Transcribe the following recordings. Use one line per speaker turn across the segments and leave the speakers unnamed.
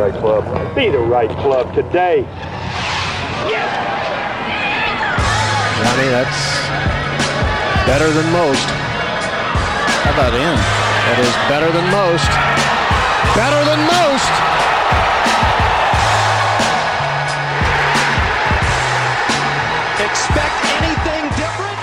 right club. Be the right club today.
Johnny, that's better than most. How about him? That is better than most. Better than most.
Expect anything different?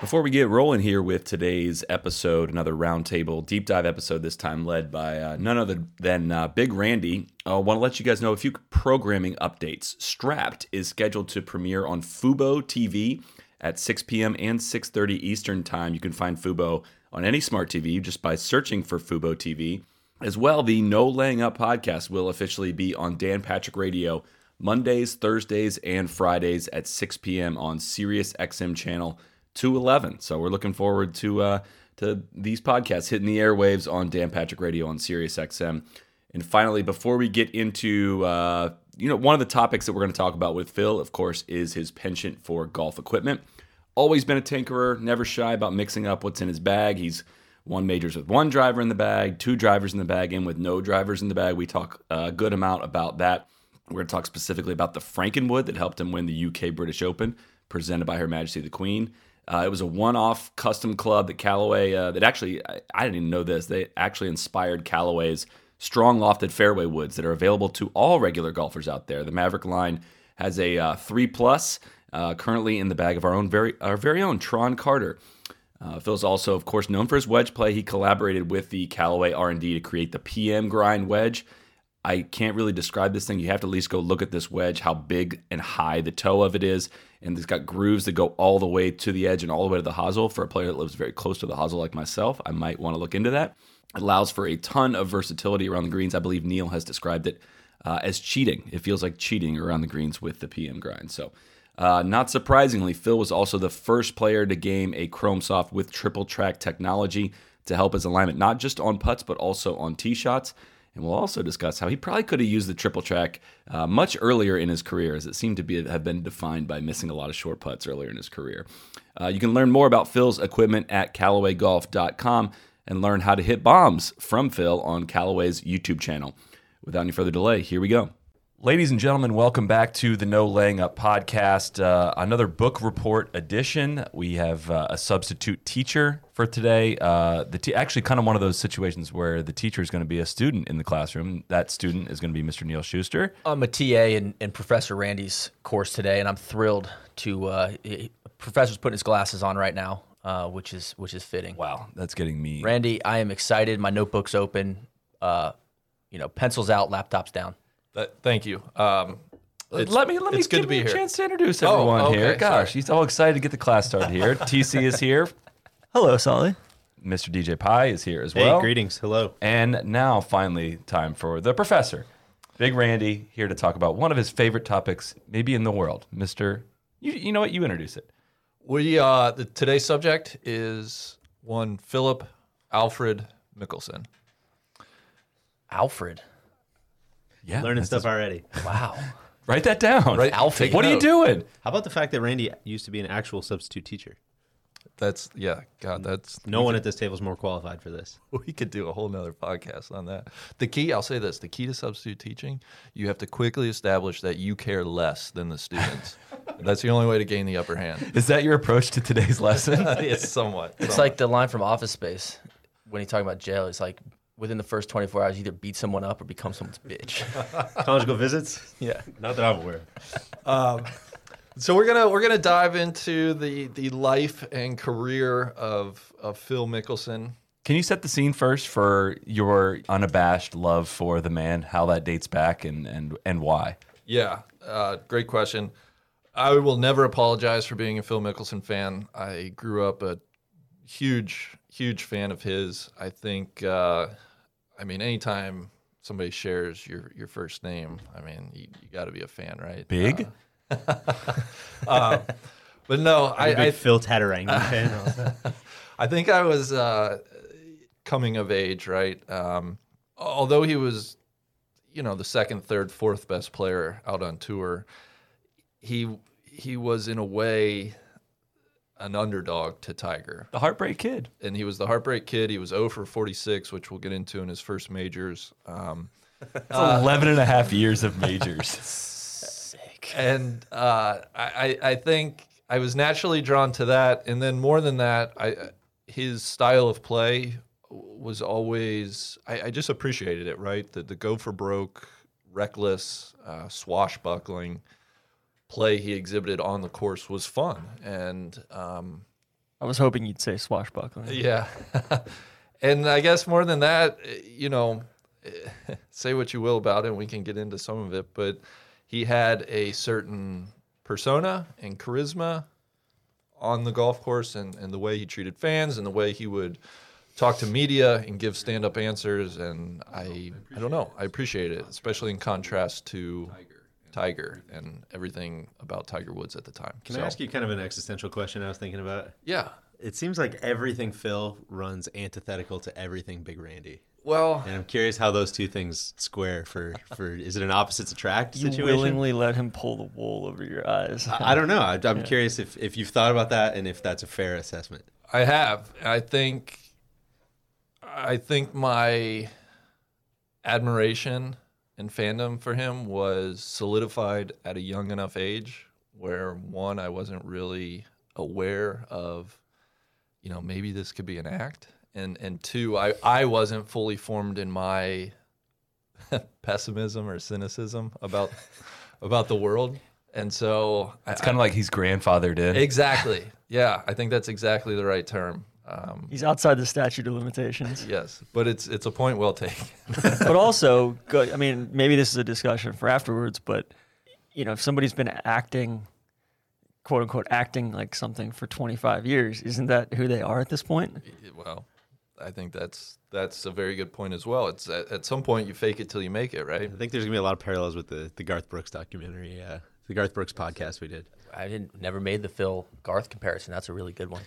Before we get rolling here with today's episode, another roundtable deep dive episode, this time led by uh, none other than uh, Big Randy, I want to let you guys know a few programming updates. Strapped is scheduled to premiere on Fubo TV at 6 p.m. and 6.30 Eastern Time. You can find Fubo on any smart TV just by searching for Fubo TV. As well, the No Laying Up podcast will officially be on Dan Patrick Radio Mondays, Thursdays, and Fridays at 6 p.m. on Sirius XM channel 211. So we're looking forward to uh, to these podcasts hitting the airwaves on Dan Patrick Radio on Sirius XM. And finally, before we get into uh, you know one of the topics that we're going to talk about with Phil, of course, is his penchant for golf equipment. Always been a tinkerer, never shy about mixing up what's in his bag. He's won majors with one driver in the bag, two drivers in the bag, and with no drivers in the bag. We talk a good amount about that. We're going to talk specifically about the Frankenwood that helped him win the UK British Open, presented by Her Majesty the Queen. Uh, it was a one-off custom club that Callaway uh, that actually I, I didn't even know this. They actually inspired Callaway's strong lofted fairway woods that are available to all regular golfers out there. The Maverick line has a uh, three plus uh, currently in the bag of our own very our very own Tron Carter. Uh, Phil's also, of course, known for his wedge play. He collaborated with the Callaway R&D to create the PM grind wedge. I can't really describe this thing. You have to at least go look at this wedge, how big and high the toe of it is. And it's got grooves that go all the way to the edge and all the way to the hosel. For a player that lives very close to the hosel like myself, I might want to look into that. It allows for a ton of versatility around the greens. I believe Neil has described it uh, as cheating. It feels like cheating around the greens with the PM grind. So, uh, not surprisingly, Phil was also the first player to game a Chrome Soft with triple track technology to help his alignment, not just on putts, but also on tee shots. And we'll also discuss how he probably could have used the triple track uh, much earlier in his career, as it seemed to be have been defined by missing a lot of short putts earlier in his career. Uh, you can learn more about Phil's equipment at CallawayGolf.com and learn how to hit bombs from Phil on Callaway's YouTube channel. Without any further delay, here we go. Ladies and gentlemen, welcome back to the No Laying Up podcast. Uh, another book report edition. We have uh, a substitute teacher for today. Uh, the te- actually kind of one of those situations where the teacher is going to be a student in the classroom. That student is going to be Mr. Neil Schuster.
I'm a TA in, in Professor Randy's course today, and I'm thrilled to. Uh, he- professor's putting his glasses on right now, uh, which is which is fitting.
Wow, that's getting me.
Randy, I am excited. My notebook's open. Uh, you know, pencils out, laptops down.
That- thank you. Um, it's-
let me let me
it's
give
good to be
you a
here. Oh,
chance to introduce everyone
okay,
here. Gosh,
sorry.
he's all excited to get the class started here. TC is here.
Hello, Solly.
Mr. DJ Pie is here as
Hey,
well.
greetings. Hello.
And now, finally, time for the professor, Big Randy, here to talk about one of his favorite topics, maybe in the world. Mister, you, you know what? You introduce it.
We uh, the, today's subject is one Philip Alfred Mickelson.
Alfred,
Yeah,
Learning stuff already.
wow.
write that down.
Right,
Alfie.
take
What are you
note.
doing?
How about the fact that Randy used to be an actual substitute teacher?
That's yeah. God, that's
No one at this table is more qualified for this.
we could do a whole nother podcast on that. The key, I'll say this the key to substitute teaching, you have to quickly establish that you care less than the students. That's the only way to gain the upper hand.
Is that your approach to today's lesson?
It's somewhat.
It's like the line from Office Space when he's talking about jail. It's like within the first 24 hours, you either beat someone up or become someone's bitch.
Conjugal visits?
yeah.
Not that I'm aware of.
So we're gonna we're gonna dive into the the life and career of of Phil Mickelson.
Can you set the scene first for your unabashed love for the man? How that dates back and and and why?
Yeah, uh, great question. I will never apologize for being a Phil Mickelson fan. I grew up a huge, huge fan of his. I think, uh, I mean, anytime somebody shares your your first name, I mean, you, you got to be a fan, right?
Big.
Uh, but no,
I,
I, I
Phil Tatterangi fan.
I think I was uh, coming of age, right? Um, although he was, you know, the second, third, fourth best player out on tour, he he was in a way an underdog to Tiger,
the Heartbreak Kid.
oh and he was the heartbreak kid. He was 0 for 46, which we'll get into in his first majors. Um,
11 and a half years of majors.
and uh, I, I I think I was naturally drawn to that. And then more than that, I his style of play was always I, I just appreciated it. Right, the the go for broke, reckless, uh, swashbuckling play he exhibited on the course was fun, and um,
I was hoping you'd say swashbuckling.
yeah. and I guess more than that, eh, you know, eh, say what you will about it, and we can get into some of it, but he had a certain persona and charisma on the golf course and, and the way he treated fans and the way he would talk to media and give stand up answers. And I, I don't know, I appreciate it, especially in contrast to Tiger and everything about Tiger Woods at the time.
Can I ask you kind of an existential question I was thinking about?
Yeah.
It seems like everything Phil runs antithetical to everything Big Randy.
Well,
And I'm curious how those two things square for for is it an opposites attract
You
situation?
willingly let him pull the wool over your eyes.
I don't know. I, I'm curious if, if you've thought about that and if that's a fair assessment.
I have. I think I think my admiration and fandom for him was solidified at a young enough age where one I wasn't really aware of you know maybe this could be an act and and two I I wasn't fully formed in my pessimism or cynicism about about the world and so I,
It's kind of like he's grandfathered in.
exactly yeah I think that's exactly the right term um,
He's outside the statute of limitations.
Yes, but it's it's a point well taken.
but also, go- I mean, maybe this is a discussion for afterwards, but you know, if somebody's been acting, quote unquote, acting like something for 25 years, isn't that who they are at this point?
well, I think that's that's a very good point as well. It's at, at some point you fake it till you make it, right?
I think there's gonna be a lot of parallels with the, the Garth Brooks documentary, uh, the Garth Brooks podcast we did.
I didn't never made the Phil Garth comparison. That's a really good one.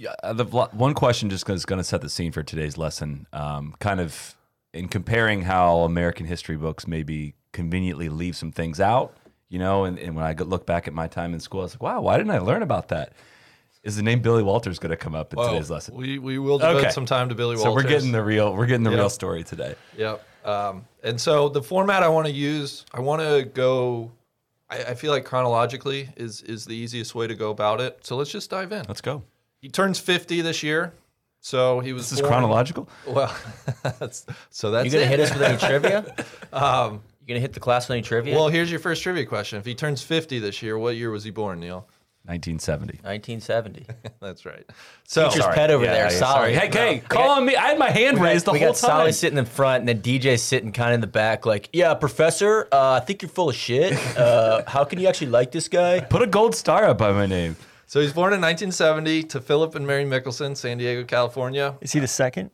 Yeah, uh, the vlo- one question just is going to set the scene for today's lesson. Um, kind of in comparing how American history books maybe conveniently leave some things out, you know, and, and when I go- look back at my time in school, I was like, wow, why didn't I learn about that? Is the name Billy Walters going to come up in today's lesson?
We we will devote
Okay.
some time to Billy Walters.
so we're getting the real we're getting the
Yeah.
real story today.
Yep. Um, and so the format I want to use, I want to go. I, I feel like chronologically is is the easiest way to go about it. So let's just dive in.
Let's go.
He turns fifty this year, so he was.
This is
born-
chronological.
Well, that's, so that's
You gonna
it.
hit us with any trivia? you gonna hit the class with any trivia?
Well, here's your first trivia question. If he turns fifty this year, what year was he born, Neil?
1970.
1970.
That's right. So
Teacher's pet over
Yeah,
there,
yeah, sorry.
Solly.
Hey,
No.
hey,
We
call
got-
on me. I had my hand raised the
we
whole
got Solly
time.
sitting in front, and then DJ sitting kind of in the back, like, "Yeah, Professor, uh, I think you're full of shit. Uh, how can you actually like this guy?"
Put a gold star up by my name.
So he's born in 1970 to Philip and Mary Mickelson, San Diego, California.
Is he the second?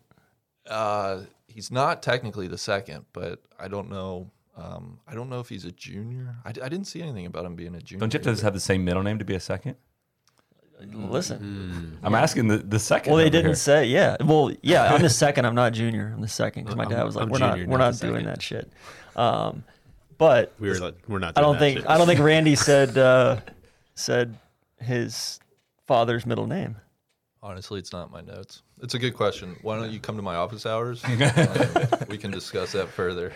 Uh, he's not technically the second, but I don't know. Um, I don't know if he's a junior. I, I didn't see anything about him being a junior.
Don't you have to have the same middle name to be a second?
Mm-hmm.
Listen.
I'm asking the, the second.
Well, they
over
didn't
here.
say. Yeah. Well, yeah. I'm the second. I'm not junior. I'm the second because my
I'm-
dad was like,
I'm
"We're
junior,
not. We're
not
not
the
doing
second."
that shit." Um, but
We were like, we're not.
I
Doing
don't
that
think
shit.
I don't think Randy said uh, said his father's middle name.
Honestly, it's not in my notes. It's a good question. Why don't you come to my office hours? Um, we can discuss that further.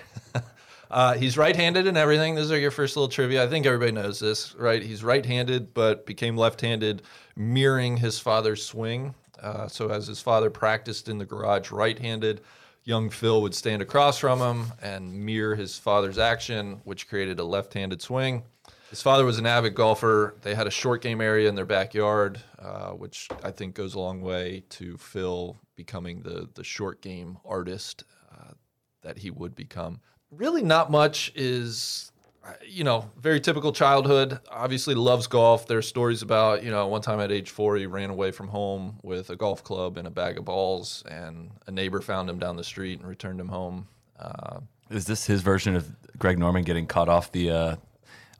Uh, he's right-handed and everything. These are your first little trivia. I think everybody knows this, right? He's right-handed, but became left-handed, mirroring his father's swing. Uh, so as his father practiced in the garage right-handed, young Phil would stand across from him and mirror his father's action, which created a left-handed swing. His father was an avid golfer. They had a short game area in their backyard, uh, which I think goes a long way to Phil becoming the the short game artist uh, that he would become. Really, not much is, uh, you know, very typical childhood. Obviously, loves golf. There are stories about, you know, one time at age four, he ran away from home with a golf club and a bag of balls, and a neighbor found him down the street and returned him home. Uh,
Is this his version of Greg Norman getting caught off the uh,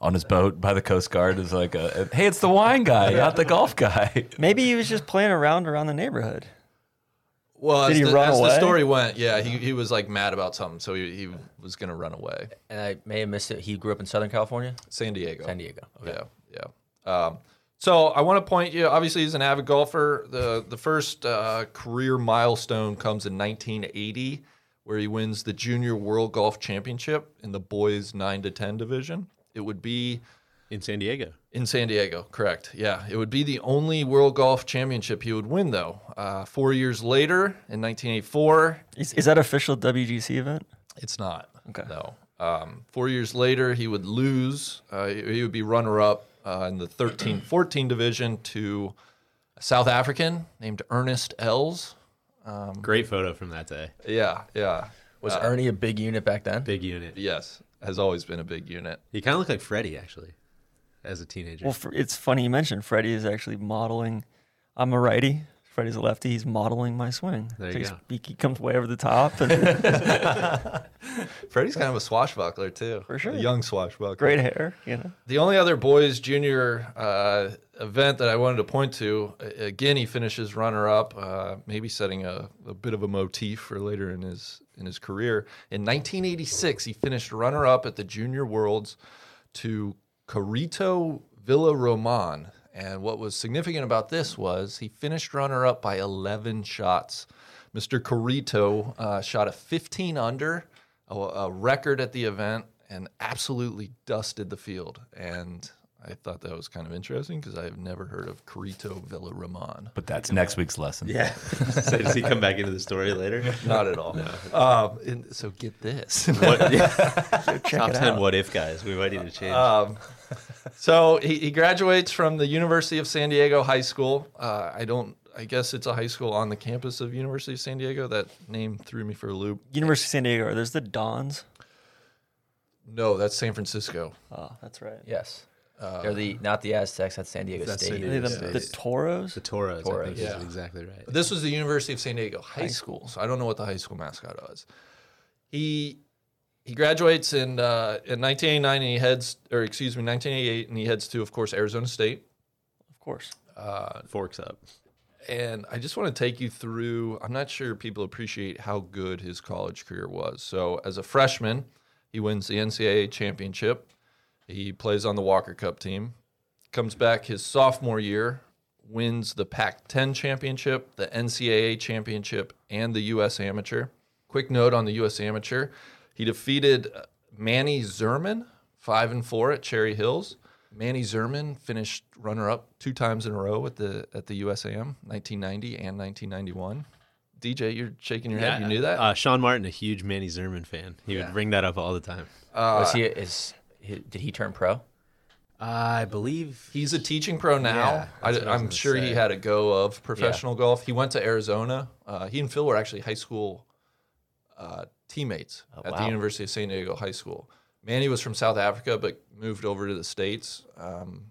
on his boat by the Coast Guard? Is like, a, hey, it's the wine guy, not the golf guy.
Maybe he was just playing around around the neighborhood.
Well,
Did
as,
he
the,
run
as the
away?
story went, yeah, he, he was like mad about something, so he, he was gonna run away.
And I may have missed it. He grew up in Southern California,
San Diego.
San Diego. Okay.
Yeah, yeah. Um, so I want to point you. Obviously, he's an avid golfer. the The first uh, career milestone comes in 1980 where he wins the Junior World Golf Championship in the boys 9 to 10 division. It would be
in San Diego.
in San Diego, correct. Yeah. It would be the only World Golf Championship he would win, though. Uh, four years later, in 1984,
Is, is that official WGC event?
it's not.
Okay.
No. Um, four years later, he would lose. Uh, he would be runner up uh, in the 13 14 division to a South African named Ernest Ells.
Great photo from that day.
Yeah. Yeah.
Was Ernie a big unit back then?
Big unit.
Yes. Has always been a big unit.
He kind of looked like Freddie actually, as a teenager.
Well, for, it's funny you mentioned Freddie is actually modeling. I'm a righty. Freddie's a lefty. He's modeling my swing.
There
so
you
he's-
go.
He, he comes way over the top and
Freddie's kind of a swashbuckler, too. For
sure.
A young swashbuckler.
great hair. You know,
The only other boys junior uh, event that I wanted to point to, a- again, he finishes runner up, uh, maybe setting a, a bit of a motif for later in his in his career. In 1986, he finished runner up at the Junior Worlds to Carito Villa Roman. And what was significant about this was he finished runner up by 11 shots. Mr. Carito uh, shot a 15 under, a, a record at the event, and absolutely dusted the field. And I thought that was kind of interesting because I have never heard of Carito Villa Roman.
But that's next week's lesson.
yeah. so does he come back into the story later?
Not at all. Um, and so get this.
What,
check
top
it
ten
out.
what if guys. We might need to change.
So he, he graduates from the University of San Diego High School. Uh, I don't. I guess it's a high school on the campus of University of San Diego. That name threw me for a loop.
University of San Diego. Are those the Dons?
No, that's San Francisco. Uh,
Oh, that's right.
Yes. They're the not the Aztecs. That's San Diego
That's San
State.
Are they
Diego
the,
State.
the Toros?
the Toros. I think
Yeah.
is exactly right.
This was the University of San Diego High, school. so I don't know what the high school mascot was. He he graduates in uh, in 1989 and he heads, or excuse me, 1988, and he heads to, of course, Arizona State. Uh,
Of course.
Forks up.
and I just want to take you through. I'm not sure people appreciate how good his college career was. So, as a freshman, he wins the NCAA championship. He plays on the Walker Cup team. Comes back his sophomore year, wins the Pac 10 championship, the NCAA championship, and the U.S. Amateur. Quick note on the U.S. Amateur he defeated uh, Manny Zerman, 5 and 4 at Cherry Hills. Manny Zerman finished runner-up two times in a row at the at the USAM, 1990 and 1991. DJ, you're shaking your head. You knew that.
Uh, Sean Martin, a huge Manny Zerman fan. He would bring that up all the time.
Was he is he, did he turn pro?
I believe
He's a teaching pro
Yeah,
now.
that's
I,
what I was
am
gonna
sure he
say.
had a go of professional golf. He went to Arizona. Uh, he and Phil were actually high school uh, teammates at the
wow.
University of San Diego High School. Manny was from South Africa, but moved over to the States um,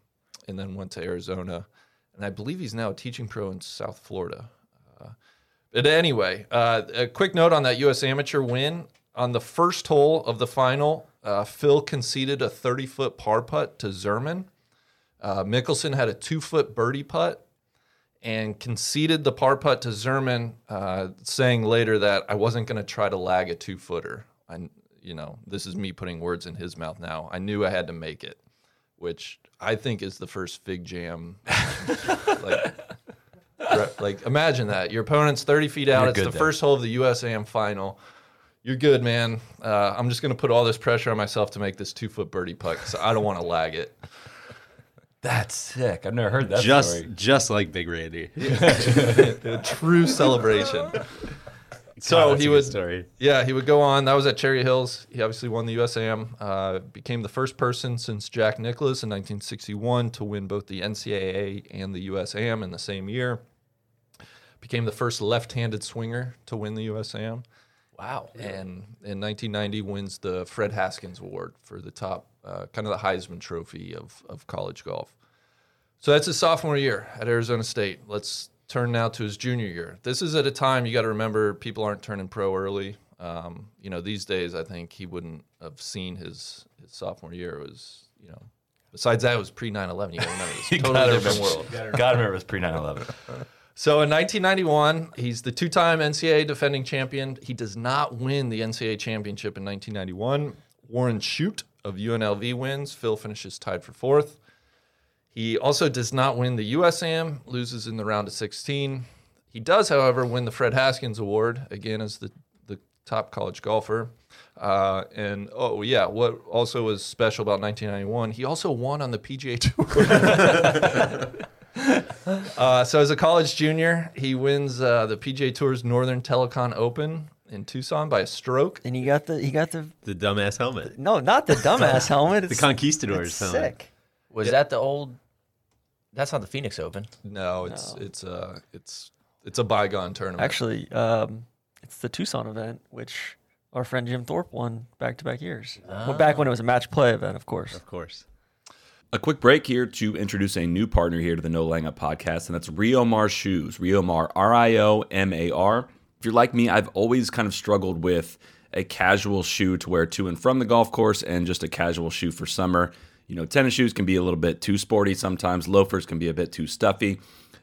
and then went to Arizona. And I believe he's now a teaching pro in South Florida. Uh, But anyway, uh, a quick note on that U.S. amateur win. On the first hole of the final, uh, Phil conceded a 30 foot par putt to Zerman. Uh, Mickelson had a two foot birdie putt and conceded the par putt to Zerman, uh, saying later that I wasn't going to try to lag a two footer. I, you know, this is me putting words in his mouth now. I knew I had to make it, which I think is the first fig jam. like, re- like, imagine that your opponent's thirty feet out.
You're
it's
good
the
then.
first hole of the USAM final. You're good, man. Uh, I'm just going to put all this pressure on myself to make this two foot birdie putt because I don't want to lag it.
That's sick. I've never heard that
just
story.
just like Big Randy.
A true celebration. so
that's a
he
good
would
story.
Yeah, he would go on. That was at Cherry Hills. He obviously won the USAM. Uh, became the first person since Jack Nicklaus in 1961 to win both the NCAA and the USAM in the same year. Became the first left-handed swinger to win the USAM,
Wow.
and in 1990 wins the Fred Haskins Award for the top, uh, kind of the Heisman Trophy of of college golf. So that's his sophomore year at Arizona State. Let's turn now to his junior year. This is at a time you got to remember people aren't turning pro early. Um, you know, these days I think he wouldn't have seen his, his sophomore year. It was, you know, besides that, it was pre 9 11. You got to remember, it's a totally different world.
God, remember it was pre 9 11.
So in 1991, he's the two time NCAA defending champion. He does not win the NCAA championship in 1991. Warren Shute of UNLV wins. Phil finishes tied for fourth. He also does not win the USAM, loses in the round of 16. He does, however, win the Fred Haskins Award, again, as the, the top college golfer. Uh, and oh yeah, what also was special about 1991? He also won on the PGA Tour. uh, so as a college junior, he wins uh, the PGA Tour's Northern Telecon Open in Tucson by a stroke.
And he got the he got the
The dumbass helmet.
no, not the dumbass helmet.
The
It's,
conquistadors
it's
helmet.
sick.
Was that the old? That's not the Phoenix Open.
No, it's it's uh it's it's a bygone tournament.
Actually, um, it's the Tucson event, which our friend Jim Thorpe won back to back years. Well,
Ah.
back when it was a match play event, of course.
Of course.
A quick break here to introduce a new partner here to the No Lang Up podcast, and that's Riomar Shoes. Riomar, R I O M A R. If you're like me, I've always kind of struggled with a casual shoe to wear to and from the golf course and just a casual shoe for summer. You know, tennis shoes can be a little bit too sporty sometimes, loafers can be a bit too stuffy.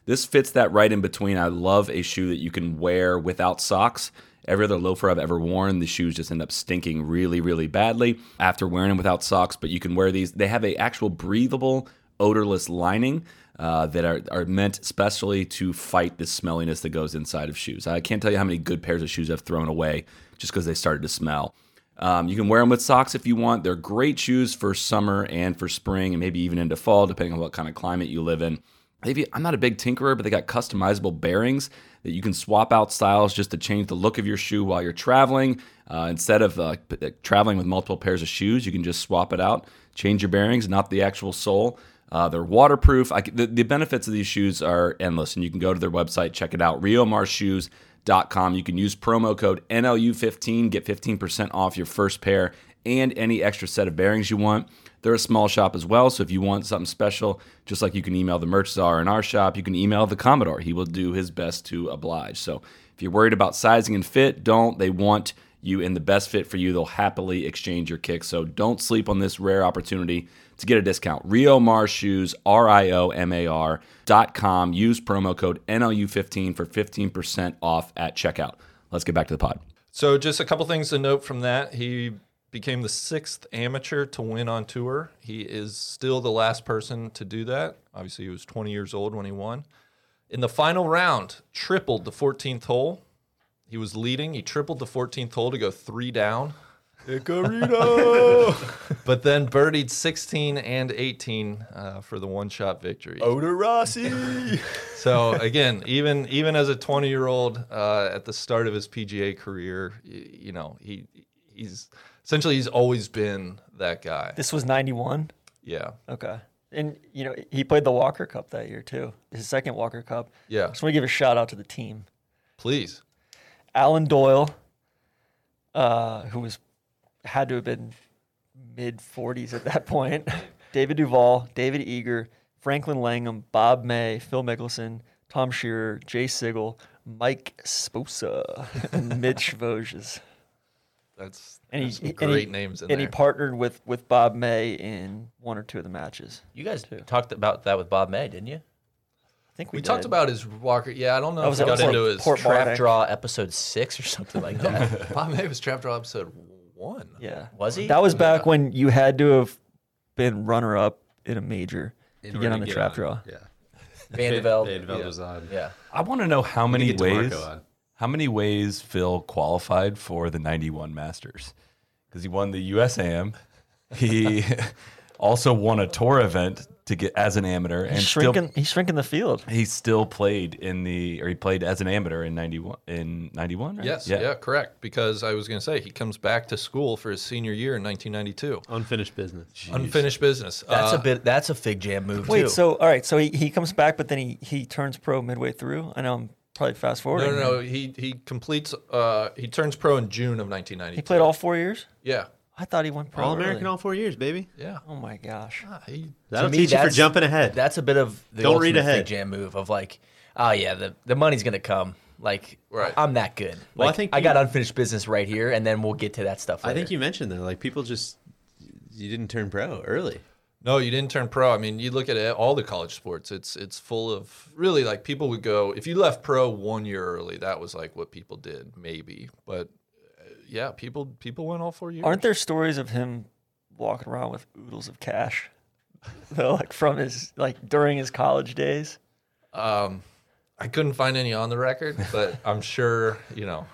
This fits that right in between. I love a shoe that you can wear without socks. Every other loafer I've ever worn, the shoes just end up stinking really, really badly after wearing them without socks. But you can wear these. They have a actual breathable, odorless lining uh, that are, are meant especially to fight the smelliness that goes inside of shoes. I can't tell you how many good pairs of shoes I've thrown away just because they started to smell. Um, you can wear them with socks if you want. They're great shoes for summer and for spring and maybe even into fall, depending on what kind of climate you live in. Maybe I'm not a big tinkerer, but they got customizable bearings that you can swap out styles just to change the look of your shoe while you're traveling. Uh, instead of uh, p- uh, traveling with multiple pairs of shoes, you can just swap it out, change your bearings, not the actual sole. Uh, they're waterproof. I c the, the benefits of these shoes are endless, and you can go to their website, check it out, riomarshoes.com. You can use promo code NLU15, get 15% off your first pair and any extra set of bearings you want. They're a small shop as well, so if you want something special, just like you can email the merch czar in our shop, you can email the Commodore. He will do his best to oblige. So if you're worried about sizing and fit, don't. They want you in the best fit for you. They'll happily exchange your kicks. So don't sleep on this rare opportunity to get a discount. Rio Mar Shoes, R I O M A R dot com. Use promo code NLU15 for 15% off at checkout. Let's get back to the pod.
So just a couple things to note from that. He became the sixth amateur to win on tour. He is still the last person to do that. Obviously, he was 20 years old when he won. In the final round, tripled the 14th hole. He was leading. He tripled the 14th hole to go three down. Icarito! but then birdied 16 and 18 uh, for the one-shot victory.
Oh,
So again, even even as a 20 year old uh, at the start of his PGA career, y- you know he he's essentially he's always been that guy.
This was ninety one.
Yeah,
Okay. And you know, he played the Walker Cup that year too. His second Walker Cup.
Yeah.
Just want to give a shout out to the team.
please.
Alan Doyle, uh, who was had to have been mid forties at that point. David Duval, David Eager, Franklin Langham, Bob May, Phil Mickelson, Tom Shearer, Jay Sigel, Mike Sposa, and Mitch Voges.
That's,
And
there's some great names in
and
there.
he partnered with with Bob May in one or two of the matches.
You guys talked about that with Bob May, didn't you?
I think we,
we talked
did.
about his walker. Yeah, I don't know
That
if
was
we
at
got
Port-
into his.
Port-
Trap
Bardic.
Draw episode six or something like that.
Bob May was trap draw episode one.
Yeah.
Was he?
That was back when you had to have been runner up in a major to get
order
on
to
the
get
trap
on.
draw.
Yeah.
Vandeveld.
Vanderbilt
yeah.
was on.
Yeah.
I want to know how many
get DeMarco
ways
on.
how many ways Phil qualified for the 91 Masters because he won the USAM. He also won a tour event to get as an amateur and
He's
still
shrinking he's shrinking the field.
he still played in the or he played as an amateur in 91 in 91 right?
Yes, yeah. correct. Because I was going to say he comes back to school for his senior year in 1992.
Unfinished business.
Unfinished business.
That's
Uh,
a bit. That's a fig jam move
Wait,
too.
so all right, so he, he comes back but then he, he turns pro midway through. I know I'm probably fast forwarding.
No, no,
here.
no. He he completes. Uh, he turns pro in June of 1992.
He played all four years?
Yeah,
I thought he went pro.
All American
early.
all four years, baby.
yeah.
Oh my gosh.
Ah, he-
That'll
me,
teach you for
that's-
jumping ahead.
that's a bit of the
Don't read
ultimate
ahead.
fig jam move of like, oh yeah, the, the money's gonna come. Like
Right.
I'm that good.
Well, I
Like,
think
I
you-
got unfinished business right here, and then we'll get to that stuff.
I
Later.
think you mentioned though, like people just you didn't turn pro early.
No, you didn't turn pro. I mean, you look at it, all the college sports. It's it's full of really like people would go if you left pro one year early. That was like what people did, maybe. But uh, yeah, people people went all four years.
Aren't there stories of him walking around with oodles of cash? Though like from his like during his college days.
um, I couldn't find any on the record, but I'm sure you know.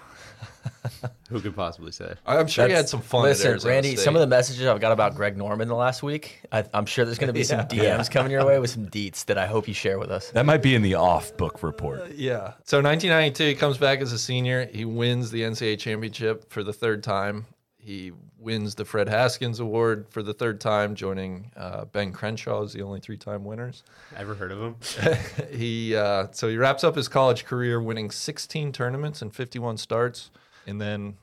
Who could possibly say?
I'm sure you had some fun. at
Listen,
Arizona
Randy,
State.
some of the messages I've got about Greg Norman the last week, I, I'm sure there's going to be some DMs coming your way with some deets that I hope you share with us.
That might be in the off book report.
Yeah. So 1992, he comes back as a senior. He wins the NCAA championship for the third time. He wins the Fred Haskins Award for the third time, joining uh, Ben Crenshaw as the only three-time winners.
Ever heard of him?
He uh, so he wraps up his college career winning 16 tournaments and 51 starts, and then,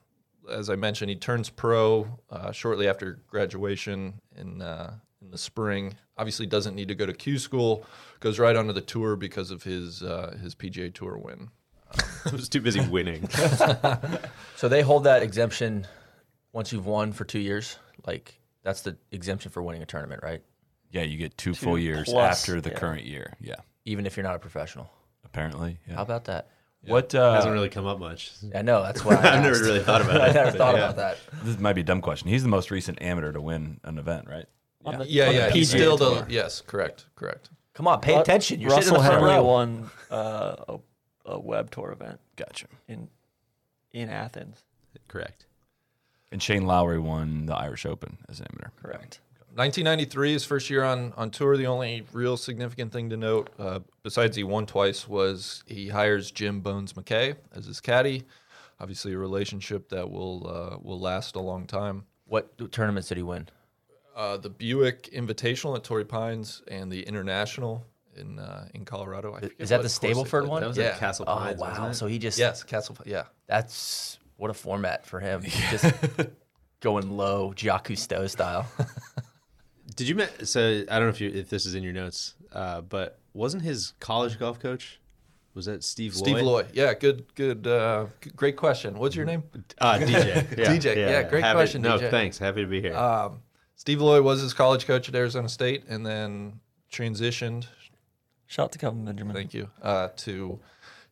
as I mentioned, he turns pro uh, shortly after graduation in uh, in the spring. Obviously, doesn't need to go to Q school. Goes right onto the tour because of his uh, his PGA Tour win.
I was too busy winning.
So they hold that exemption once you've won for two years. Like that's the exemption for winning a tournament, right?
Yeah, you get two, full years
plus,
after the
yeah.
current year. Yeah,
Even if you're not a professional.
apparently. Yeah.
How about that?
What uh,
Hasn't really come up much.
I know that's why I
I've never
asked.
really thought about it.
I never
but
thought
yeah.
about that.
This might be a dumb question. He's the most recent amateur to win an event, right?
On the-
Yeah,
on the
yeah. He's
PGA
still the
Tour.
yes, correct, correct.
Come on, pay
Ru-
attention. You're sitting
Russell
in the front
Henley
row.
won uh, a, a web tour event
Gotcha.
in in Athens.
Correct.
And Shane Lowry won the Irish Open as an amateur.
Correct.
1993, his first year on, on tour, the only real significant thing to note, uh, besides he won twice, was he hires Jim Bones McKay as his caddy. Obviously, a relationship that will uh, will last a long time.
What tournaments did he win?
Uh, the Buick Invitational at Torrey Pines and the International in uh, in Colorado. I forget
Is that
what
the
course they
Stableford
played.
one?
That was
yeah.
at Castle
Oh
Pines.
wow!
Wasn't it?
So he just
yes, Castle. Yeah,
That's what a format for him. Just going low, Jacques Cousteau style.
Did you met? So I don't know if you if this is in your notes, uh, but wasn't his college golf coach? Was that Steve Lloyd?
Steve Loy. Yeah, good, good, uh, g- great question. What's your name?
Uh, DJ. Yeah,
DJ, yeah, great
Happy-
question, Uh,
No,
DJ.
thanks. Happy to be here.
Um, Steve Loy was his college coach at Arizona State, and then transitioned
Shout out to Kevin Benjamin.
Thank you. Uh, to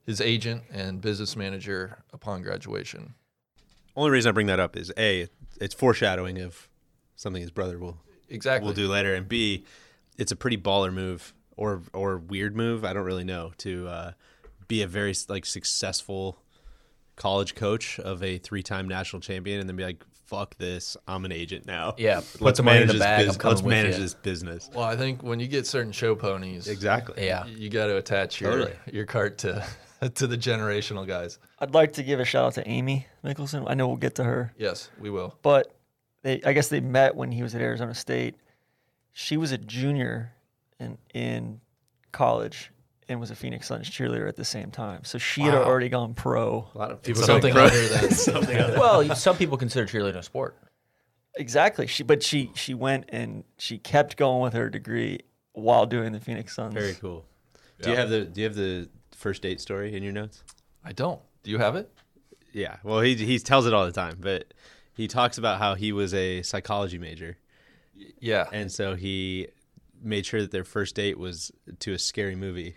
his agent and business manager upon graduation.
Only reason I bring that up is a, it's foreshadowing of something his brother will
Exactly.
will do later, and b, it's a pretty baller move or or weird move. I don't really know to uh, be a very like successful college coach of a three time national champion, and then be like, "Fuck this, I'm an agent now."
Yeah, put the money in the
this
bag, I'm
bus-
coming
let's
with
manage
you.
this business.
Well, I think when you get certain show ponies,
Exactly.
Yeah.
you got to attach your
Totally.
your cart to to the generational guys.
I'd like to give a shout out to Amy Mickelson. I know we'll get to her,
Yes, we will.
but they I guess they met when he was at Arizona State. She was a junior in in college and was a Phoenix Suns cheerleader at the same time. So she had already gone pro.
A lot of people
Something other than
well, some people consider cheerleading a sport.
Exactly. She but she she went and she kept going with her degree while doing the Phoenix Suns.
Very cool. Do you have the Do you have the first date story in your notes?
I don't. Do you have it?
Yeah. Well, he he tells it all the time, but he talks about how he was a psychology major,
Yeah.
and so he made sure that their first date was to a scary movie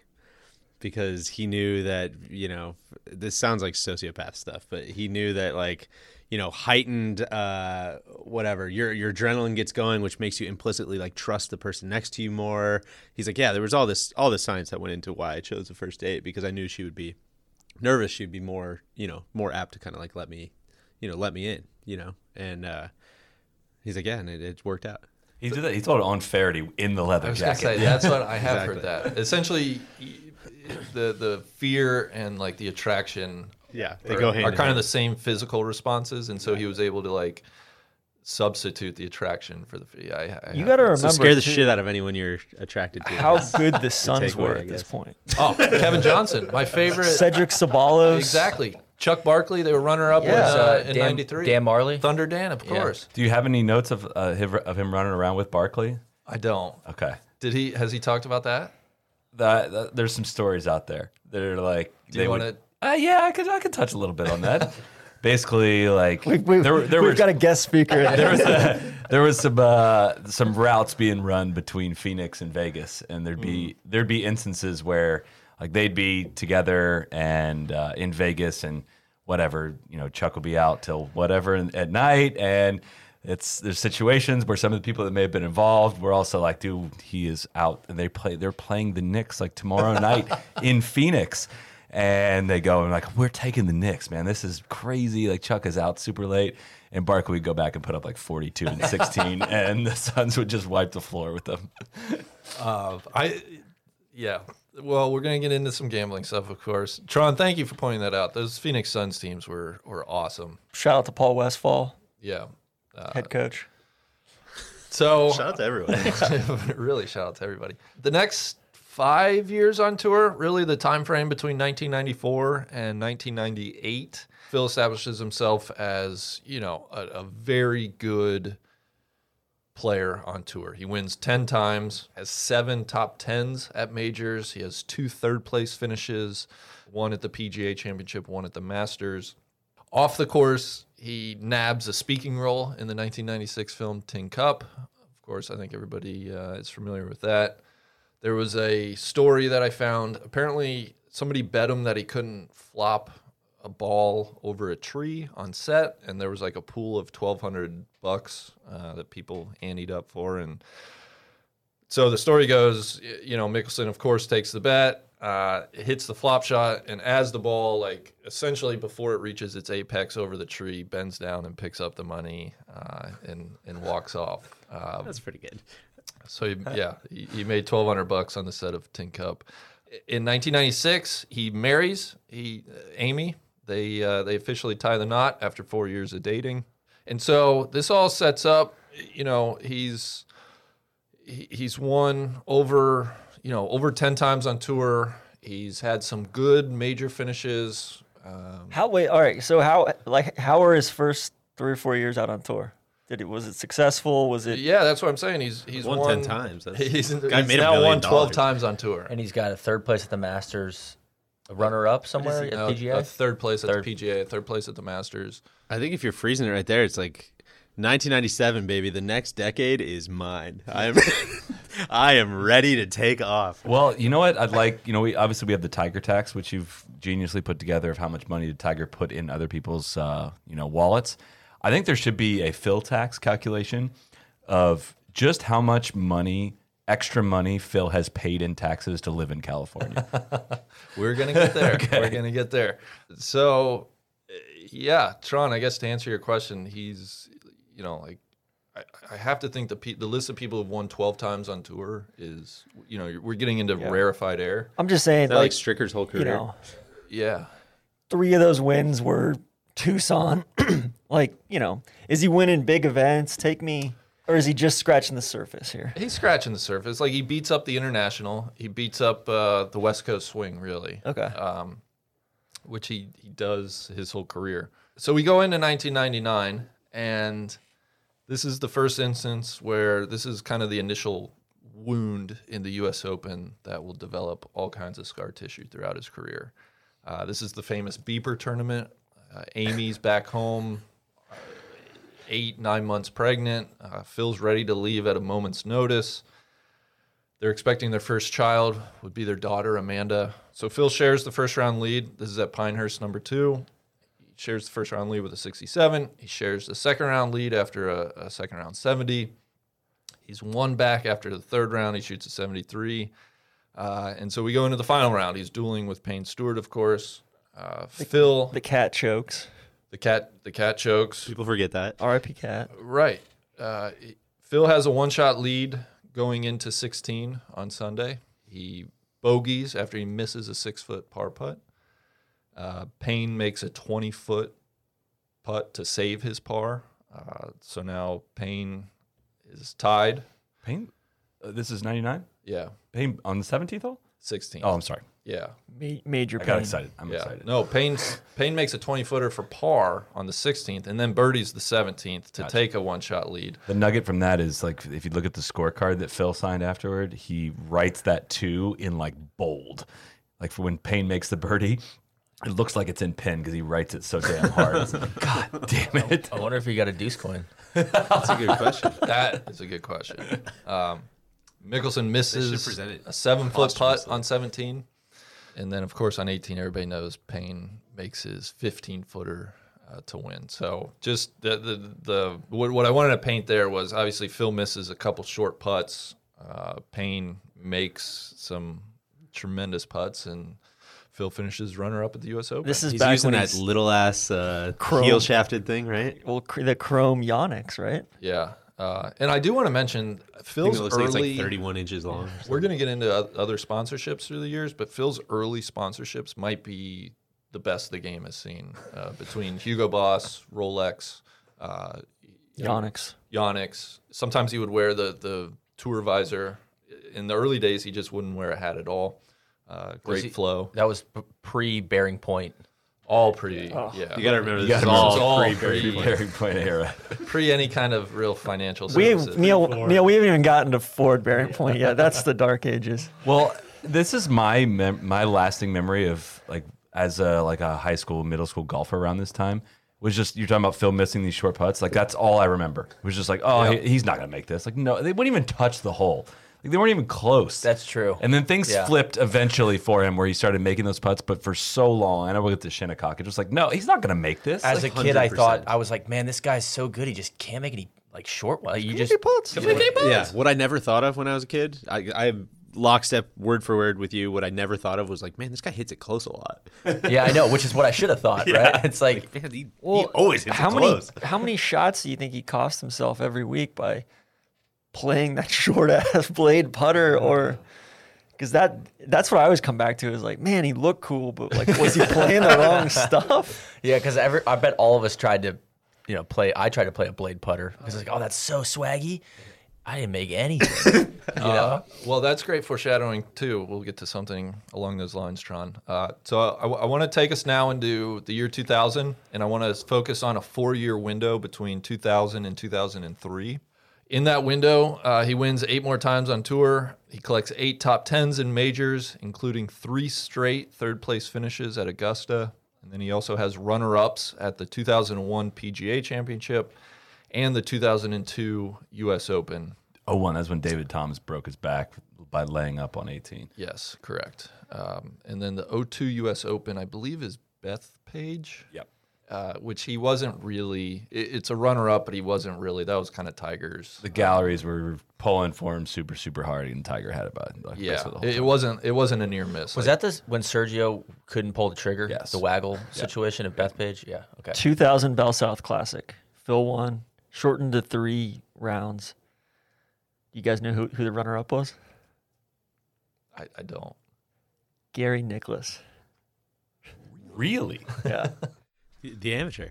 because he knew that you know this sounds like sociopath stuff, but he knew that like you know heightened uh, whatever your your adrenaline gets going, which makes you implicitly like trust the person next to you more. He's like, yeah, there was all this all this science that went into why I chose the first date because I knew she would be nervous, she'd be more you know more apt to kind of like let me you know let me in you know and. uh He's like, yeah, and it, it worked out.
He did that. He told it on Faraday in the
I
leather
was gonna
jacket.
say that's what I have heard that. Essentially, y- the the fear and like the attraction
Yeah, they
are,
go hand
are
in
kind of
hand.
the same physical responses, and so he was able to like substitute the attraction for the fee. I, I
You
have
got to
it.
remember
So scare the
too,
shit out of anyone you're attracted to.
how good the Suns
takeaway,
were
I
at this
guess.
point.
Oh, Kevin Johnson, my favorite.
Cedric Sabalos.
Exactly. Chuck Barkley, they were runner up
Yeah.
Uh,
in
Dan-
'93.
Dan Marley?
Thunder Dan, of course.
Do you have any notes of uh, him, of him running around with Barkley?
I don't.
Okay.
Did he? Has he talked about that?
That, that- there's some stories out there that are like
you
would-
wanna-
Uh, yeah, I could I could touch a little bit on that. Basically, like
We've, we've,
there were there
we've
were
got a guest speaker.
there was a, there was some uh, some routes being run between Phoenix and Vegas, and there'd be there'd be instances where like they'd be together and uh, in Vegas and whatever you know Chuck will be out till whatever in, at night and. It's there's situations where some of the people that may have been involved were also like, dude, he is out, and they play. They're playing the Knicks like tomorrow night in Phoenix, And they go and like, we're taking the Knicks, man. This is crazy. Like Chuck is out super late, and Barkley would go back and put up like 42 and 16, and the Suns would just wipe the floor with them.
I, yeah. Well, we're gonna get into some gambling stuff, of course. Tron, thank you for pointing that out. Those Phoenix Suns teams were were awesome.
Shout out to Paul Westfall,
Yeah.
Uh,
head coach.
So
Shout out to everyone.
really shout out to everybody. The next five years on tour, really the time frame between 1994 and 1998, Phil establishes himself as you know a, a very good player on tour. He wins 10 times, has seven top 10s at majors. He has two third place finishes, one at the PGA Championship, one at the Masters. Off the course, he nabs a speaking role in the 1996 film Tin Cup. Of course, I think everybody uh, is familiar with that. There was a story that I found. Apparently, somebody bet him that he couldn't flop a ball over a tree on set, and there was like a pool of twelve hundred bucks uh, that people anteed up for. And so the story goes, y- you know, Mickelson of course takes the bet, uh, hits the flop shot, and as the ball like essentially before it reaches its apex over the tree, bends down and picks up the money uh, and and walks off. Um,
That's pretty good.
so he, yeah, he, he made twelve hundred bucks on the set of Tin Cup. In 1996, he marries he uh, Amy. They uh, they officially tie the knot after four years of dating, and so this all sets up. You know, he's he- he's won over you know over ten times on tour. He's had some good major finishes. Um,
How wait? All right. So how like how were his first three or four years out on tour? Did it was it successful? Was it
yeah, that's what I'm saying. He's he's
Won 10 times. That's-
He's, he's
Guy made a
now
billion
won 12
dollars.
times on tour.
And he's got a third place at the Masters, a runner up somewhere at
Oh,
Uh,
PGA.
uh, third place at the PGA, third place at the Masters.
I think if you're freezing it right there, it's like 1997, baby. The next decade is mine. I'm, I am ready to take off.
Well, you know what? I'd like, you know, we obviously we have the Tiger tax, which you've geniusly put together of how much money did Tiger put in other people's, uh, you know, wallets. I think there should be a Phil tax calculation of just how much money, extra money Phil has paid in taxes to live in California.
We're gonna get there. We're gonna get there. So, uh, yeah, Tron. I guess to answer your question, he's, you know, like, I, I have to think the pe- the list of people who've won twelve times on tour is, you know, we're getting into rarefied air.
I'm just saying
Is that like
like,
Stricker's whole
you
career?
know
Yeah,
three of those wins were Tucson. like you know, is he winning big events? Take me, or is he just scratching the surface here?
he's scratching the surface. Like he beats up the international. He beats up uh, the West Coast swing. Really.
Okay.
which he, he does his whole career. So we go into 1999, and this is the first instance where this is kind of the initial wound in the U.S. Open that will develop all kinds of scar tissue throughout his career. Uh, this is the famous Beeper tournament. Uh, Amy's back home, uh, eight nine months pregnant. Uh, Phil's ready to leave at a moment's notice. They're expecting their first child would be their daughter Amanda. So Phil shares the first round lead. This is at Pinehurst number two. He shares the first round lead with a 67. He shares the second round lead after a, a second round 70. He's one back after the third round. He shoots a 73. Uh, and so we go into the final round. He's dueling with Payne Stewart, of course. Uh, Phil,
the cat chokes.
the cat, the cat chokes.
People forget that.
R.I.P. Cat.
Right. Uh, it- Phil has a one shot lead going into 16 on Sunday. He bogeys after he misses a six foot par putt. Uh, Payne makes a 20 foot putt to save his par. Uh, so now Payne is tied.
Payne, uh, this is 99?
Yeah,
Payne on the 17th hole?
16.
Oh, I'm sorry.
Yeah.
Ma- major
I got
pain.
excited. I'm
yeah.
excited.
No, Payne's, Payne makes a 20 footer for par on the 16th and then birdies the 17th to take a one shot lead.
The nugget from that is like if you look at the scorecard that Phil signed afterward, he writes that two in like bold. Like for when Payne makes the birdie, it looks like it's in pen because he writes it so damn hard. It's like, God damn it.
I wonder if he got a deuce coin.
That's a good question.
That is a good question. Um, Mickelson misses
present it
a seven foot putt on 17. And then, of course, on 18, everybody knows Payne makes his 15 footer uh, to win. So, just the, the, the what, what I wanted to paint there was obviously Phil misses a couple short putts. Uh, Payne makes some tremendous putts, and Phil finishes runner up at the U.S. Open.
This is
He's
back
using
when
that
he's,
little ass uh,
Chrome.
heel shafted thing, right?
well, cr- the Chrome Yonex, right?
yeah, uh, and I do want to mention
I think
Phil's
it looks like
early.
it's like 31 inches long. or something.
we're going to get into o- other sponsorships through the years, but Phil's early sponsorships might be the best the game has seen uh, between Hugo Boss, Rolex, uh,
Yonex.
Yonex. Sometimes he would wear the the tour visor. In the early days, he just wouldn't wear a hat at all. Uh, great
he-
flow,
That was p- pre Bearing Point.
all pretty. Yeah,
You got to remember this is
remember
all
it's all
pre-Barry
pre-
Bonds.
Barry Point era.
pre any kind of real financial
We
services.
Neil, Neil, we haven't even gotten to Ford Bearing Point yet. That's the Dark Ages.
Well, this is my mem- my lasting memory of like as a like a high school, middle school golfer around this time was just you're talking about Phil missing these short putts. Like that's all I remember. It was just like, oh, he- he's not gonna make this. Like no, they wouldn't even touch the hole. Like they weren't even close.
That's true.
And then things
Yeah.
flipped eventually for him, where he started making those putts. But for so long, I know we'll get to Shinnecock. It was like, no, he's not gonna make this.
As
Like,
a kid, I thought I was like, man, this guy's so good. He just can't make any like short ones. Like, you just
Yeah, what I never thought of when I was a kid, I, I lockstep word for word with you. What I never thought of was like, man, this guy hits it close a lot.
yeah, I know, which is what I should have thought, right? It's like
Man, he,
Well,
he always hits
how
it
many
close.
how many shots do you think he costs himself every week by playing that short ass blade putter or because that that's what I always come back to is like man he looked cool but like was he playing the wrong stuff
Yeah, because every I bet all of us tried to, you know, play. I tried to play a blade putter because it's like, oh, that's so swaggy. I didn't make anything. you know,
Uh-huh. Well, that's great foreshadowing too. We'll get to something along those lines, Tron. Uh, so I, want to take us now into the year 2000, and I want to focus on a four-year window between 2000 and 2003. In that window, uh, he wins eight more times on tour. He collects eight top tens in majors, including three straight third-place finishes at Augusta, and then he also has runner-ups at the 2001 PGA Championship and the 2002 U.S. Open.
oh one. That's when David Thomas broke his back by laying up on 18.
Yes, correct. Um, and then the 02 U.S. Open, I believe, is Beth Page.
Yep.
Uh, which he wasn't really. It, it's a runner-up, but he wasn't really. That was kind of Tiger's.
The galleries were pulling for him super, super hard, and Tiger had about like,
Yeah,
basically the whole
it, it wasn't. It wasn't a near miss.
was that
Like,
this when Sergio couldn't pull the trigger?
Yes.
the waggle situation at Bethpage. Yeah, okay.
2000 Bell South Classic Phil won shortened to three rounds you guys know who, who the runner up was
I, I don't.
Gary Nicholas
Really?
yeah
The amateur.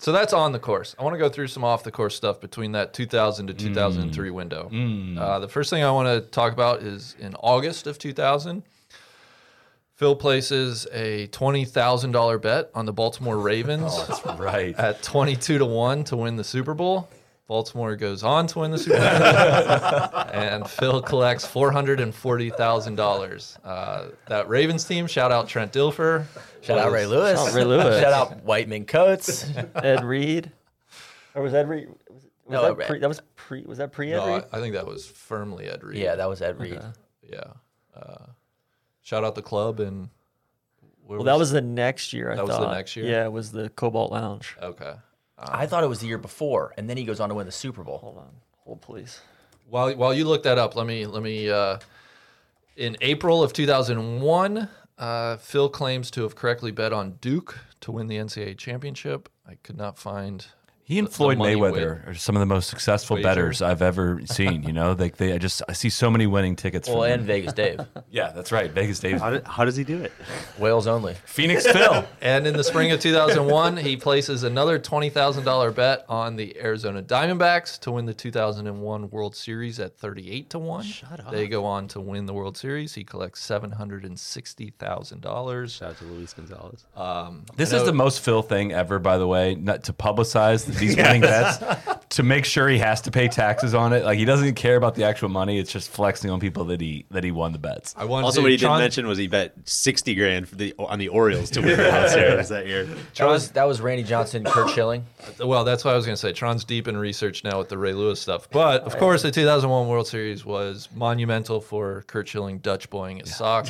So that's on the course. I want to go through some off the course stuff between that 2000 to
Mm.
2003 window. Uh, the first thing I want to talk about is in August of 2000, Phil places a $20,000 bet on the Baltimore Ravens.
Oh, right.
at 22 to 1 to win the Super Bowl. Baltimore goes on to win the Super Bowl. and Phil collects $440,000. Uh, that Ravens team, shout out Trent Dilfer.
Shout out Ray Lewis.
Ray Lewis.
Shout out Whiteman Coates.
Ed Reed or was Ed Reed was, it- was
No,
that
Ed-
pre that was pre was that pre Ed
No,
Reed
I, Uh, I think that was firmly Ed Reed.
yeah, that was Ed Reed.
Yeah. Uh, shout out the club and. where
Well, that was the next year. I
That was the
thought.
next year?
Yeah, it was the Cobalt Lounge.
Okay.
I thought it was the year before, and then he goes on to win the Super Bowl.
Hold on, hold please.
While while you look that up, let me let me. Uh, in April of 2001, uh, Phil claims to have correctly bet on Duke to win the NCAA championship. I could not find.
He and
the
Floyd
money
Mayweather are some of the most successful
Wager.
betters I've ever seen. You know, like they, I just I see so many winning tickets.
Well,
from
and
them.
Vegas Dave,
yeah, that's right. Vegas Davis,
How, did, how does he do it?
Wales only.
Phoenix Phil.
And in the spring of 2001, he places another $20,000 bet on the Arizona Diamondbacks to win the 2001 World Series at 38 to 1. Shut up. They go on to win the World Series. He collects $760,000.
Shout out to Luis Gonzalez.
This is the most Phil thing ever, by the way. Not to publicize these winning bets, to make sure he has to pay taxes on it. Like he doesn't care about the actual money. It's just flexing on people that he that he won the bets.
I wanted
also,
to-
what he didn't
Tron-
mention was he bet sixty grand for the, on the Orioles to win the World Series that year.
That was that was Randy Johnson, Kurt Schilling.
Well, that's what I was going to say. Tron's deep in research now with the Ray Lewis stuff. But of course, the 2001 World Series was monumental for Kurt Schilling Dutch boying his sock.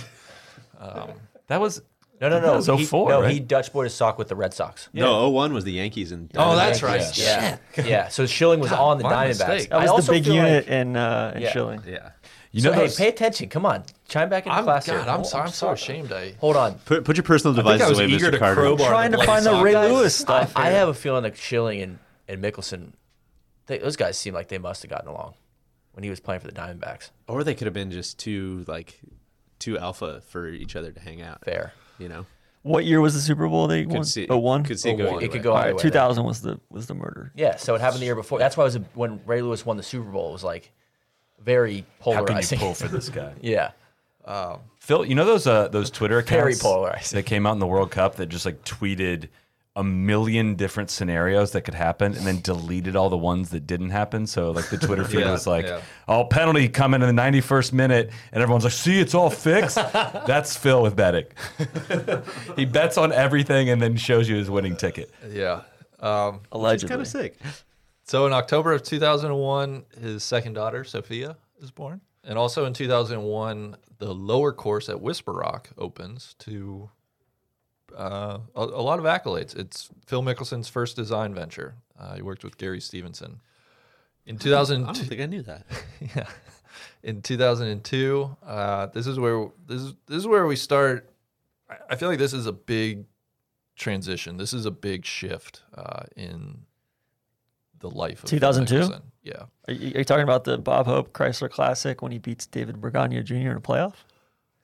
That was
No, no, no.
That was
he,
04,
no,
right?
he Dutch boyed his sock with the Red Sox.
No, 01 was the Yankees and
Oh, that's right.
Yeah. yeah. So Shilling was on the
my
Diamondbacks.
mistake.
That
I
was
also
the big
feel
unit
like-
in uh, in
Yeah.
Schilling.
yeah.
You
so
know
hey,
those-
pay attention. Come on, chime back in the
I'm,
class
God,
here.
I'm,
Hold-
so, I'm so ashamed. I,
Hold on.
Put, put your personal
I think
devices
I was
away,
eager
Mr.
to
Carter.
crowbar.
Trying to
Blake
find the
Sox.
Ray
Guys,
Lewis stuff.
I, I
here.
have a feeling that Schilling and, and Mickelson, they, those guys seem like they must have gotten along when he was playing for the Diamondbacks.
Or they could have been just too like too alpha for each other to hang out.
Fair.
You know,
What year was the Super Bowl? They won.
could see
oh, one.
Could see it
It
go. either
could
way.
go
All
either
right,
way.
two
there.
thousand was the was the murder.
Yeah, so it happened the year before. That's why it was when Ray Lewis won the Super Bowl. It was like very
How can you
polarizing.
pull for this guy?
yeah,
Phil, you know those uh, those Twitter accounts
Very polarizing.
that came out in the World Cup that just like tweeted a million different scenarios that could happen and then deleted all the ones that didn't happen. So like the Twitter feed
Yeah,
was like,
yeah.
"Oh, penalty coming in the 91st minute," and everyone's like, "See, it's all fixed." That's Phil with betting. he bets on everything and then shows you his winning ticket.
Yeah. Um,
Allegedly.
Kind of sick.
so in October of 2001, his second daughter, Sophia, is born. And also in 2001, the lower course at Whisper Rock opens to uh, a, a lot of accolades. It's Phil Mickelson's first design venture. Uh, he worked with Gary Stevenson. In
I
2002,
don't think I knew that.
yeah. In 2002, uh, this is where this is this is where we start. I, I feel like this is a big transition. This is a big shift uh, in the life of Phil
2002?
Mickelson. Yeah,
Are you, are you talking about the Bob Hope Chrysler Classic when he beats David Bergagna Jr. in a playoff?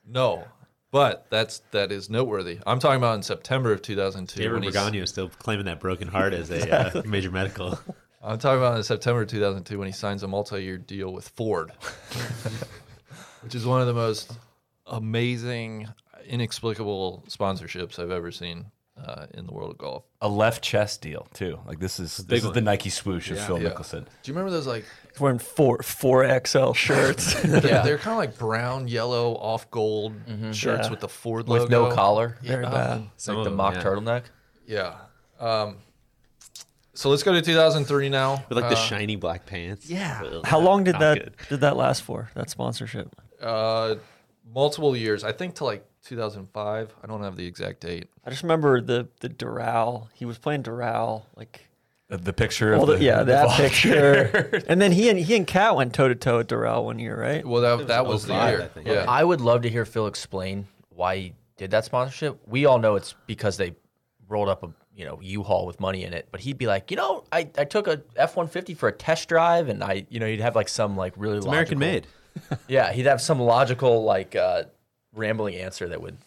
no, but that's that is noteworthy. I'm talking about in September of 2002.
David
when he's-
Regano is still claiming that broken heart as a uh, major medical.
I'm talking about in September of 2002 when he signs a multi-year deal with Ford, which is one of the most amazing, inexplicable sponsorships I've ever seen uh, in the world of golf.
A left chest deal too. Like this is this is the Nike swoosh of Phil
Yeah.
Mickelson.
Do you remember those like
He's wearing four four XL shirts.
yeah, they're kind of like brown, yellow, off gold shirts
Yeah.
with the Ford
with
logo. Um,
no collar,
Very bad.
Some
like
of
the
them,
mock
yeah.
turtleneck.
Yeah. Um, so let's go to 2003 now.
With like
uh,
the shiny black pants. Yeah.
How long did
Not
that
good.
did that last for? That sponsorship.
uh, multiple years, I think to like 2005. I don't have the exact date.
I just remember the the Doral. He was playing Doral like
The- The picture
all
of
the,
the,
yeah
the
that
ball.
picture. and then he and he and Cat went toe to toe at Doral one year, right?
Well, that that was, the
05,
year.
I think.
Yeah.
I would love to hear Phil explain why he did that sponsorship. We all know it's because they rolled up a you know U-Haul with money in it, but he'd be like, you know, I, I took a F-150 for a test drive, and I you know he'd have like some like really
American
logical-
made.
Yeah, he'd have some logical like uh, rambling answer that would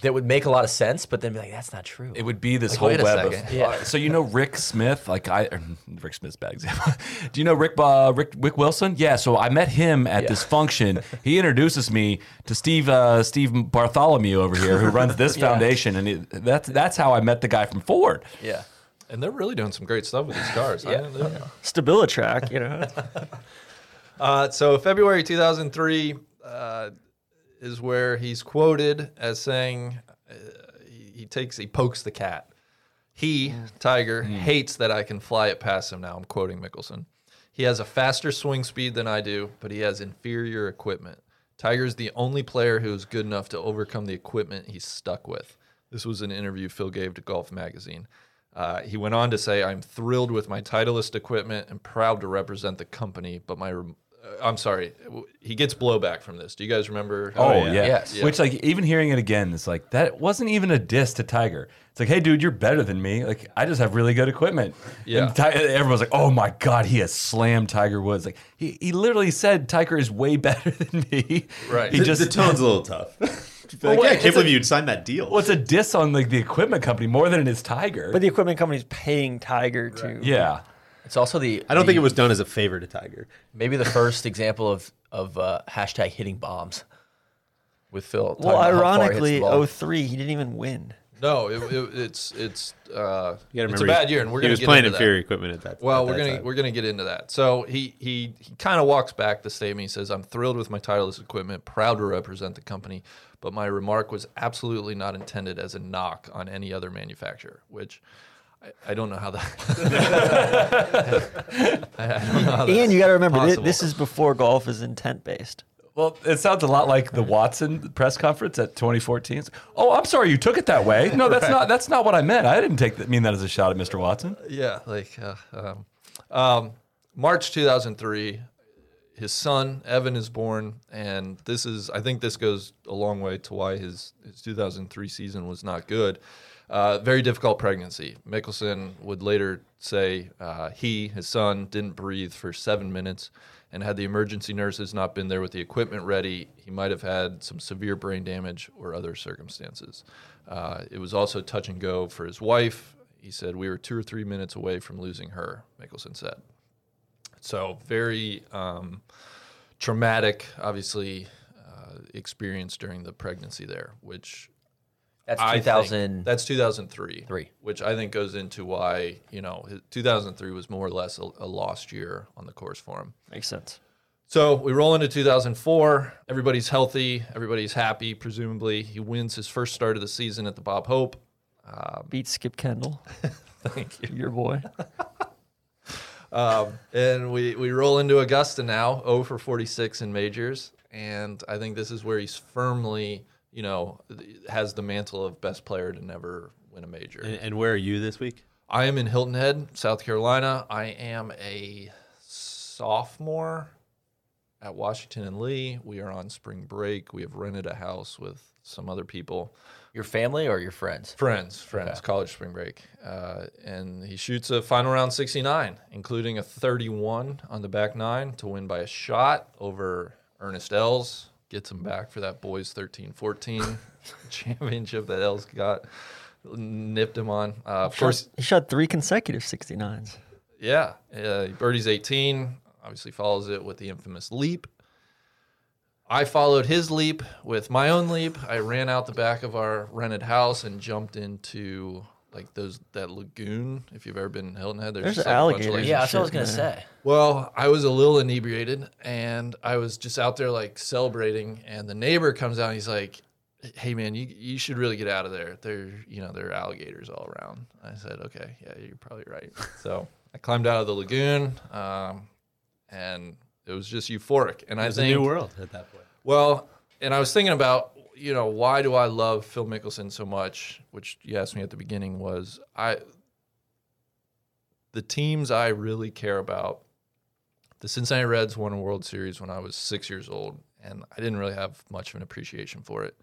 that would make a lot of sense, but then be like, that's not true.
It would be this
Like,
whole
wait a
web. Of,
second.
Yeah.
so you know Rick Smith, like I er, Rick Smith's a bad example. Do you know Rick uh, Rick Rick Wilson? Yeah. So I met him at this function. He introduces me to Steve uh, Steve Bartholomew over here, who runs this foundation, and it, that's that's how I met the guy from Ford.
yeah.
and they're really doing some great stuff with these cars. yeah.
Stabilitrack, you know.
Uh, so February 2003 uh, is where he's quoted as saying uh, he, he takes he pokes the cat. He Tiger hates that I can fly it past him. Now I'm quoting Mickelson. He has a faster swing speed than I do, but he has inferior equipment. Tiger's the only player who is good enough to overcome the equipment he's stuck with. This was an interview Phil gave to Golf Magazine. Uh, he went on to say, "I'm thrilled with my Titleist equipment and proud to represent the company." But my, rem- uh, I'm sorry, w- he gets blowback from this. Do you guys remember?
Oh,
yeah.
yeah.
Yes.
Which like even hearing it again, it's like that wasn't even a diss to Tiger. It's like, hey dude, you're better than me. Like I just have really good equipment.
Yeah.
And Ti- everyone's like, oh my god, he has slammed Tiger Woods. Like he, he literally said Tiger is way better than me.
Right.
He
The-
just
the tone's a little tough. like, yeah, I can't believe you'd sign that deal.
well, it's a diss on like the equipment company more than it is Tiger.
But the equipment company's paying Tiger to
yeah.
It's also the
I don't
the-
think it was done as a favor to Tiger.
maybe the first example of of uh, hashtag hitting bombs with Phil. talking
Well,
about how far he hits the
ironically, oh,
ball.
03, he didn't even win.
No, it, it, it's it's uh,
You gotta
it's
remember
a
he-
bad year, and we're
he
gonna
was
get
playing
into that.
inferior equipment at that.
Well,
at
we're
that
gonna
time.
we're gonna get into that. So he he he kind of walks back the statement. He says, "I'm thrilled with my Titleist equipment, proud to represent the company, but my remark was absolutely not intended as a knock on any other manufacturer." Which I, I don't know how that. I, I don't know how that-
And you got to remember, thi-
possible.
this is before golf is intent based.
Well, it sounds a lot like the Watson press conference at 2014. It's, Oh, I'm sorry you took it that way. No, that's not that's not what I meant. I didn't take that, mean that as a shot at Mr. Watson.
yeah, like uh, um, um, March 2003 his son Evan is born, and this is I think this goes a long way to why his his 2003 season was not good. Uh, very difficult pregnancy. Mickelson would later say uh, he, his son, didn't breathe for seven minutes, and had the emergency nurses not been there with the equipment ready, he might have had some severe brain damage or other circumstances. Uh, it was also touch and go for his wife. He said we were two or three minutes away from losing her. Mickelson said. So very um, traumatic, obviously, uh, experience during the pregnancy there, which
That's
I think-
2000.
that's 2003.
Three.
Which I think goes into why, you know, his- 2003 was more or less a, a lost year on the course for him.
Makes sense.
So we roll into 2004. Everybody's healthy. Everybody's happy, presumably. He wins his first start of the season at the Bob Hope.
Beat Skip Kendall,
Thank you.
your boy.
Um, and we, we roll into Augusta now, 0 for 46 in majors. And I think this is where he's firmly, you know, th- has the mantle of best player to never win a major.
And, and where are you this week?
I am in Hilton Head, South Carolina. I am a sophomore at Washington and Lee. We are on spring break. We have rented a house with some other people.
Your family or your friends?
Friends, friends, college spring break. Uh, and he shoots a final round 69, including a 31 on the back nine to win by a shot over Ernest Ells. Gets him back for that boys 13 14 championship that Ells got, nipped him on. Uh, of course,
He shot three consecutive 69s.
yeah. Uh, Birdie's 18, obviously follows it with the infamous leap. I followed his leap with my own leap. I ran out the back of our rented house and jumped into like those that lagoon. If you've ever been in Hilton Head,
There's
just, like, a bunch of
alligators.
lagoons.
Yeah, that's what I was
Shit,
gonna
man.
say.
Well, I was a little inebriated and I was just out there like celebrating and the neighbor comes out and he's like, Hey man, you you should really get out of there. There you know, there are alligators all around. I said, Okay, yeah, you're probably right. So I climbed out of the lagoon, um, and it was just euphoric. And I
It's
think
a new world at that point.
well, and I was thinking about, you know, why do I love Phil Mickelson so much, which you asked me at the beginning was I the teams I really care about. The Cincinnati Reds won a World Series when I was 6 years old and I didn't really have much of an appreciation for it.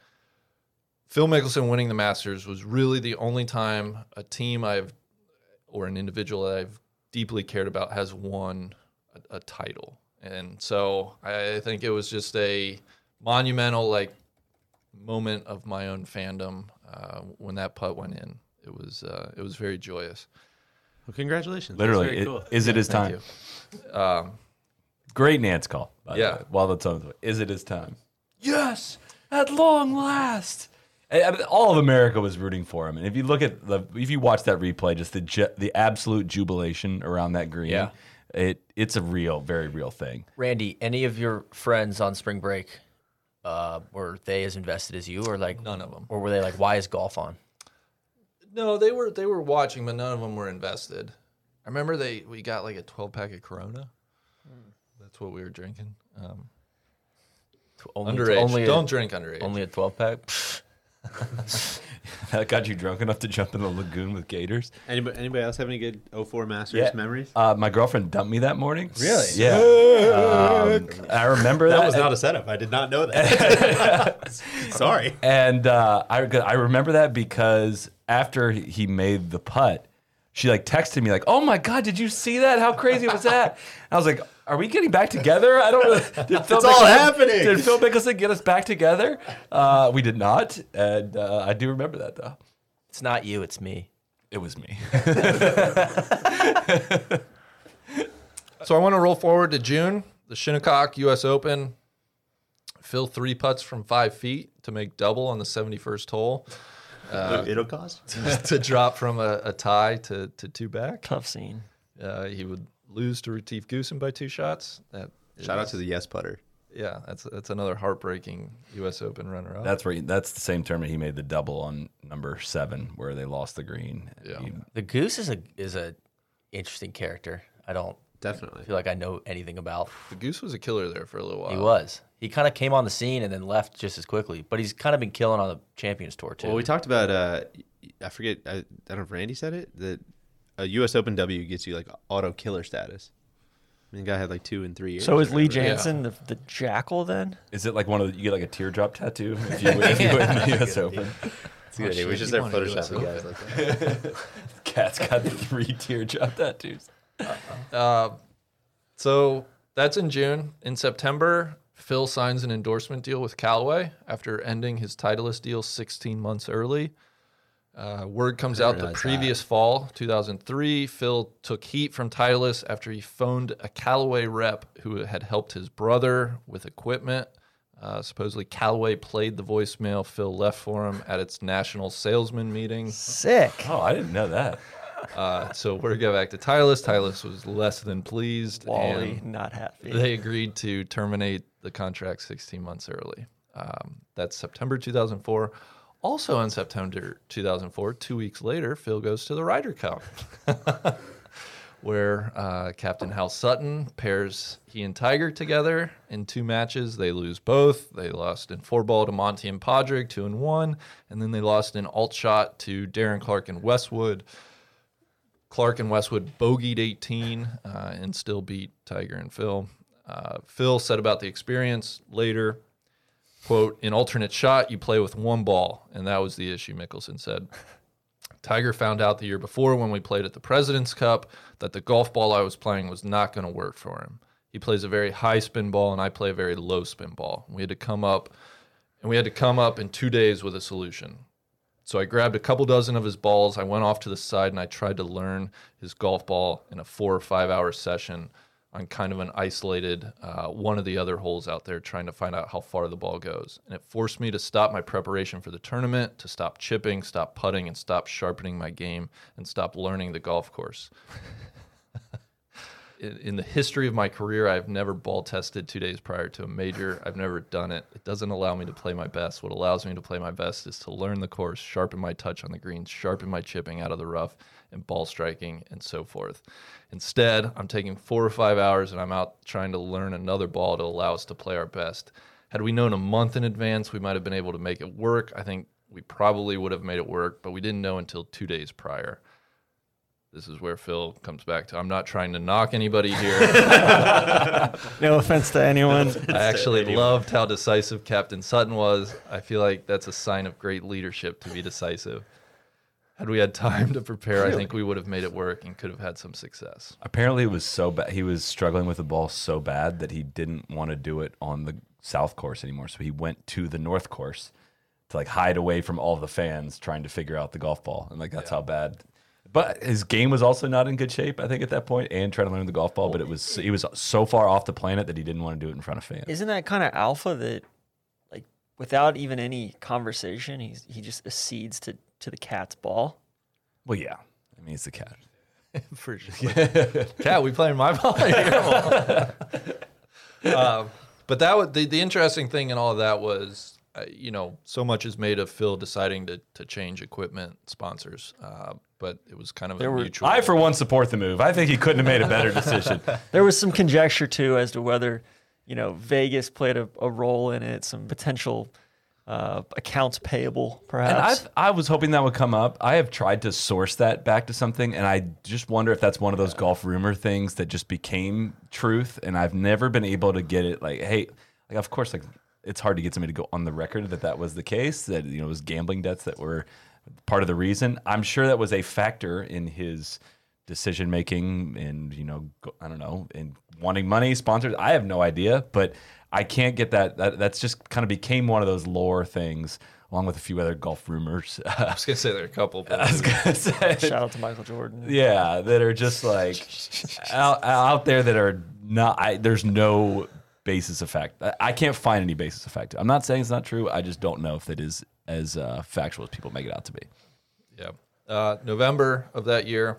Phil Mickelson winning the Masters was really the only time a team I've or an individual that I've deeply cared about has won a, a title. And so I think it was just a monumental like moment of my own fandom uh, when that putt went in. It was uh, it was very joyous.
Well, congratulations. That's
Literally,
very
it-
cool.
is it his time? Great Nance call. by the
Yeah.
way, while that's on the way, is it his time? Yes, at long last. And- and all of America was rooting for him, and if you look at the, if you watch that replay, just the ju- the absolute jubilation around that green.
Yeah.
It it's a real, very real thing.
Randy, any of your friends on spring break uh, were they as invested as you, or like
None of them.
or were they like, why is golf on?
No, they were they were watching, but none of them were invested. I remember they we got like a twelve pack of Corona.
Hmm.
That's what we were drinking. Um,
Only,
underage.
only
Don't
a,
drink underage.
only a twelve pack.
That got you drunk enough to jump in the lagoon with gators.
Anybody, anybody else have any good 04 Masters memories?
Uh, my girlfriend dumped me that morning.
Really?
Yeah. Um, I remember that.
that was not a setup. I did not know that. Sorry.
And uh, I I remember that because after he made the putt, she like texted me like, "Oh my god, did you see that? How crazy was that?" And I was like, "Are we getting back together? I don't know. Did Phil
It's all happening.
Did Phil Mickelson get us back together? Uh, we did not, and uh, I do remember that though.
it's not you, it's me.
It was me.
So I want to roll forward to June, the Shinnecock U.S. Open. Phil three putts from five feet to make double on the 71st hole
It'll cost.
to drop from a, a tie to, to two back.
Tough scene.
Uh, he would lose to Retief Goosen by two shots. That
Shout out to the Yes Putter.
yeah, that's that's another heartbreaking U.S. Open runner up.
That's where he, that's the same tournament he made the double on number seven where they lost the green.
Yeah.
He-
The goose is a is a interesting character. I don't
Definitely.
feel like I know anything about.
the Goose was a killer there for a little while.
He was. He kind of came on the scene and then left just as quickly. But he's kind of been killing on the Champions Tour too.
Well, we talked about uh, I forget. I, I don't know if Randy said it that a U.S. Open W gets you like auto killer status. I mean, the guy had like two in three years.
So is
or
Lee
whatever.
Jansen the, the jackal then?
Is it like one of the, you get like a teardrop tattoo if you win, if you win the U.S. Open?
It's a good idea.
shit,
We should
you
start
wanna do us
photoshopping guys like that.
Cat's got the three teardrop tattoos.
So that's in June. In September, Phil signs an endorsement deal with Callaway after ending his Titleist deal 16 months early. Uh, word comes out the
realize
previous fall, 2003, Phil took heat from Titleist after he phoned a Callaway rep who had helped his brother with equipment. Uh, supposedly, Callaway played the voicemail Phil left for him at its national salesman meeting.
Sick.
Oh, I didn't know that.
Uh, so we're going back to Titleist. Titleist was less than pleased.
Wally,
and-
not happy.
they agreed to terminate the contract 16 months early. Um, that's September 2004. Also in September 2004, two weeks later, Phil goes to the Ryder Cup, where uh, Captain Hal Sutton pairs he and Tiger together in two matches. They lose both. They lost in four ball to Monty and Podrick, two and one, and then they lost in alt shot to Darren Clark and Westwood. Clark and Westwood bogeyed 18 uh, and still beat Tiger and Phil. Uh, Phil said about the experience later, quote, in alternate shot, you play with one ball, and that was the issue, Mickelson said. Tiger found out the year before when we played at the President's Cup that the golf ball I was playing was not going to work for him. He plays a very high spin ball, and I play a very low spin ball. We had to come up, and we had to come up in two days with a solution. So I grabbed a couple dozen of his balls. I went off to the side and I tried to learn his golf ball in a four or five hour session on kind of an isolated uh, one of the other holes out there, trying to find out how far the ball goes. And it forced me to stop my preparation for the tournament, to stop chipping, stop putting, and stop sharpening my game and stop learning the golf course. in, in the history of my career, I've never ball tested two days prior to a major. I've never done it. It doesn't allow me to play my best. What allows me to play my best is to learn the course, sharpen my touch on the greens, sharpen my chipping out of the rough, and ball striking, and so forth. Instead, I'm taking four or five hours and I'm out trying to learn another ball to allow us to play our best. Had we known a month in advance, we might have been able to make it work. I think we probably would have made it work, but we didn't know until two days prior this is where Phil comes back to. I'm not trying to knock anybody here.
No offense to anyone.
I actually loved how decisive Captain Sutton was. I feel like that's a sign of great leadership to be decisive. Had we had time to prepare, I think we would have made it work and could have had some success.
Apparently, it was so bad. He was struggling with the ball so bad that he didn't want to do it on the south course anymore. So he went to the north course to like hide away from all the fans trying to figure out the golf ball. And like, that's how bad. But his game was also not in good shape, I think, at that point, and trying to learn the golf ball. But it was he was so far off the planet that he didn't want to do it in front of fans.
Isn't that kind of alpha that, like, without even any conversation, he's, he just accedes to, to the cat's ball?
well, yeah, I mean, it's the cat.
For sure. Cat, we playing my ball. or your ball? um, but that was the, the interesting thing in all of that was, uh, you know, so much is made of Phil deciding to, to change equipment sponsors. Uh, but it was kind of a mutual.
I, for one, support the move. I think he couldn't have made a better decision.
There was some conjecture too as to whether, you know, Vegas played a, a role in it, some potential uh, accounts payable,
And
perhaps.
I've, I was hoping that would come up. I have tried to source that back to something, and I just wonder if that's one of those golf rumor things that just became truth, and I've never been able to get it. Like, hey, like of course, like it's hard to get somebody to go on the record that that was the case. That you know it was gambling debts that were part of the reason. I'm sure that was a factor in his decision making, and you know, go, I don't know, and wanting money, sponsors. I have no idea, but I can't get that. that that's just kind of became one of those lore things. Along with a few other golf rumors,
I was gonna say there are a couple. But
I was gonna say,
Shout out to Michael Jordan.
yeah, that are just like out, out there that are not. I, there's no basis of fact. I, I can't find any basis of fact. I'm not saying it's not true. I just don't know if it is as uh, factual as people make it out to be.
Yeah. Uh, November of that year,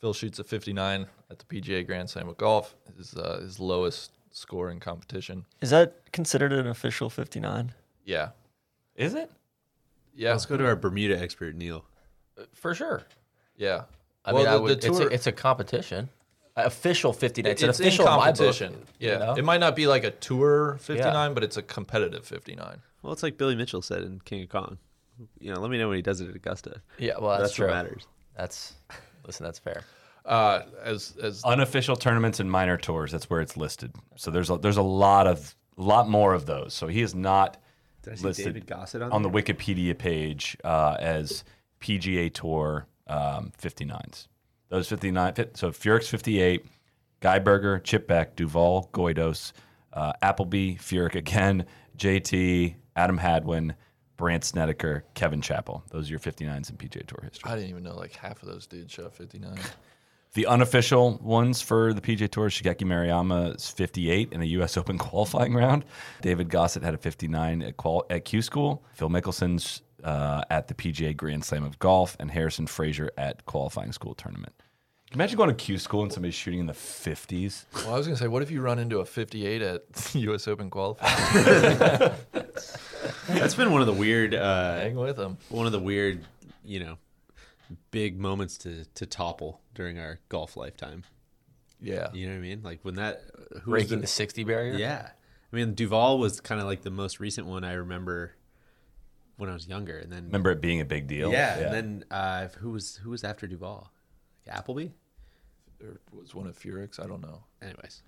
Phil shoots a 59 at the PGA Grand Slam of Golf, his, uh, his lowest score in competition.
Is that considered an official 59?
Yeah.
Is it?
Yeah.
Let's go to our Bermuda expert, Neil.
for sure.
Yeah.
I
Well,
mean, I
the- the
would, it's, a,
tour-
it's a competition, Uh, official 59. It's,
it's
an
in
official in my book,
competition. yeah.
you know?
It might not be like a tour 59, but it's a competitive 59.
Well, it's like Billy Mitchell said in King of Kong. You know, let me know when he does it at Augusta.
Yeah, well, that's,
That's
true.
what matters.
That's listen, that's fair.
Uh, as as
Unofficial tournaments and minor tours. That's where it's listed. So there's a, there's a lot of lot more of those. So he is not listed
Gossett
on the Wikipedia page uh, as PGA Tour um, 59s. Those 59, fi- so Furyk's 58, Guyberger, Chipbeck, Duval, Goidos, uh, Appleby, Furyk again, JT, Adam Hadwin, Brant Snedeker, Kevin Chappell. Those are your 59s in PGA Tour history.
I didn't even know like half of those dudes shot 59.
The unofficial ones for the PGA Tour, Shigeki Mariyama is 58 in a U.S. Open qualifying round. David Gossett had a 59 at, qual- at Q School. Phil Mickelson's uh, at the PGA Grand Slam of Golf, and Harrison Frazier at qualifying school tournament. Can you Imagine going to Q School and somebody's shooting in the 50s.
well, I was gonna say, what if you run into a 58 at U.S. Open qualifying?
That's been one of the weird, uh,
Hang with them.
one of the weird, you know, big moments to to topple during our golf lifetime.
Yeah.
You know what I mean? Like when that who was
breaking the, 60 barrier.
Yeah. I mean, Duval was kind of like the most recent one I remember when I was younger, and then
Remember it being a big deal?
yeah, and then uh, who was who was after Duval? Appleby.
Or was one of Furyk's? I don't know.
Anyways,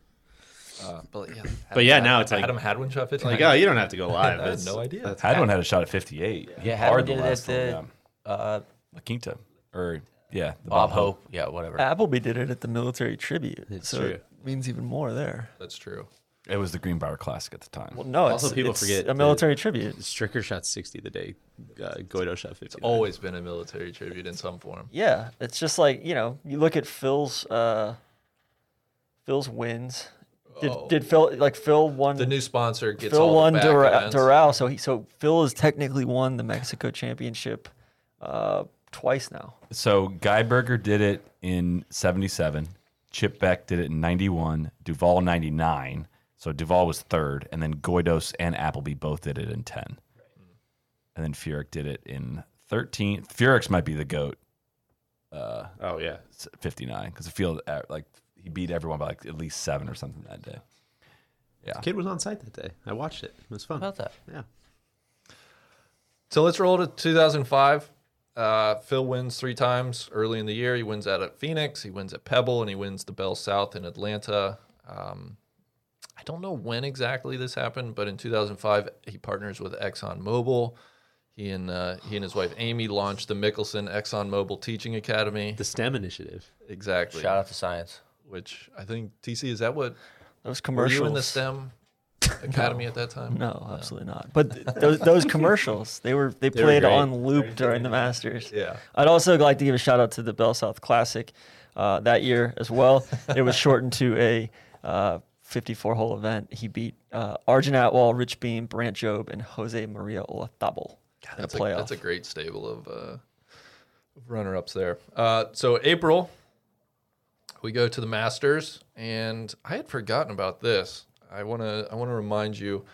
Uh, but yeah.
But yeah, now it's like-
Adam Hadwin shot 59.
like oh, you don't have to go live.
I had
That's-
no idea.
Hadwin had a shot at 58.
Yeah,
Hard
Hadwin
the
did it
last
at
one, yeah.
the uh,
La Quinta. Or, yeah, the
Bob Hope. Yeah, whatever.
Appleby did it at the military tribute, so
true.
it means even more there.
That's true.
It was the Greenbrier Classic at the time.
Well, no,
Also,
it's,
people
it's
forget
a
that-
military tribute.
Stricker shot sixty the day uh, Goido shot fifty.
Always been a military tribute in some form.
Yeah, it's just like you know, you look at Phil's uh, Phil's wins. Did,
Oh.
did Phil like Phil won?
The new sponsor gets
Phil
all
won
the back
Dura-
events.
Doral, so he so Phil has technically won the Mexico Championship uh, twice now.
So Guy Berger did it in 77. Chip Beck did it in 91. Duval 99. So Duval was third. And then Goidos and Appleby both did it in 10. And then Furyk did it in 13. Furyk's might be the GOAT, uh,
Oh yeah,
s- 59, because I feel uh, like he beat everyone by like at least seven or something that day.
kid was on site that day. I watched it. It was fun.
How about that?
Yeah.
So let's roll to 2005. Uh, Phil wins three times early in the year. He wins out at Phoenix, he wins at Pebble, and he wins the Bell South in Atlanta. Um, I don't know when exactly this happened, but in 2005, he partners with ExxonMobil. He and uh, he and his wife Amy launched the Mickelson ExxonMobil Teaching Academy.
The STEM initiative.
Exactly,
Shout out to science.
which I think TC is that what
Those
were
commercials.
you in the STEM Academy at that time?
No, absolutely not. But th- those, those commercials, they were they
were
played
great.
on loop during the Masters.
Yeah.
I'd also like to give a shout out to the Bell South Classic uh, that year as well. it was shortened to a uh, 54 hole event. He beat uh, Arjun Atwal, Rich Beam, Brant Job, and Jose Maria Olazabal in the
That's a,
playoff.
that's a great stable of uh, runner ups there. Uh, so, April, we go to the Masters, and I had forgotten about this. I want to I want to remind you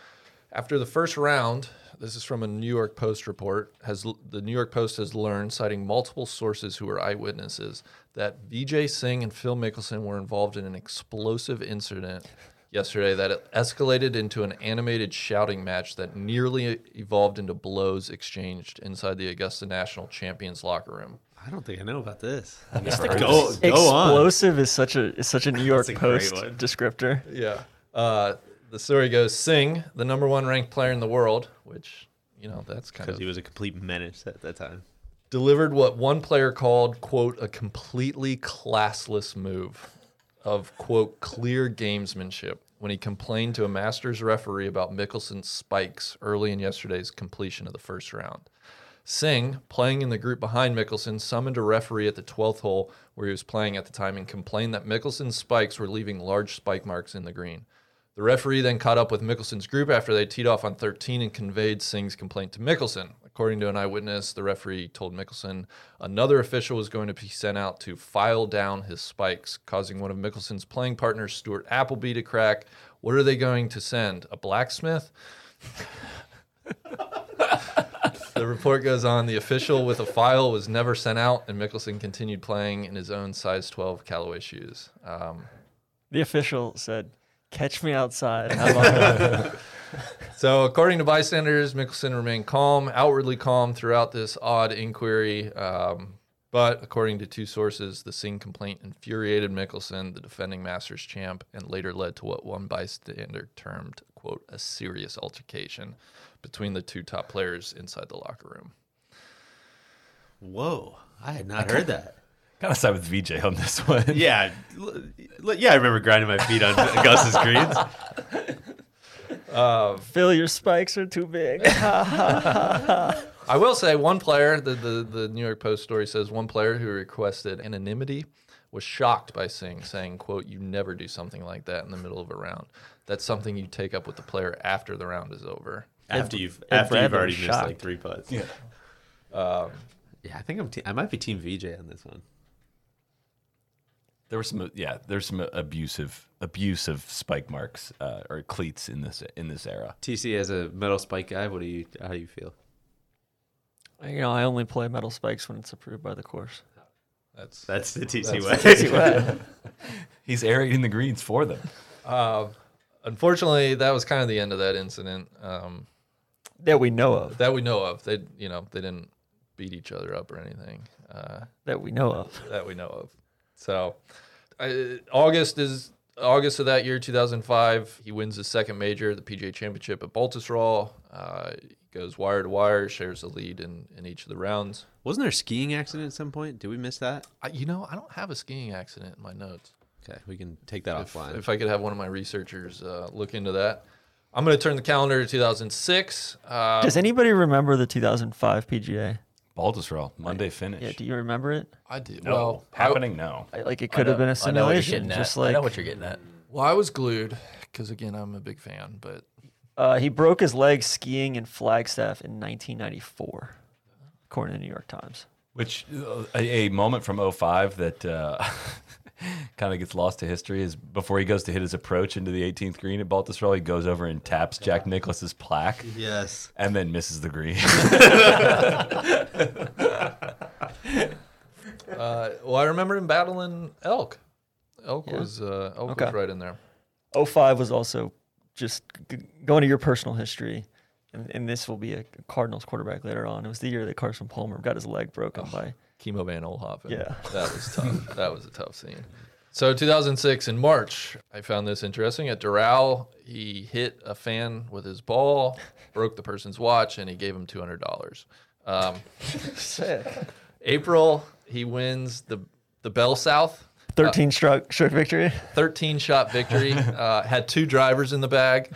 after the first round, this is from a New York Post report, has l- the New York Post has learned citing multiple sources who were eyewitnesses that Vijay Singh and Phil Mickelson were involved in an explosive incident yesterday that escalated into an animated shouting match that nearly evolved into blows exchanged inside the Augusta National Champions locker room.
I don't think I know about this.
Go,
go on.
Explosive is such a is such a New York
a great
Post
one.
descriptor.
Yeah. Uh, the story goes Singh, the number one ranked player in the world, which, you know, that's kind
Because
of
he was a complete menace at that time.
delivered what one player called, quote, a completely classless move of, quote, clear gamesmanship when he complained to a Masters referee about Mickelson's spikes early in yesterday's completion of the first round. Singh, playing in the group behind Mickelson, summoned a referee at the 12th hole where he was playing at the time and complained that Mickelson's spikes were leaving large spike marks in the green. The referee then caught up with Mickelson's group after they teed off on 13 and conveyed Singh's complaint to Mickelson. According to an eyewitness, the referee told Mickelson another official was going to be sent out to file down his spikes, causing one of Mickelson's playing partners, Stuart Appleby, to crack. What are they going to send? A blacksmith? The report goes on. The official with a file was never sent out, and Mickelson continued playing in his own size 12 Callaway shoes. Um,
The official said, "Catch me outside." I'm on it."
So, according to bystanders, Mickelson remained calm, outwardly calm throughout this odd inquiry. Um, But according to two sources, the Singh complaint infuriated Mickelson, the defending Masters champ, and later led to what one bystander termed, quote, a serious altercation between the two top players inside the locker room.
Whoa, I had not heard that.
Gotta side with VJ on this one.
Yeah, l- l- yeah, I remember grinding my feet on Gus's greens.
Phil, your spikes are too big.
I will say one player, the, the, the New York Post story says one player who requested anonymity was shocked by Singh saying, quote, you never do something like that in the middle of a round. That's something you take up with the player after the round is over.
After you've after you've
Bradley
already
was
missed like
shocked.
three putts. Yeah, um, yeah, I think I'm. Te- I might be Team VJ on this one.
There were some yeah, there's some abusive abusive spike marks uh, or cleats in this in this era.
TC as a metal spike guy, what do you? How do you feel?
you know, I only play metal spikes when it's approved by the course.
That's
That's the TC way.
He's aerating the greens for them.
unfortunately that was kind of the end of that incident. Um,
That we know of.
that we know of. They you know they didn't beat each other up or anything uh,
That we know of.
that we know of. So I, August is August of that year, 2005. He wins his second major, the PGA Championship at Baltusrol. Uh, he goes wire to wire, shares the lead in, in each of the rounds.
Wasn't there a skiing accident at some point? Did we miss that?
I, you know, I don't have a skiing accident in my notes.
Okay, we can take that
if,
offline.
if I could have one of my researchers uh, look into that. I'm going to turn the calendar to 2006. Uh,
Um,
Does anybody remember the 2005 PGA?
Baldisrael, Monday finish.
Yeah, do you remember it?
I did.
no,
well, I-
happening no.
I- Like it could have been a
I know what you're
simulation.
getting
Just
at. I
like
know what you're getting at.
Well, I was glued because again, I'm a big fan, but
uh, he broke his leg skiing in Flagstaff in 1994, according to the New York Times.
Which uh, a, a moment from 05 that uh, kind of gets lost to history is before he goes to hit his approach into the 18th green at Baltusrol, he goes over and taps Jack Nicklaus's plaque
yes.
and then misses the green.
uh, well, I remember him battling elk. Elk was uh, elk was
Okay.
right in there.
05 was also just g- going to your personal history, and, and this will be a Cardinals quarterback later on. It was the year that Carson Palmer got his leg broken
Oh,
by.
Chemo Van Olhoffen.
Yeah.
that was tough. that was a tough scene. So 2006 in March, I found this interesting. At Doral, he hit a fan with his ball, broke the person's watch, and he gave him two hundred dollars. Um, April, he wins the the Bell South
13 stroke, stroke victory.
13 shot victory. uh, had two drivers in the bag.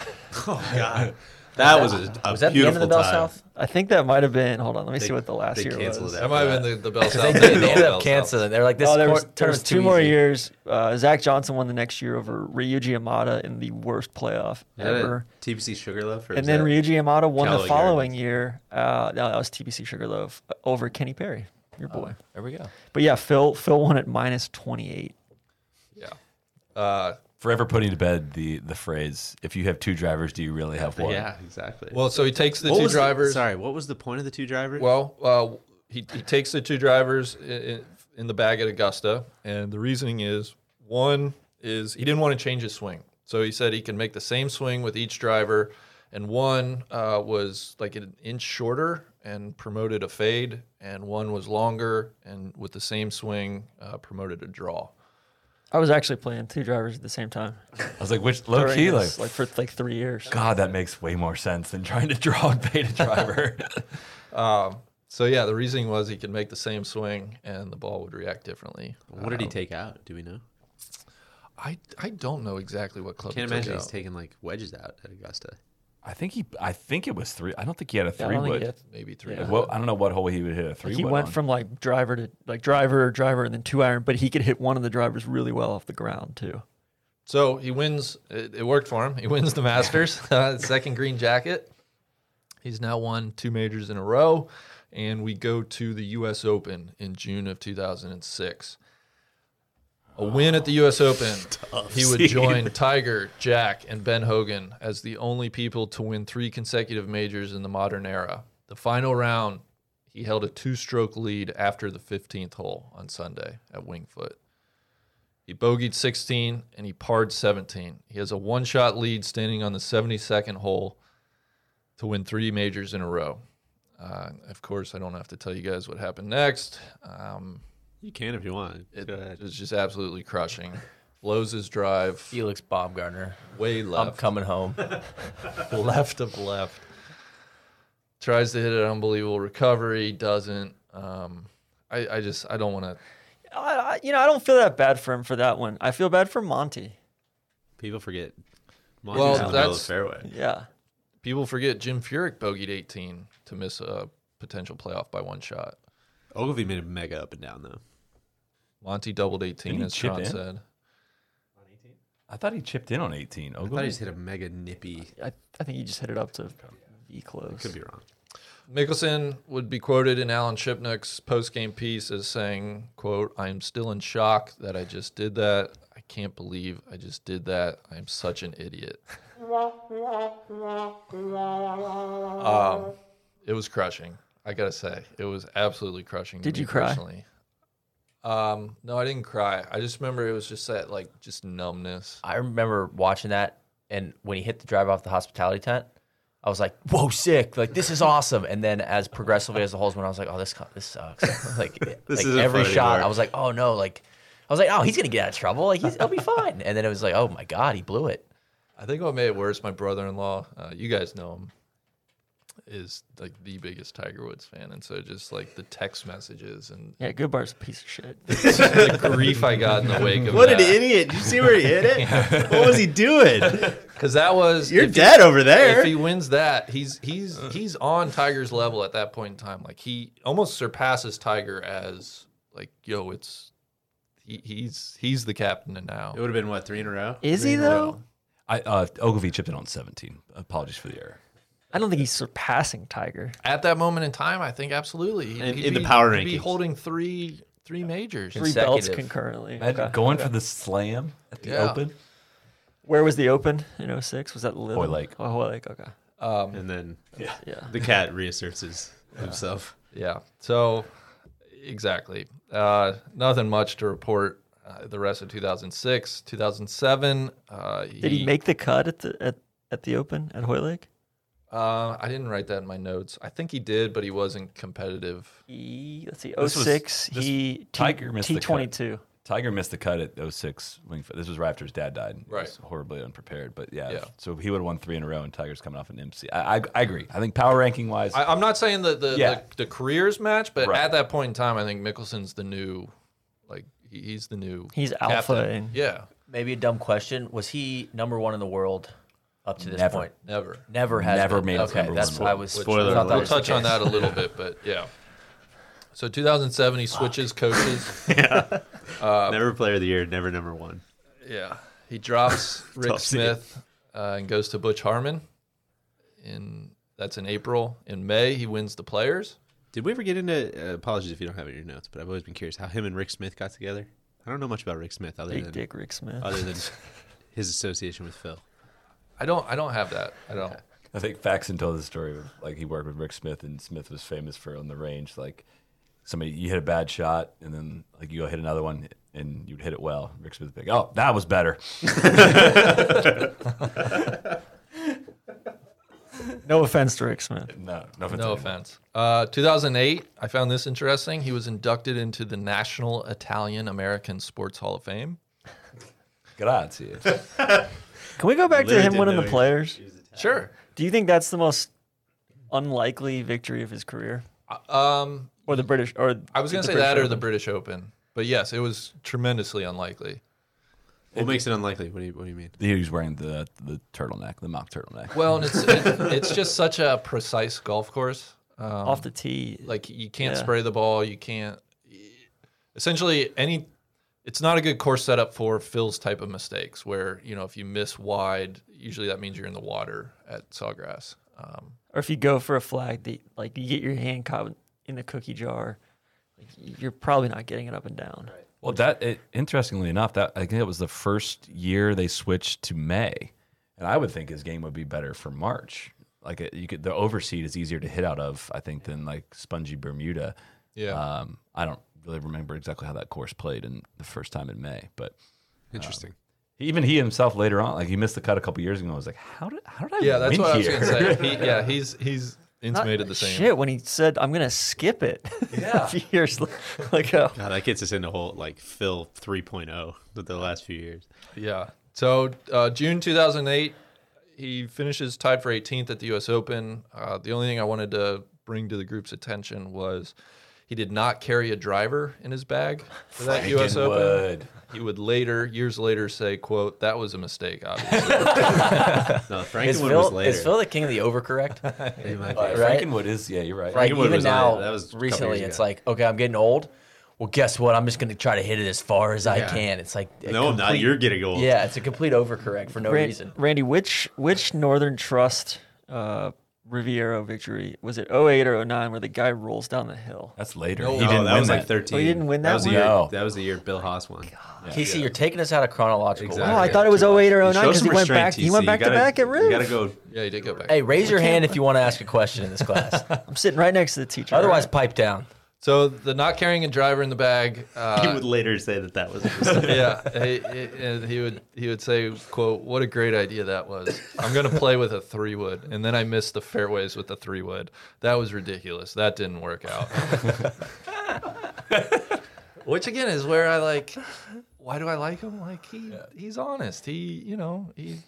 God, that was a, a
Was that the end of
beautiful
the Bell
time.
South?
I think that might have been. Hold on, let me see what the last
They
year
canceled
was.
that.
That might have been the, the Bell South.
They,
did all
ended
Bell
up
South.
canceling. They're like this.
Oh, there
cor-
was, there was
tournament's
two
too
more
easy.
years. Uh, Zach Johnson won the next year over Ryuji Amada in the worst playoff ever.
TBC Sugarloaf, or
And then Ryuji Amada won
Callaway
the following year. Uh, no, that was TBC Sugarloaf uh, over Kenny Perry, your boy.
Oh.
There we go.
But yeah, Phil Phil won at minus 28.
Yeah. Uh,
Forever putting to bed the, the phrase, if you have two drivers, do you really have one?
yeah, exactly.
well, so he takes the
What
two
was the-
drivers.
sorry, what was the point of the two drivers?
Well, uh, he, he takes the two drivers in, in the bag at Augusta, and the reasoning is one is he didn't want to change his swing, so he said he can make the same swing with each driver, and one uh, was like an inch shorter and promoted a fade, and one was longer and with the same swing uh, promoted a draw.
I was actually playing two drivers at the same time.
I was like, which low
during
key, like,
this, like for like three years.
God, that makes way more sense than trying to draw and bait a driver.
So yeah, the reasoning was he could make the same swing and the ball would react differently.
what did he take out? Do we know?
I, I don't know exactly what club.
Can't
he took
imagine he's
out.
taking like wedges out at Augusta.
I think he, I think it was three. I don't think he had a
I
three
don't think
wood.
he had-
maybe three.
Like, what- I don't know what hole he would hit a three.
He
wood
went
on.
from like driver to like driver, driver, and then two iron, but he could hit one of the drivers really well off the ground too.
So he wins. It, it worked for him. He wins the Masters, uh, second green jacket. He's now won two majors in a row, and we go to the U.S. Open in June of 2006. A win at the U.S. Open, he would join Tiger, Jack, and Ben Hogan as the only people to win three consecutive majors in the modern era. The final round, he held a two-stroke lead after the 15th hole on Sunday at Wingfoot. He bogeyed 16 and he parred 17. He has a one shot lead standing on the 72nd hole to win three majors in a row. Uh, of course, I don't have to tell you guys what happened next. Um,
You can if you want.
it
Go ahead.
was just absolutely crushing. Blows his drive
Felix Baumgartner.
way left.
I'm coming home.
left of left. Tries to hit an unbelievable recovery, doesn't. Um, I, I just I don't want to.
I, I, you know, I don't feel that bad for him for that one. I feel bad for Monty.
People forget. Monty's
Well,
in the middle of
that's-
the fairway.
Yeah.
People forget Jim Furyk bogeyed 18 to miss a potential playoff by one shot.
Ogilvy made a mega up and down though.
Monty doubled
Didn't
18,
he
as
chip
Sean
in?
said.
I thought he chipped in on 18.
I thought
Ogilvy.
he's hit a mega nippy.
I, I think he just hit it up to V close.
Could be wrong.
Mickelson would be quoted in Alan Shipnick's post-game piece as saying, quote, I am still in shock that I just did that. I can't believe I just did that. I am such an idiot. um, it was crushing. I gotta say, it was absolutely crushing. to
Did
me
you cry?
Personally. Um, no, I didn't cry. I just remember it was just that like just numbness.
I remember watching that, and when he hit the drive off the hospitality tent, I was like, "Whoa, sick! Like this is awesome!" And then as progressively as the holes went, I was like, "Oh, this co- this sucks!" like like,
isn't
every
fun
shot,
anymore.
I was like, "Oh no!" Like I was like, "Oh, he's gonna get out of trouble. Like he's, he'll be fine." And then it was like, "Oh my god, he blew it."
I think what made it worse, my brother-in-law, uh, you guys know him, is like the biggest Tiger Woods fan, and so just like the text messages and
Yeah, Goodbar's a piece of shit.
the grief I got in the wake of
What
that.
an idiot! Did you see where he hit it? What was he doing?
Because that was
You're
if he-
dead over there.
If he wins that, he's he's he's on Tiger's level at that point in time. Like he almost surpasses Tiger as like yo, it's he, he's he's the captain and now.
it would have been what three in a row.
Is he though?
I, uh, Ogilvy chipped in on 17. Apologies for the error.
I don't think he's surpassing Tiger.
At that moment in time, I think absolutely. He'd-
In-
he'd
in the
be-
power
he'd be
rankings.
holding three three majors.
Three belts
Consecutive.
concurrently.
Imagine
Okay.
going for the slam at the
Yeah.
Open.
Where was the Open in 06? Was that Little?
Hoy Lake.
Oh, Hoy Lake. Okay.
And then
Yeah.
the cat reasserts his, himself.
Yeah. So, exactly. Uh, nothing much to report. Uh, the rest of 2006, 2007. Uh,
Did he make the cut at the at, at the Open at Hoy Lake?
Uh, I didn't write that in my notes. I think he did, but he wasn't competitive.
He let's see,
This was-
06,
this-
he
Tiger missed the
T
cut.
twenty two.
Tiger missed the cut at 06. Wing- This was right after his dad died. He
Right.
was horribly unprepared. But yeah,
Yeah.
so he would have won three in a row, and Tiger's coming off an MC. I, I, I agree. I think power ranking wise,
I, I'm not saying that the,
Yeah.
the the careers match, but
Right.
at that point in time, I think Mickelson's the new, like he- he's the new.
He's
captain.
alphaing.
Yeah.
Maybe a dumb question. Was he number one in the world up to this
Never.
point?
Never.
Never has
Never
been.
made us
okay.
number
that's
one.
what I was.
Spoiler
I thought that
alert.
We'll
was the
touch on
case.
that a little bit, but yeah. So 2007, he switches coaches.
never player of the year, never number one.
Yeah, he drops Rick
Tough scene.
Smith uh, and goes to Butch Harmon. In that's in April. In May, he wins the Players.
Did we ever get into? Uh, apologies if you don't have it in your notes, but I've always been curious how him and Rick Smith got together. I don't know much about Rick Smith other
Big
than
Dick Rick Smith.
other than his association with Phil.
I don't. I don't have that. I don't.
I think Faxon told the story of like he worked with Rick Smith, and Smith was famous for on the range. Like somebody, you hit a bad shot, and then like you go hit another one, and you'd hit it well. Rick Smith, would be like, oh, that was better.
no offense to Rick Smith.
No, no offense.
No
anyone.
offense. Uh, 2008. I found this interesting. He was inducted into the National Italian American Sports Hall of Fame.
Good odds to you.
Can we go back
Literally
to him
didn't
winning
know
the
he-
players?
Sure.
Do you think that's the most unlikely victory of his career,
Um,
or the British? Or
I was gonna
the
say
British
that or the
Open?
British Open, but yes, it was tremendously unlikely.
What makes it unlikely? What do you What do you mean?
he was wearing the the turtleneck, the mock turtleneck.
Well, and it's it, it's just such a precise golf course. Um,
off the tee.
Like you can't
Yeah.
spray the ball. You can't. Essentially, any. It's not a good course setup for Phil's type of mistakes, where you know if you miss wide, usually that means you're in the water at Sawgrass. Um,
or if you go for a flag that like you get your hand caught in the cookie jar, like, you're probably not getting it up and down.
Well, that it, interestingly enough, that I think it was the first year they switched to May, and I would think his game would be better for March. Like it, you could, the overseed is easier to hit out of, I think, than like spongy Bermuda.
Yeah.
Um, I don't really remember exactly how that course played in the first time in May, but
Interesting.
even he himself later on, like he missed the cut a couple years ago. I was like, how did how did I?
yeah, that's
win
what I was
here?
gonna say. He, yeah, he's he's
Not-
intimated the same.
Shit, when he said, "I'm gonna skip it," yeah, years l- like oh,
God, that gets us into whole like Phil 3.0 the, the last few years.
Yeah. So uh, June 2008, he finishes tied for 18th at the U.S. Open. Uh, the only thing I wanted to bring to the group's attention was he did not carry a driver in his bag for that U.S. Open.
Wood.
He would later, years later, say, "quote That was a mistake, obviously."
No,
Is
Frankenwood was
Phil,
later.
is Phil the king of the overcorrect?
It might be.
right?
Frankenwood is, yeah, you're right.
Like
Frankenwood
even
was on
now,
it. That was a couple
recently,
years
it's
ago.
like, okay, I'm getting old. Well, guess what? I'm just going to try to hit it as far as I can. It's like a
no, I'm not.
complete-
You're getting old.
Yeah, it's a complete overcorrect for no
Ran-
reason.
Randy, which which Northern Trust uh, Riviero victory was it? 08 or 09 where the guy rolls down the hill.
That's later.
Oh,
he didn't
that
win
was
that.
like 13.
Oh, he didn't win that
that was
one?
The year,
No.
That was the year Bill Haas won.
Casey, you're taking us out of chronological.
Exactly.
Oh, I
Yeah,
thought it was 08 or 09
Show
because
some
he went
restraint,
back. He
TC.
went
You
back
gotta-
to back at
You
Roof.
gotta go.
yeah, he did go back.
Hey, raise your hand if you want to ask a question in this class.
I'm sitting right next to the teacher.
Otherwise, pipe down.
So the not carrying a driver in the bag. Uh,
he would later say that that was. a
yeah, he, he- and he would he would say, "quote What a great idea that was. I'm going to play with a three wood, and then I missed the fairways with the three wood. That was ridiculous. That didn't work out." Which again is where I like. Why do I like him? Like he he's honest. He you know he.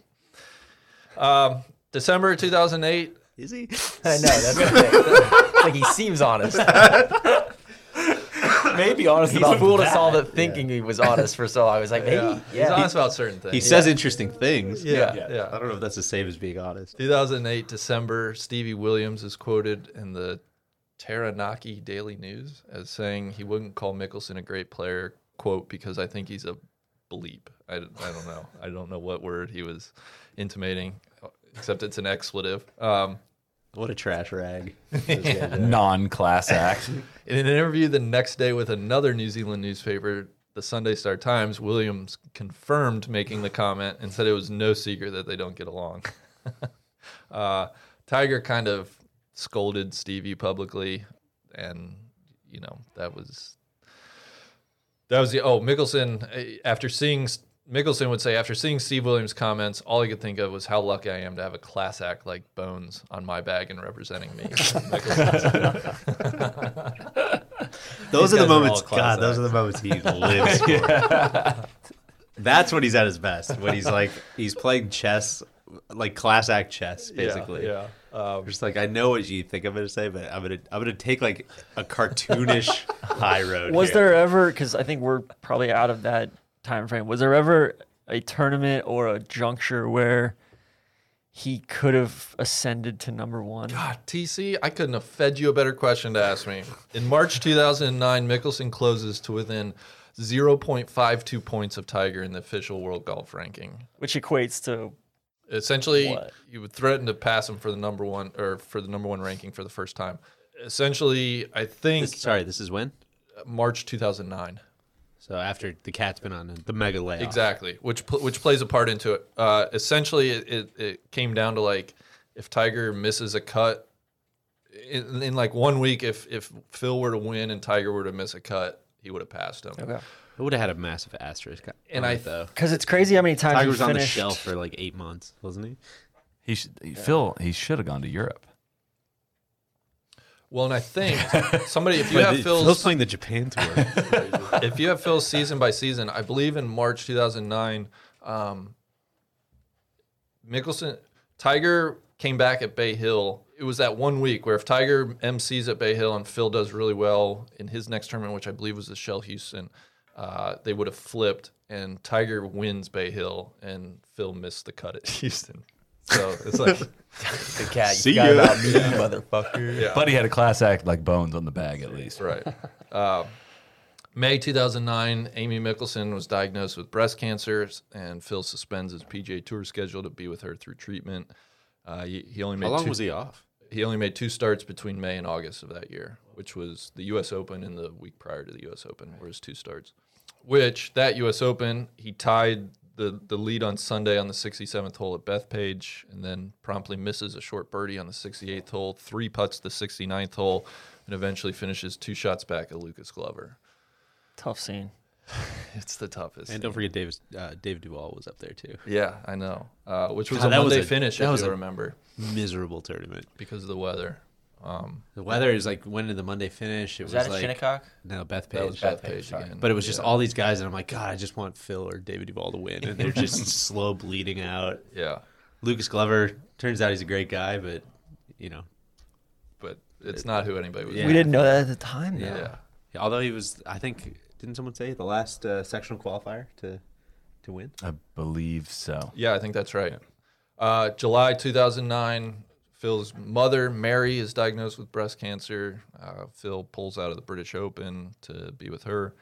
Um, December 2008.
Is he?
I know. That's the thing. like he seems honest.
Maybe honestly,
He fooled us all that thinking he was honest for so long. I was like, maybe, yeah.
He's honest about certain things.
He says interesting things.
yeah.
I don't know if that's the same as being honest.
2008 December, Stevie Williams is quoted in the Taranaki Daily News as saying he wouldn't call Mickelson a great player, quote, because I think he's a bleep. I, d- I don't know. I don't know what word he was intimating, uh, except it's an expletive. Um,
What a trash rag.
non-class act.
in an interview the next day with another New Zealand newspaper, the Sunday Star Times, Williams confirmed making the comment and said it was no secret that they don't get along. uh, Tiger kind of scolded Stevie publicly, and you know that was that was the oh Mickelson eh, after seeing S- Mickelson would say after seeing Steve Williams' comments, all I could think of was how lucky I am to have a class act like Bones on my bag and representing me.
Those
These
are the
guys are all
moments.
class
God, those are the moments he lives for. That's when he's at his best. When he's like, he's playing chess, like class act chess, basically.
yeah. Um,
Just like I know what you think I'm gonna say, but I'm gonna I'm gonna take like a cartoonish high road.
was
here.
there ever? Because I think we're probably out of that time frame. Was there ever a tournament or a juncture where he could have ascended to number one?
God, TC, Ah, I couldn't have fed you a better question to ask me. In March 2009, Mickelson closes to within 0.52 points of Tiger in the official world golf ranking.
Which equates to
Essentially,
What?
you would threaten to pass him for the number one or for the number one ranking for the first time. Essentially, I think
This- sorry, this is when.
March 2009.
So after the cat's been on the mega layoff.
Exactly, which pl- which plays a part into it. Uh, essentially, it, it, it came down to like if Tiger misses a cut in, in like one week, if if Phil were to win and Tiger were to miss a cut, he would have passed him.
It would have had a massive asterisk.
And
on
I-
it, though.
because it's crazy how many times
Tiger
he
was on the
finished.
shelf for like eight months, wasn't he?
He should, Phil, he should have gone to Europe.
Well, and I think somebody if you
But
have
the-
Phil's
playing the Japan tour.
if you have Phil's season by season, I believe in March 2009, um, Mickelson, Tiger came back at Bay Hill. It was that one week where if Tiger MCs at Bay Hill and Phil does really well in his next tournament, which I believe was the Shell Houston, uh, they would have flipped and Tiger wins Bay Hill and Phil missed the cut at Houston. So it's like,
The cat, you
See
forgot
ya.
about me, motherfucker.
yeah.
But he had a class act like Bones on the bag at least.
Right. Uh, May 2009, Amy Mickelson was diagnosed with breast cancer, and Phil suspends his PGA Tour schedule to be with her through treatment. Uh, he, he only made
How long
two,
was he off?
he only made two starts between May and August of that year, which was the U.S. Open and the week prior to the U.S. Open were his two starts. Which that U.S. Open, he tied the the lead on Sunday on the 67th hole at Bethpage, and then promptly misses a short birdie on the 68th hole, three putts the 69th hole, and eventually finishes two shots back at Lucas Glover.
Tough scene.
It's the toughest.
And don't forget, Davis, uh, Dave Duval was up there too.
yeah, I know. Uh, which was
God,
a
that was
Monday
a-
finish,
that
if
was
you
a-
remember,
Miserable tournament.
because of the weather. Um,
The weather is like when did the Monday finish? It
Was
was,
that at
like
Shinnecock?
no Beth
that was
Page.
Beth
Page,
Page
sorry.
again.
But it was just
Yeah.
all these guys, and I'm like, God, I just want Phil or David Duval to win, and they're just slow bleeding out.
Yeah,
Lucas Glover turns out he's a great guy, but you know,
but it's not who anybody was.
Yeah.
We didn't know that at the time. Though.
Yeah.
although he was, I think, didn't someone say the last uh, sectional qualifier to to win?
I believe so.
Yeah, I think that's right. Uh, July 2009, Phil's mother, Mary, is diagnosed with breast cancer. Uh, Phil pulls out of the British Open to be with her.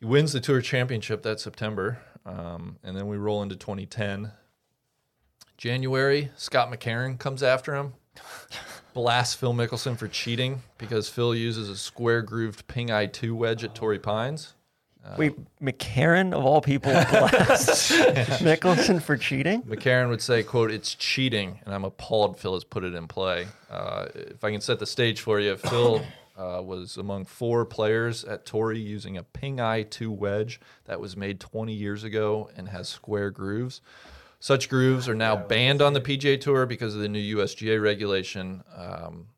He wins the Tour Championship that September. Um, and then we roll into 2010. January, Scott McCarron comes after him, blasts Phil Mickelson for cheating because Phil uses a square grooved Ping I 2 wedge at Torrey Pines.
Wait, McCarran of all people blasts Mickelson for cheating.
McCarran would say, "quote It's cheating, and I'm appalled Phil has put it in play." Uh, if I can set the stage for you, Phil uh, was among four players at Torrey using a ping eye two wedge that was made 20 years ago and has square grooves. Such grooves are now banned on the PGA Tour because of the new USGA regulation um,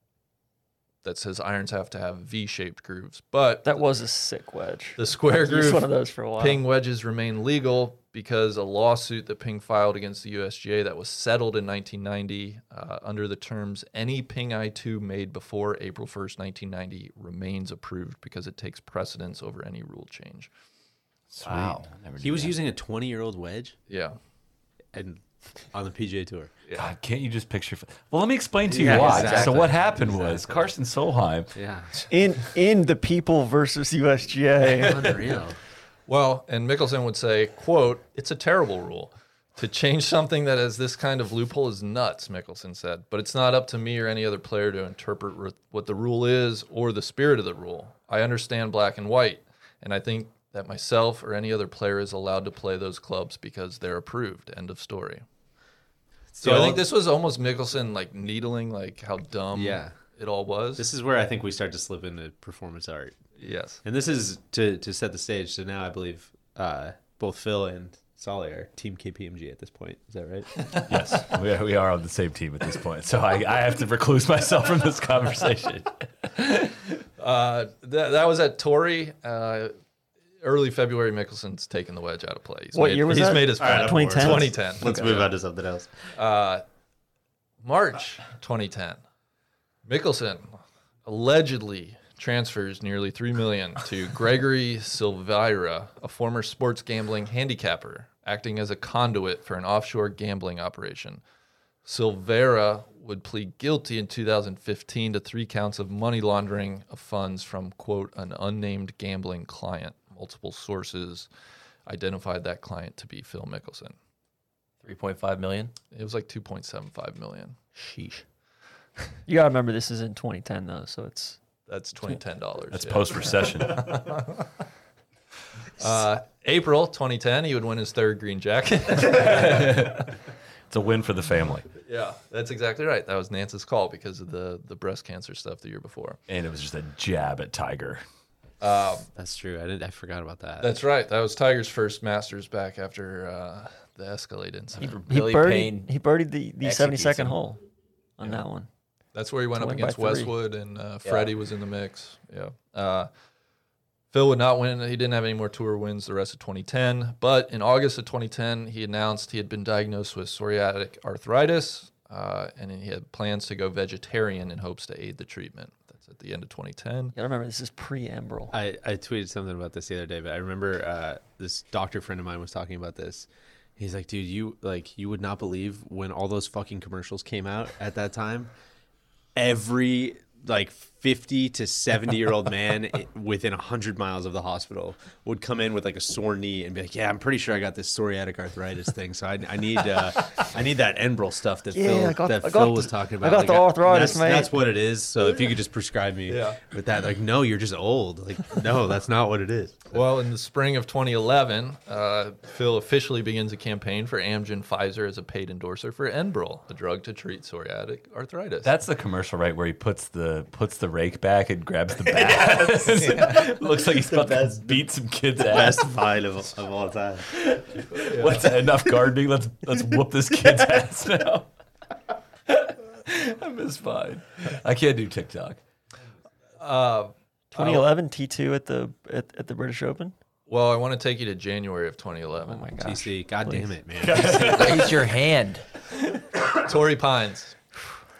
that says irons have to have V-shaped grooves. But
That was a sick wedge.
the square
I've used
groove
one of those for a while.
ping wedges remain legal because a lawsuit that Ping filed against the USGA that was settled in 1990 uh, under the terms any Ping I2 made before April 1st, 1990 remains approved because it takes precedence over any rule change.
Wow.
He was using a 20 year old wedge
Yeah.
and on the PGA Tour.
God, can't you just picture? Well, let me explain to you
Yeah,
why. So
exactly.
what happened was Carson Solheim.
Yeah,
in in the people versus USGA.
unreal.
Well, and Mickelson would say, quote, it's a terrible rule. To change something that has this kind of loophole is nuts, Mickelson said. But it's not up to me or any other player to interpret r- what the rule is or the spirit of the rule. I understand black and white, and I think that myself or any other player is allowed to play those clubs because they're approved. End of story. So I think this was almost Mickelson like needling like how dumb
Yeah.
it all was.
This is where I think we start to slip into performance art.
yes.
And this is to to set the stage. So now I believe uh, both Phil and Solly are Team KPMG at this point. Is that right?
Yes, we are, we are on the same team at this point. So I, I have to recluse myself from this conversation.
Uh, that, that was at Torrey. Uh, early February, Mickelson's taken the wedge out of play. He's
What
made,
year was
he's
that?
made his
All right,
point.
2010?
2010.
Let's move on to something else.
Uh, March 2010. Mickelson allegedly transfers nearly three million to Gregory Silveira, a former sports gambling handicapper, acting as a conduit for an offshore gambling operation. Silvera would plead guilty in 2015 to three counts of money laundering of funds from, quote, an unnamed gambling client. Multiple sources identified that client to be Phil Mickelson.
3.5 million.
It was like 2.75 million.
Sheesh.
you gotta remember this is in 2010 though, so it's
That's $2010.
That's
yeah.
post recession.
Uh, April 2010, he would win his third green jacket.
It's a win for the family,
yeah, that's exactly right. That was Nance's call because of the, the breast cancer stuff the year before.
and it was just a jab at Tiger.
That's true. I didn't. I forgot about that.
That's right. That was Tiger's first Masters back after uh, the Escalade incident.
Billy
he birdied,
Payne.
he birdied the, the
executes
72nd
him.
hole on that one.
That's where he went up
Went by
against
three.
Westwood, and uh, Freddie was in the mix. Yeah. Uh, Phil would not win. He didn't have any more tour wins the rest of 2010. But in August of 2010, he announced he had been diagnosed with psoriatic arthritis, uh, and he had plans to go vegetarian in hopes to aid the treatment. That's at the end of 2010.
You gotta remember this is pre Emerald.
I, I tweeted something about this the other day, but I remember uh, this doctor friend of mine was talking about this. He's like, dude, you like you would not believe when all those fucking commercials came out at that time. Every like fifty to seventy year old man i- within hundred miles of the hospital would come in with like a sore knee and be like, "Yeah, I'm pretty sure I got this psoriatic arthritis thing, so I, I need uh, I need that Enbrel stuff that
Yeah,
Phil
I got-
that
I got
Phil was
the-
talking
I
about.
got
Like,
the arthritis,
that's,
mate.
That's what it is. So if you could just prescribe me
Yeah.
with that, like, no, you're just old. Like, no, that's not what it is.
Well, in the spring of 2011, uh, Phil officially begins a campaign for Amgen Pfizer as a paid endorser for Enbrel, a drug to treat psoriatic arthritis.
That's the commercial, right, where he puts the puts the rake back and grabs the bat. Looks like he's about to beat some kid's ass.
Best vine of, of all time.
What's that, enough gardening? Let's let's whoop this kid's ass now. Tim is fine. I can't do TikTok.
oh.
2011 T2 at the at, at the British Open.
Well, I want to take you to January of 2011.
my gosh.
TC, God damn it, man.
Raise your hand.
Torrey Pines.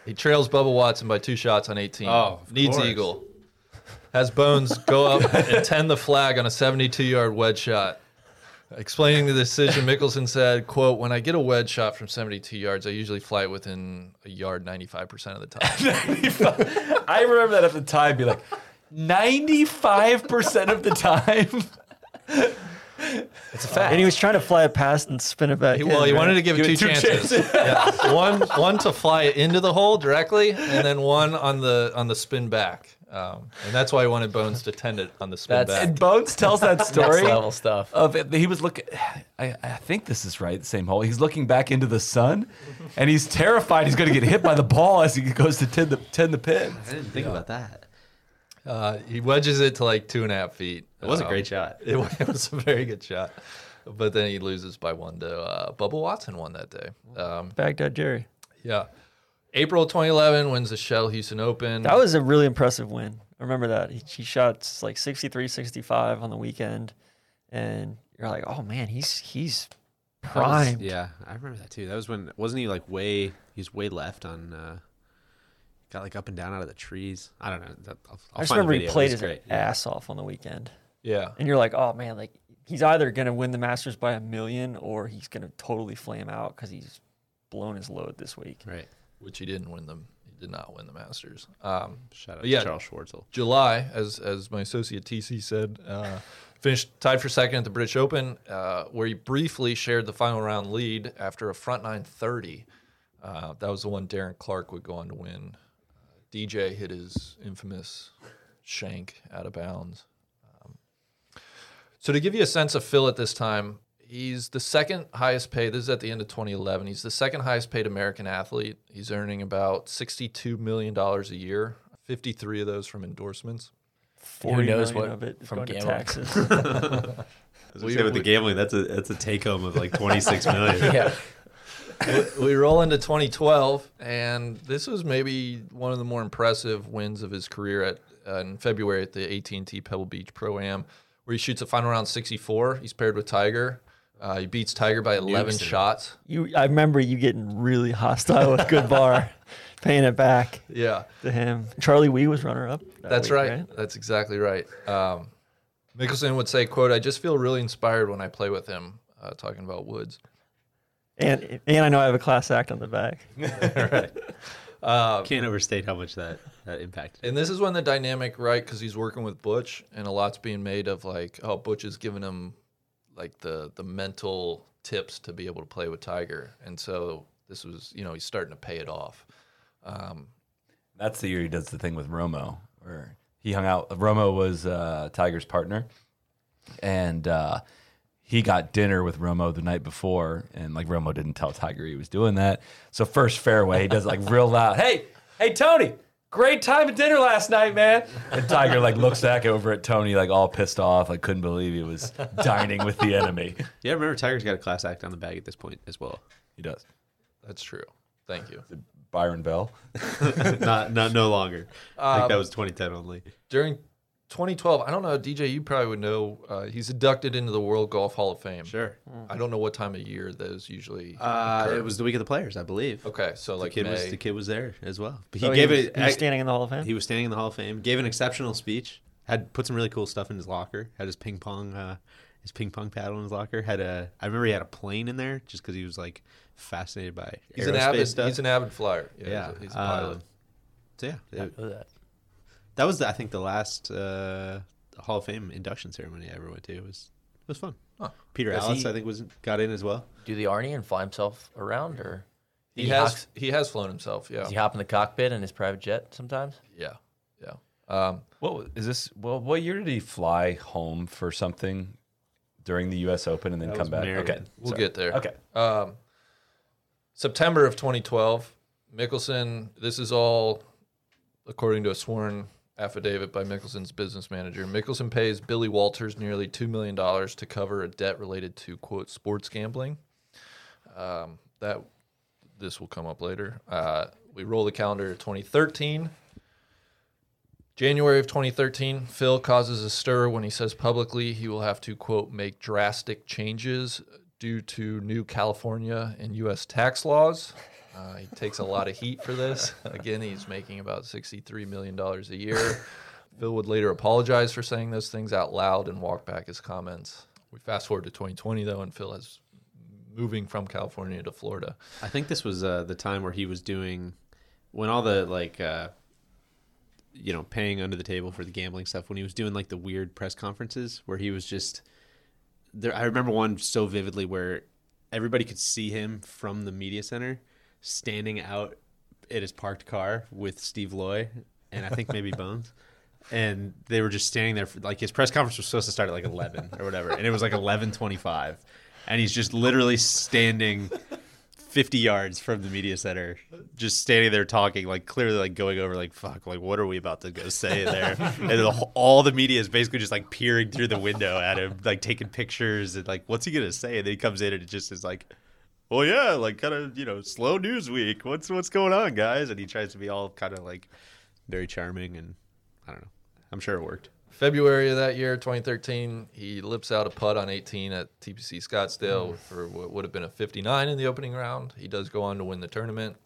He trails Bubba Watson by two shots on 18.
Oh, of
Needs
course.
eagle. Has Bones go up and tend the flag on a 72-yard wedge shot. Explaining the decision, Mickelson said, quote, when I get a wedge shot from 72 yards, I usually fly it within a yard 95% of the time.
I remember that at the time, be like, 95% of the time.
It's a fact.
And he was trying to fly it past and spin it back.
He- well,
in,
he
right?
wanted to give it
Give
two,
it two
chances. Yeah. One, one to fly it into the hole directly, and then one on the on the spin back. Um, and that's why he wanted Bones to tend it on the spin
That's-
back.
And Bones tells that
Next
story
level stuff.
of it- he was looking. I, I think this is right. The same hole. He's looking back into the sun, and he's terrified he's going to get hit by the ball as he goes to tend the tend the pin.
I didn't think about that.
Uh, he wedges it to like two and a half feet. Um,
It was a great shot.
It, wa- it was a very good shot. But then he loses by one to uh, Bubba Watson won that day. Um,
Baghdad Jerry.
yeah. April 2011 wins the Shell Houston Open.
Mm.
That was a really impressive win. I remember that. He, he shot like 63, 65 on the weekend. And you're like, oh man, he's he's
That was-
primed.
yeah, I remember that too. That was when wasn't he like way he's way left on uh got like up and down out of the trees. I don't know. That, I'll, I'll
I just
find the
remember he
video. It
played
was
his
great.
ass off on the weekend.
yeah.
And you're like, oh man, like he's either gonna win the Masters by a million or he's gonna totally flame out because he's blown his load this week.
Right.
Which he didn't win them. He did not win the Masters. Um,
Shout out
Yeah.
to Charles Schwartzel.
July, as as my associate TC said, uh, finished tied for second at the British Open, uh, where he briefly shared the final round lead after a front nine thirty. Uh, that was the one Darren Clark would go on to win. Uh, DJ hit his infamous shank out of bounds. So to give you a sense of Phil at this time, he's the second highest paid. This is at the end of 2011. He's the second highest paid American athlete. He's earning about 62 million dollars a year. 53 of those from endorsements.
Who knows
million
what
of it is
from
going to
gambling.
taxes.
We-
with the
we-
gambling, that's a that's a take home of like twenty six million.
Yeah.
we roll into 2012, and this was maybe one of the more impressive wins of his career at uh, in February at the AT&T Pebble Beach Pro Am, where he shoots a final round 64. He's paired with Tiger. Uh, he beats Tiger by 11 shots.
you I remember you getting really hostile with Goodbar, paying it back
Yeah.
to him. Charlie Wee was runner up. that
That's
week,
right. That's exactly right. Um, Mickelson would say, "quote I just feel really inspired when I play with him." Uh, talking about Woods.
And and I know I have a class act on the back.
Can't overstate how much that that impacted.
And this is when the dynamic, right? Because he's working with Butch, and a lot's being made of like, oh, Butch is giving him like the the mental tips to be able to play with Tiger, and so this was, you know, he's starting to pay it off.
That's the year he does the thing with Romo, where he hung out. Romo was uh, Tiger's partner, and uh, he got dinner with Romo the night before, and like Romo didn't tell Tiger he was doing that. So first fairway, he does like real loud, "Hey, hey, Tony." Great time at dinner last night, man. And Tiger like looks back over at Tony, like all pissed off, like couldn't believe he was dining with the enemy.
Yeah, remember Tiger's got a class act on the bag at this point as well.
He does.
That's true. Thank you.
Byron Bell.
not not no longer. I think that was twenty ten only.
During 2012, I don't know, DJ, you probably would know. Uh, he's inducted into the World Golf Hall of Fame.
Sure.
I don't know what time of year those usually.
Uh, it was the week of the players, I believe.
Okay, so like
the kid
May.
was the kid was there as well. But Oh, he
So
gave
was-
it.
He was standing in the Hall of Fame.
He was standing in the Hall of Fame. Gave an exceptional speech. Had put some really cool stuff in his locker. Had his ping pong, uh, his ping pong paddle in his locker. Had a. I remember he had a plane in there just because he was like fascinated by
he's
aerospace
an avid.
stuff.
He's an avid flyer. Yeah,
yeah,
he's, a, he's a pilot.
um, so yeah, it-
Know that.
that was I think the last uh, Hall of Fame induction ceremony I ever went to. It was it was fun. Peter
Does
Alice
he-
I think was got in as well.
Do the Arnie and fly himself around, or
he,
he
has.
hawks-
He has flown himself. Yeah,
does he hop in the cockpit in his private jet sometimes?
yeah, yeah. Um,
What wa- is this? Well, what year did he fly home for something during the U.S. Open and then come
was
back?
Marion.
Okay,
we'll
sorry.
get there.
Okay,
Um, September of 2012, Mickelson. This is all according to a sworn affidavit by Mickelson's business manager. Mickelson pays Billy Walters nearly two million dollars to cover a debt related to quote sports gambling. Um, that this will come up later. Uh, we roll the calendar to 2013. January of 2013, Phil causes a stir when he says publicly he will have to, quote, make drastic changes due to new California and U.S. tax laws. Uh, he takes a lot of heat for this. Again, he's making about $63 million a year. Phil would later apologize for saying those things out loud and walk back his comments. We fast forward to 2020, though, and Phil is moving from California to Florida.
I think this was uh, the time where he was doing when all the like uh, you know paying under the table for the gambling stuff when he was doing like the weird press conferences where he was just there I remember one so vividly where everybody could see him from the media center standing out at his parked car with Steve Loy and I think maybe Bones and they were just standing there for like his press conference was supposed to start at like 11 or whatever and it was like 11:25 and he's just literally standing 50 yards from the media center just standing there talking like clearly like going over like fuck like what are we about to go say there and the, whole- all the media is basically just like peering through the window at him like taking pictures and like what's he gonna say and then he comes in and it just is like well yeah like kind of you know slow news week what's what's going on guys and he tries to be all kind of like very charming and i don't know i'm sure it worked
February of that year, 2013, he lips out a putt on 18 at TPC Scottsdale
Mm.
for what would have been a 59 in the opening round. He does go on to win the tournament.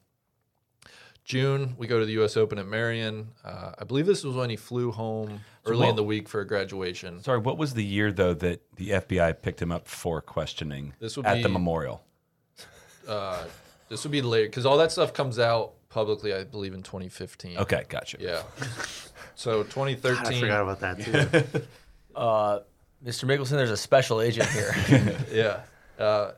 June, we go to the U.S. Open at Marion. Uh, I believe this was when he flew home early in
what-
the week for a graduation.
Sorry, what was the year though that the FBI picked him up for questioning
This would
at the
be-
memorial?
Uh, this would be later because all that stuff comes out publicly, I believe, in 2015.
Okay, gotcha.
Yeah. So 2013.
about that too.
Uh, Mr. Mickelson, there's a special agent here.
Yeah. Uh,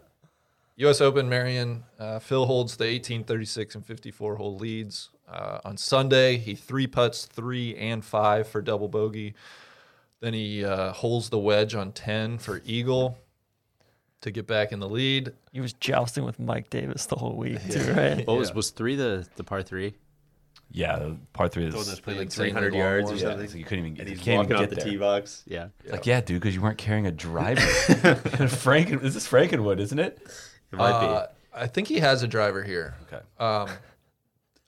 U.S. Open, Marion. Uh, Phil holds the 18, 36, and 54 hole leads. Uh, on Sunday, he three putts three and five for double bogey. Then he uh, holds the wedge on 10 for eagle to get back in the lead.
He was jousting with Mike Davis the whole week, too, right?
what was was three the the par three
Yeah, the part three is
played like 300 yards or
yeah, it's like you couldn't even get.
and
you
he's
can't
walking
even
off
get
the
there.
tee box. Yeah.
It's Like yeah, dude, because you weren't carrying a driver. Franken, this is Frankenwood, isn't it?
It might
Uh, I think he has a driver here.
Okay.
Um,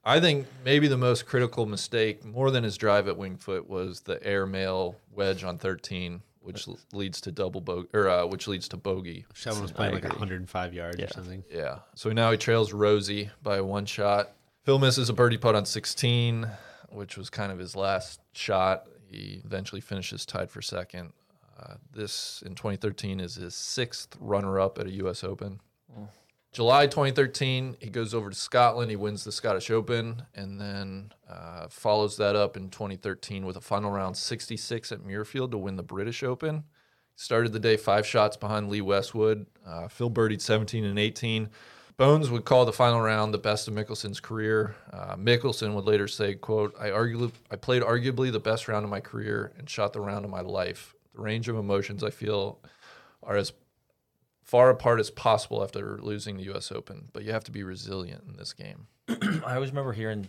I think maybe the most critical mistake, more than his drive at Wingfoot, was the airmail wedge on 13, which l- leads to double bogey, or uh, which leads to bogey.
be. Sheldon was playing like 105 yards or something.
Yeah. So now he trails Rosie by one shot. Phil misses a birdie putt on 16, which was kind of his last shot. He eventually finishes tied for second. Uh, this in 2013 is his sixth runner up at a U.S. Open. July 2013, he goes over to Scotland. He wins the Scottish Open and then uh, follows that up in 2013 with a final round 66 at Muirfield to win the British Open. Started the day five shots behind Lee Westwood. Uh, Phil birdied 17 and 18. Bones would call the final round the best of Mickelson's career. Uh, Mickelson would later say, "quote I argu- I played arguably the best round of my career and shot the round of my life. The range of emotions I feel are as far apart as possible after losing the U.S. Open, but you have to be resilient in this game."
I always remember hearing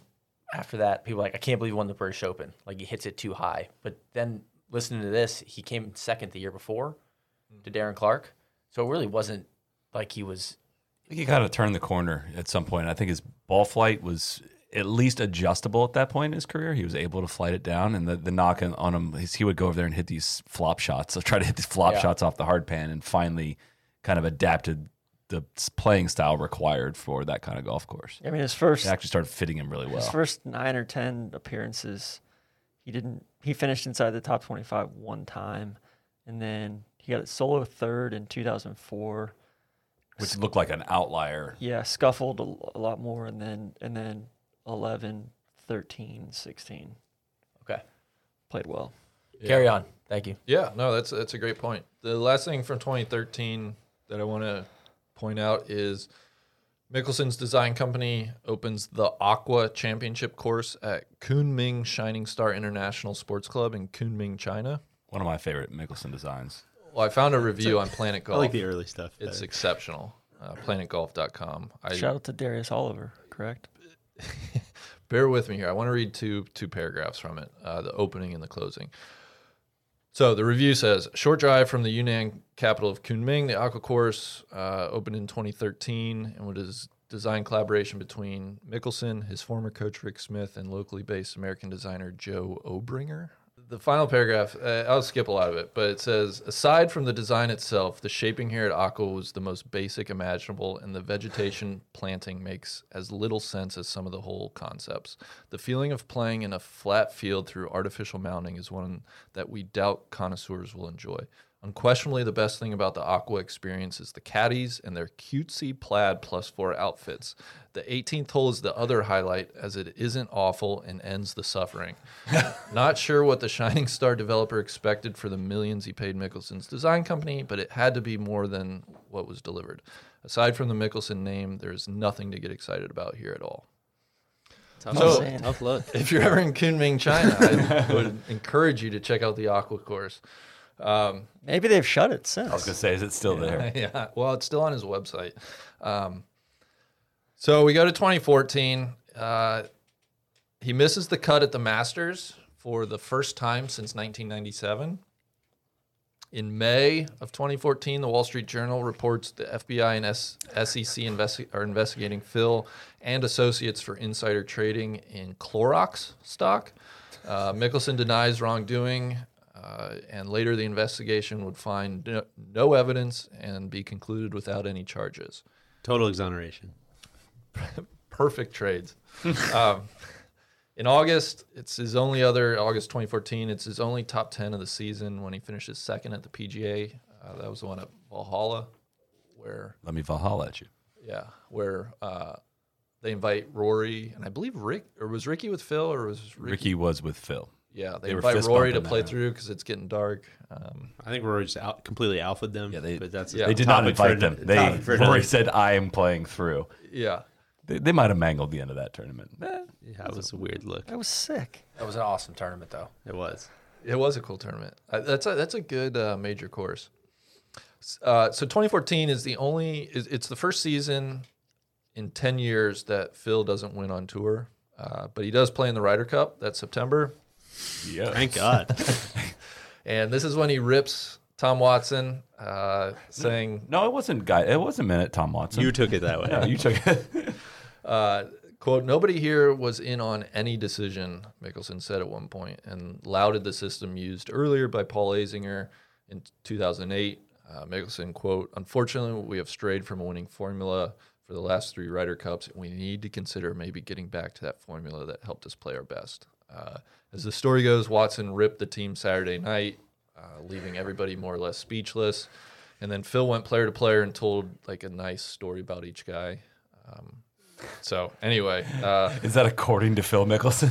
after that people were like, I can't believe he won the British Open. Like he hits it too high. But then listening to this, he came second the year before to Darren Clark. So it really wasn't like he was.
I think he kind of turned the corner at some point. I think his ball flight was at least adjustable at that point in his career. He was able to flight it down, and the, the knock on- on him is he would go over there and hit these flop shots. So try to hit these flop
Yeah.
shots off the hard pan, and finally kind of adapted the s- playing style required for that kind of golf course.
I mean, his first
It actually started fitting him really
his
well.
first nine or ten appearances, he didn't. He finished inside the top twenty-five one time, and then he got solo third in two thousand four.
which looked like an outlier.
Yeah, scuffled a, l- a lot more, and then and then 11, 13, 16.
Okay.
played well.
Carry on. Thank you.
Yeah, no, that's that's a great point. The last thing from 2013 that I want to point out is Mickelson's design company opens the Aqua Championship course at Kunming Shining Star International Sports Club in Kunming, China.
One of my favorite Mickelson designs.
Well, I found a review on Planet Golf.
I like the early stuff.
it's
better.
exceptional. Uh, planetgolf.com. I
Shout out to Darius Oliver, correct?
bear with me here. I want to read two two paragraphs from it, uh, the opening and the closing. So the review says, short drive from the Yunnan capital of Kunming, the Aqua Course uh, opened in 2013 and was design collaboration between Mickelson, his former coach Rick Smith, and locally based American designer Joe Obringer. The final paragraph, uh, I'll skip a lot of it, but it says Aside from the design itself, the shaping here at Aqua was the most basic imaginable, and the vegetation planting makes as little sense as some of the whole concepts. The feeling of playing in a flat field through artificial mounting is one that we doubt connoisseurs will enjoy. Unquestionably, the best thing about the Aqua experience is the caddies and their cutesy plaid plus four outfits. The 18th hole is the other highlight, as it isn't awful and ends the suffering. Not sure what the Shining Star developer expected for the millions he paid Mickelson's design company, but it had to be more than what was delivered. Aside from the Mickelson name, there's nothing to get excited about here at all.
Tough,
Oh.
So-
look. tough look.
If you're ever in Kunming, China, I would encourage you to check out the Aqua course. Um,
Maybe they've shut it since.
I was gonna say, is it still there?
yeah. Well, it's still on his website. Um, so we go to 2014. Uh, he misses the cut at the Masters for the first time since 1997. In May of 2014, the Wall Street Journal reports the FBI and S- SEC investi- are investigating Phil and associates for insider trading in Clorox stock. Uh, Mickelson denies wrongdoing, uh, and later the investigation would find no, no evidence and be concluded without any charges.
Total exoneration.
Perfect trades. um, in August, it's his only other August 2014. It's his only top 10 of the season when he finishes second at the PGA. Uh, that was the one at Valhalla, where
Let me Valhalla at you.
yeah, where uh, they invite Rory and I believe Rick or was Ricky with Phil or was Ricky?
Ricky was with Phil.
yeah, they,
they were
invite
fist
Rory to
bumping that
play
night.
through because it's getting dark. Um,
I think Rory just out, completely alphaed them.
Yeah, they-
but that's
yeah.
They
They
did not
topic for
invite them.
an-
They
topic for another-
Rory said, "I am playing through."
yeah,
They, they might have mangled the end of that tournament. Eh,
Yeah, that was a weird look.
That was sick.
That was an awesome tournament, though.
It was.
It was a cool tournament. Uh, that's a that's a good uh, major course. S- Uh, so 2014 is the only is, it's the first season in 10 years that Phil doesn't win on tour, uh, but he does play in the Ryder Cup that September,
Thank God.
and this is when he rips Tom Watson, uh, saying
No, it wasn't. Guy, it wasn't meant at Tom Watson.
you took it that way.
Yeah, you took it.
uh, quote Nobody here was in on any decision, Mickelson said at one point, and lauded the system used earlier by Paul Azinger in 2008. Uh, Mickelson, quote, unfortunately, we have strayed from a winning formula for the last three Ryder Cups, and we need to consider maybe getting back to that formula that helped us play our best. Uh, as the story goes, Watson ripped the team Saturday night, uh, leaving everybody more or less speechless. And then Phil went player to player and told like a nice story about each guy. So anyway, uh,
Is that according to Phil Mickelson?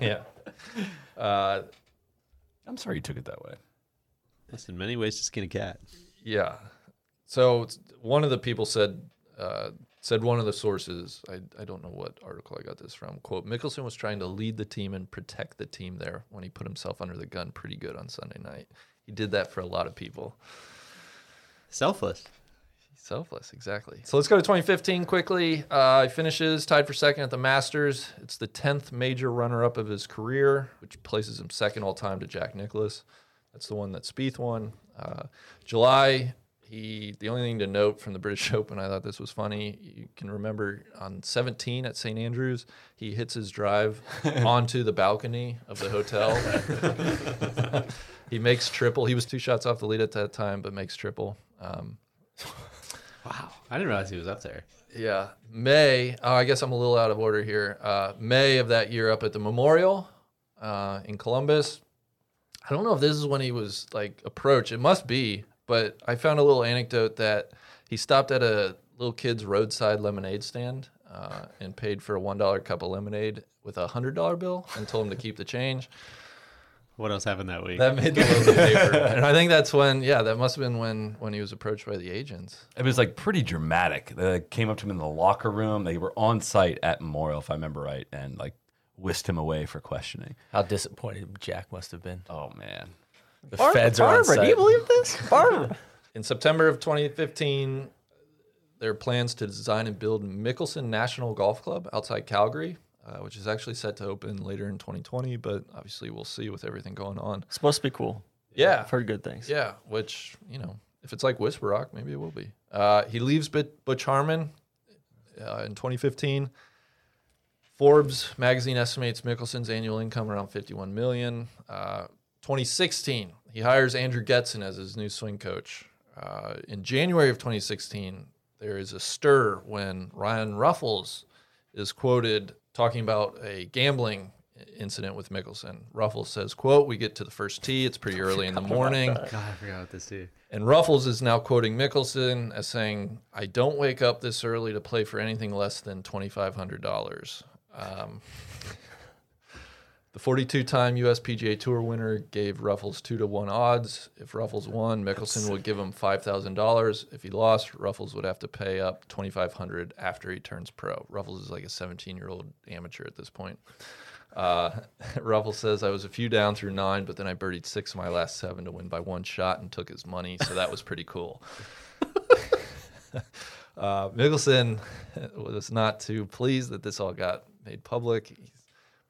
yeah. Uh,
I'm sorry you took it that way.
That's in many ways to skin a cat.
yeah. So it's- one of the people said uh, said one of the sources. I, I don't know what article I got this from. Quote: Mickelson was trying to lead the team and protect the team there when he put himself under the gun pretty good on Sunday night. He did that for a lot of people.
Selfless.
Selfless, exactly. So let's go to 2015 quickly. Uh, he finishes tied for second at the Masters. It's the 10th major runner up of his career, which places him second all time to Jack Nicklaus. That's the one that Spieth won. Uh, July, he the only thing to note from the British Open, I thought this was funny. You can remember on 17 at St Andrews, he hits his drive onto the balcony of the hotel. he makes triple. He was two shots off the lead at that time, but makes triple. Um,
Wow. I didn't realize he was up there.
yeah. May, oh, I guess I'm a little out of order here. Uh, May of that year up at the Memorial uh, in Columbus. I don't know if this is when he was like approached. It must be, but I found a little anecdote that he stopped at a little kid's roadside lemonade stand uh, and paid for a $1 cup of lemonade with a $100 bill and told him to keep the change.
What else happened that week?
That made the local paper. And I think that's when, yeah, that must have been when, when he was approached by the agents.
It was like pretty dramatic. They like, came up to him in the locker room. They were on site at Memorial, if I remember right, and like whisked him away for questioning.
How disappointed Jack must have been.
Oh man,
The
Bar-
feds are
Barbara,
on site.
do you believe this? Barbara.
In September of 2015, there are plans to design and build Mickelson National Golf Club outside Calgary, uh, which is actually set to open later in 2020, but obviously we'll see with everything going on.
It's supposed to be cool.
Yeah.
I've heard good things.
Yeah, which, you know, if it's like Whisper Rock, maybe it will be. Uh, he leaves Bit- Butch Harmon uh, in 2015. Forbes magazine estimates Mickelson's annual income around 51 million. Uh, 2016, he hires Andrew Getson as his new swing coach. Uh, in January of 2016, there is a stir when Ryan Ruffles is quoted talking about a gambling incident with Mickelson. Ruffles says, "quote We get to the first tee. It's pretty early in the morning.
God, I forgot what this is.
And Ruffles is now quoting Mickelson as saying, I don't wake up this early to play for anything less than $2,500. Um, the 42 time US PGA Tour winner gave Ruffles 2 to 1 odds. If Ruffles won, Mickelson would give him $5,000. If he lost, Ruffles would have to pay up 2500 after he turns pro. Ruffles is like a 17 year old amateur at this point. Uh, Ruffles says I was a few down through nine, but then I birdied six of my last seven to win by one shot and took his money, so that was pretty cool. uh, Mickelson was not too pleased that this all got made public. He's,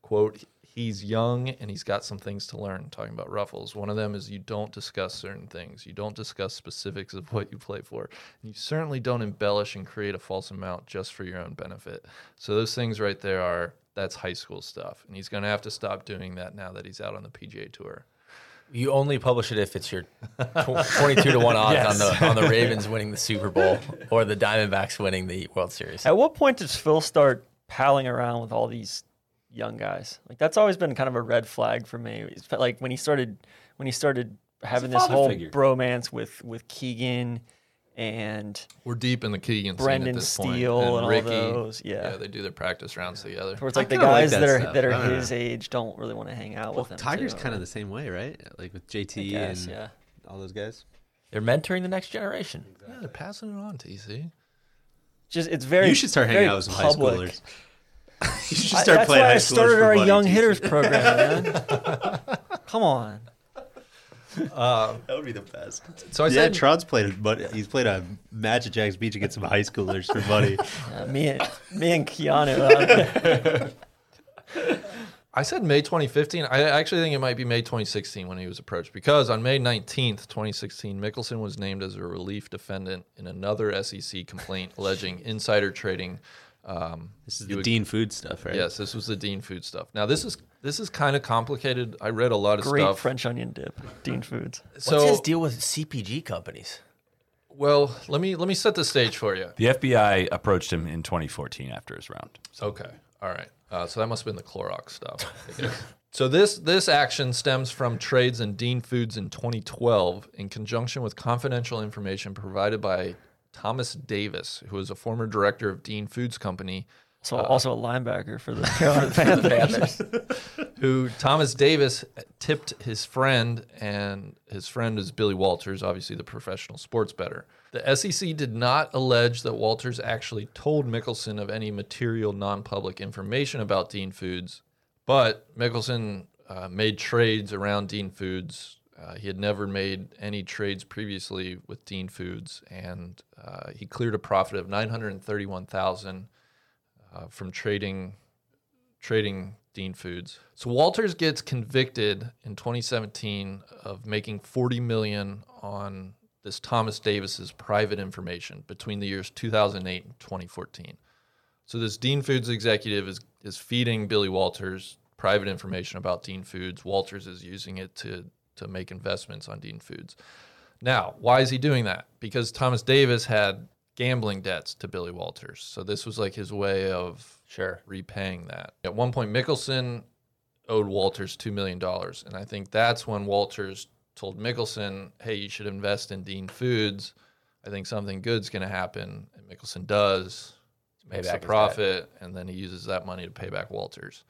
quote: He's young and he's got some things to learn. Talking about Ruffles, one of them is you don't discuss certain things. You don't discuss specifics of what you play for. And you certainly don't embellish and create a false amount just for your own benefit. So those things right there are that's high school stuff, and he's going to have to stop doing that now that he's out on the PGA Tour.
You only publish it if it's your tw- 22 to 1 odds on the on the Ravens winning the Super Bowl or the Diamondbacks winning the World Series.
At what point does Phil start palling around with all these young guys? Like that's always been kind of a red flag for me. It's fe- like when he started when he started having this
father
whole
figure.
bromance with with Keegan and
We're deep in the Keegan scene at
Brendan
this point,
Steele and all those, yeah.
they do their practice rounds together.
towards
I
like the
kinda like
guys
that
that, are
stuff.
that
I don't
are
know.
his age don't really want to hang out
Well,
with him.
Tiger's
too.
kind of the same way, right? Like with JT
Yes,
and
yeah.
all those guys.
They're mentoring the next generation.
Yeah, they're passing it on, TC.
Just it's very
you should start hanging
very
out with some
public.
high schoolers. you should
I-
start
that's
playing
why
high
I
schoolers
started
for
our
money,
young
TC.
hitters program. Man. Come on,
That would be the best.
So I
yeah,
said
Tron's played, but he's played a match at Jack's Beach against some high schoolers for money.
Uh, me and me and Keanu. uh,
I said May 2015. I actually think it might be May 2016 when he was approached because on May 19th, 2016, Mickelson was named as a relief defendant in another SEC complaint alleging insider trading. Um,
This is the Dean Food stuff, right?
yes, this was the Dean Food stuff. Now this is this is kind of complicated. I read a lot of
great
stuff.
French onion dip, Dean Foods.
So
What's his deal with CPG companies?
well, let me let me set the stage for you.
The FBI approached him in 2014 after his round.
Okay. All right. Uh, so that must have been the Clorox stuff. I guess. so this this action stems from trades in Dean Foods in 2012 in conjunction with confidential information provided by Thomas Davis, who is a former director of Dean Foods Company,
So also a linebacker for the Carolina Panthers.
who Thomas Davis tipped his friend, and his friend is Billy Walters, obviously the professional sports bettor. The SEC did not allege that Walters actually told Mickelson of any material non public information about Dean Foods, but Mickelson uh, made trades around Dean Foods. Uh, he had never made any trades previously with Dean Foods, and uh, he cleared a profit of 931000 uh, from trading trading Dean Foods. So Walters gets convicted in 2017 of making 40 million on this Thomas Davis's private information between the years 2008 and 2014. So this Dean Foods executive is is feeding Billy Walters private information about Dean Foods. Walters is using it to to make investments on Dean Foods. Now, why is he doing that? Because Thomas Davis had gambling debts to Billy Walters. So this was like his way of
Sure.
repaying that. At one point, Mickelson owed Walters $2 million. And I think that's when Walters told Mickelson, hey, you should invest in Dean Foods. I think something good's going to happen. And Mickelson does, makes a
back his
profit, and then he uses that money to pay back Walters.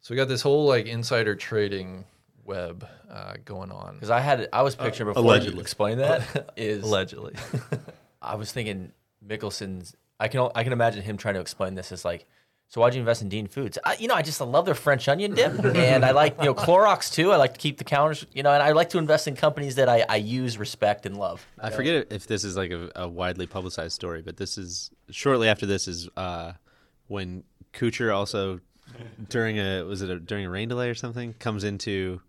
So we got this whole like insider trading web uh, going on.
Because I had I was picturing before
allegedly.
you explained that is
Allegedly.
I was thinking Mickelson's. I can I can imagine him trying to explain this as like, so why'd you invest in Dean Foods? I, you know, I just I love their French onion dip, and I like you know Clorox too. I like to keep the counters, you know, and I like to invest in companies that I, I use, respect, and love.
I forget if this is like a, a widely publicized story, but this is shortly after this is uh, when Kuchar also during a was it a, during a rain delay or something comes into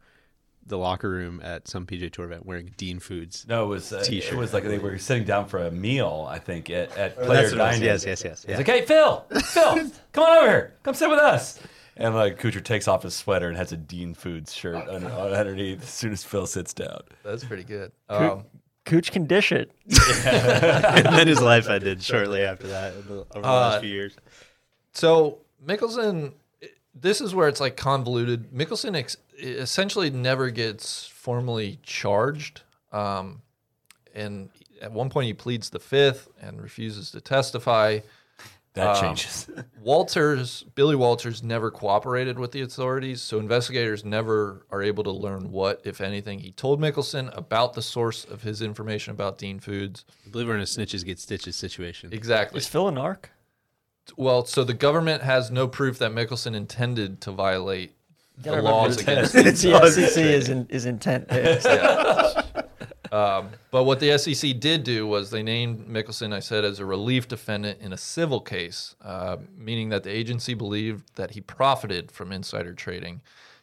the locker room at some PJ Tour event wearing Dean Foods.
No, it was uh, it
T-shirt.
was like they were sitting down for a meal. I think at, at player
That's what it was.
dining.
Yes, yes, yes.
He's
Yeah.
like, hey, Phil, Phil, come on over here, come sit with us. And like Kucher takes off his sweater and has a Dean Foods shirt under, underneath as soon as Phil sits down.
That's pretty good. Um,
Cooch can dish it.
and then his life ended shortly after that over the last few years.
So Mickelson, this is where it's like convoluted. Mickelson ex- essentially never gets formally charged, um, and at one point he pleads the fifth and refuses to testify.
That changes.
Walters, Billy Walters, never cooperated with the authorities, so investigators never are able to learn what, if anything, he told Mickelson about the source of his information about Dean Foods.
Believe it or not, snitches get stitches situation.
Exactly.
Is Phil an arc?
Well, so the government has no proof that Mickelson intended to violate the
remember
laws
his
against
the SEC is, in, is intent.
Um, But what the SEC did do was they named Mickelson, I said, as a relief defendant in a civil case, uh, meaning that the agency believed that he profited from insider trading,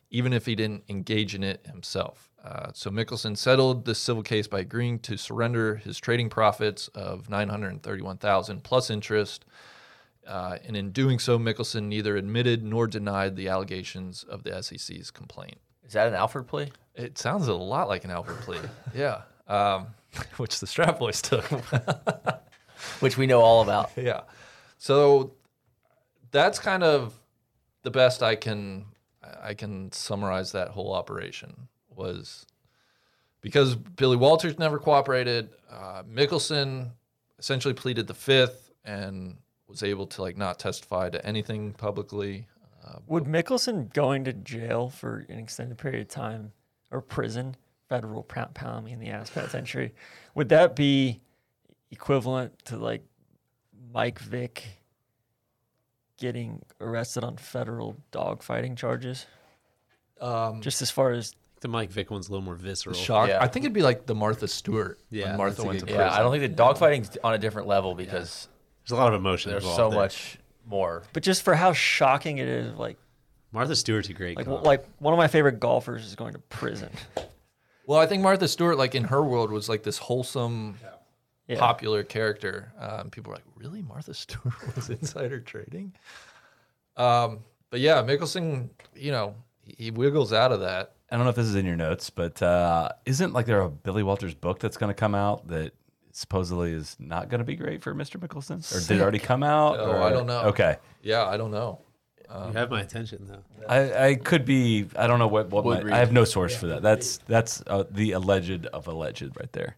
even if he didn't engage in it himself. Uh, so Mickelson settled the civil case by agreeing to surrender his trading profits of 931,000 plus interest. Uh, and in doing so, Mickelson neither admitted nor denied the allegations of the SEC's complaint.
Is that an Alfred plea?
It sounds a lot like an Albert plea. yeah. Um, which the Strap Boys took.
Which we know all about.
yeah. So that's kind of the best I can I can summarize that whole operation was because Billy Walters never cooperated. Uh, Mickelson essentially pleaded the fifth and was able to like not testify to anything publicly.
Would Mickelson going to jail for an extended period of time or prison, federal pound, pound me in the ass penitentiary, would that be equivalent to like Mike Vick getting arrested on federal dogfighting charges?
Um,
Just as far as
The Mike Vick one's a little more visceral.
shock.
Yeah.
I think it'd be like the Martha Stewart.
Yeah,
when Martha
that's a
went to
good
prison.
Yeah, I don't think the dogfighting's on a different level because
There's a lot of emotion
there's
involved
so
there.
much more.
but just for how shocking it is like
Martha Stewart's a great
like
cop.
like one of my favorite golfers is going to prison.
Well, I think Martha Stewart, like in her world, was like this wholesome,
Yeah.
popular character. Um, people were like, "Really, Martha Stewart was insider trading?" Um, but yeah, Mickelson, you know, he, he wiggles out of that.
I don't know if this is in your notes, but uh, isn't like there a Billy Walters book that's going to come out that supposedly is not going to be great for Mr. Mickelson, or did it already come out?
Oh,
or-
I don't know.
Okay,
Yeah, I don't know.
you have my attention though.
I, I could be. I don't know what. what
Would
my-
read.
I have no source for that. That's that's uh, the alleged of alleged right there.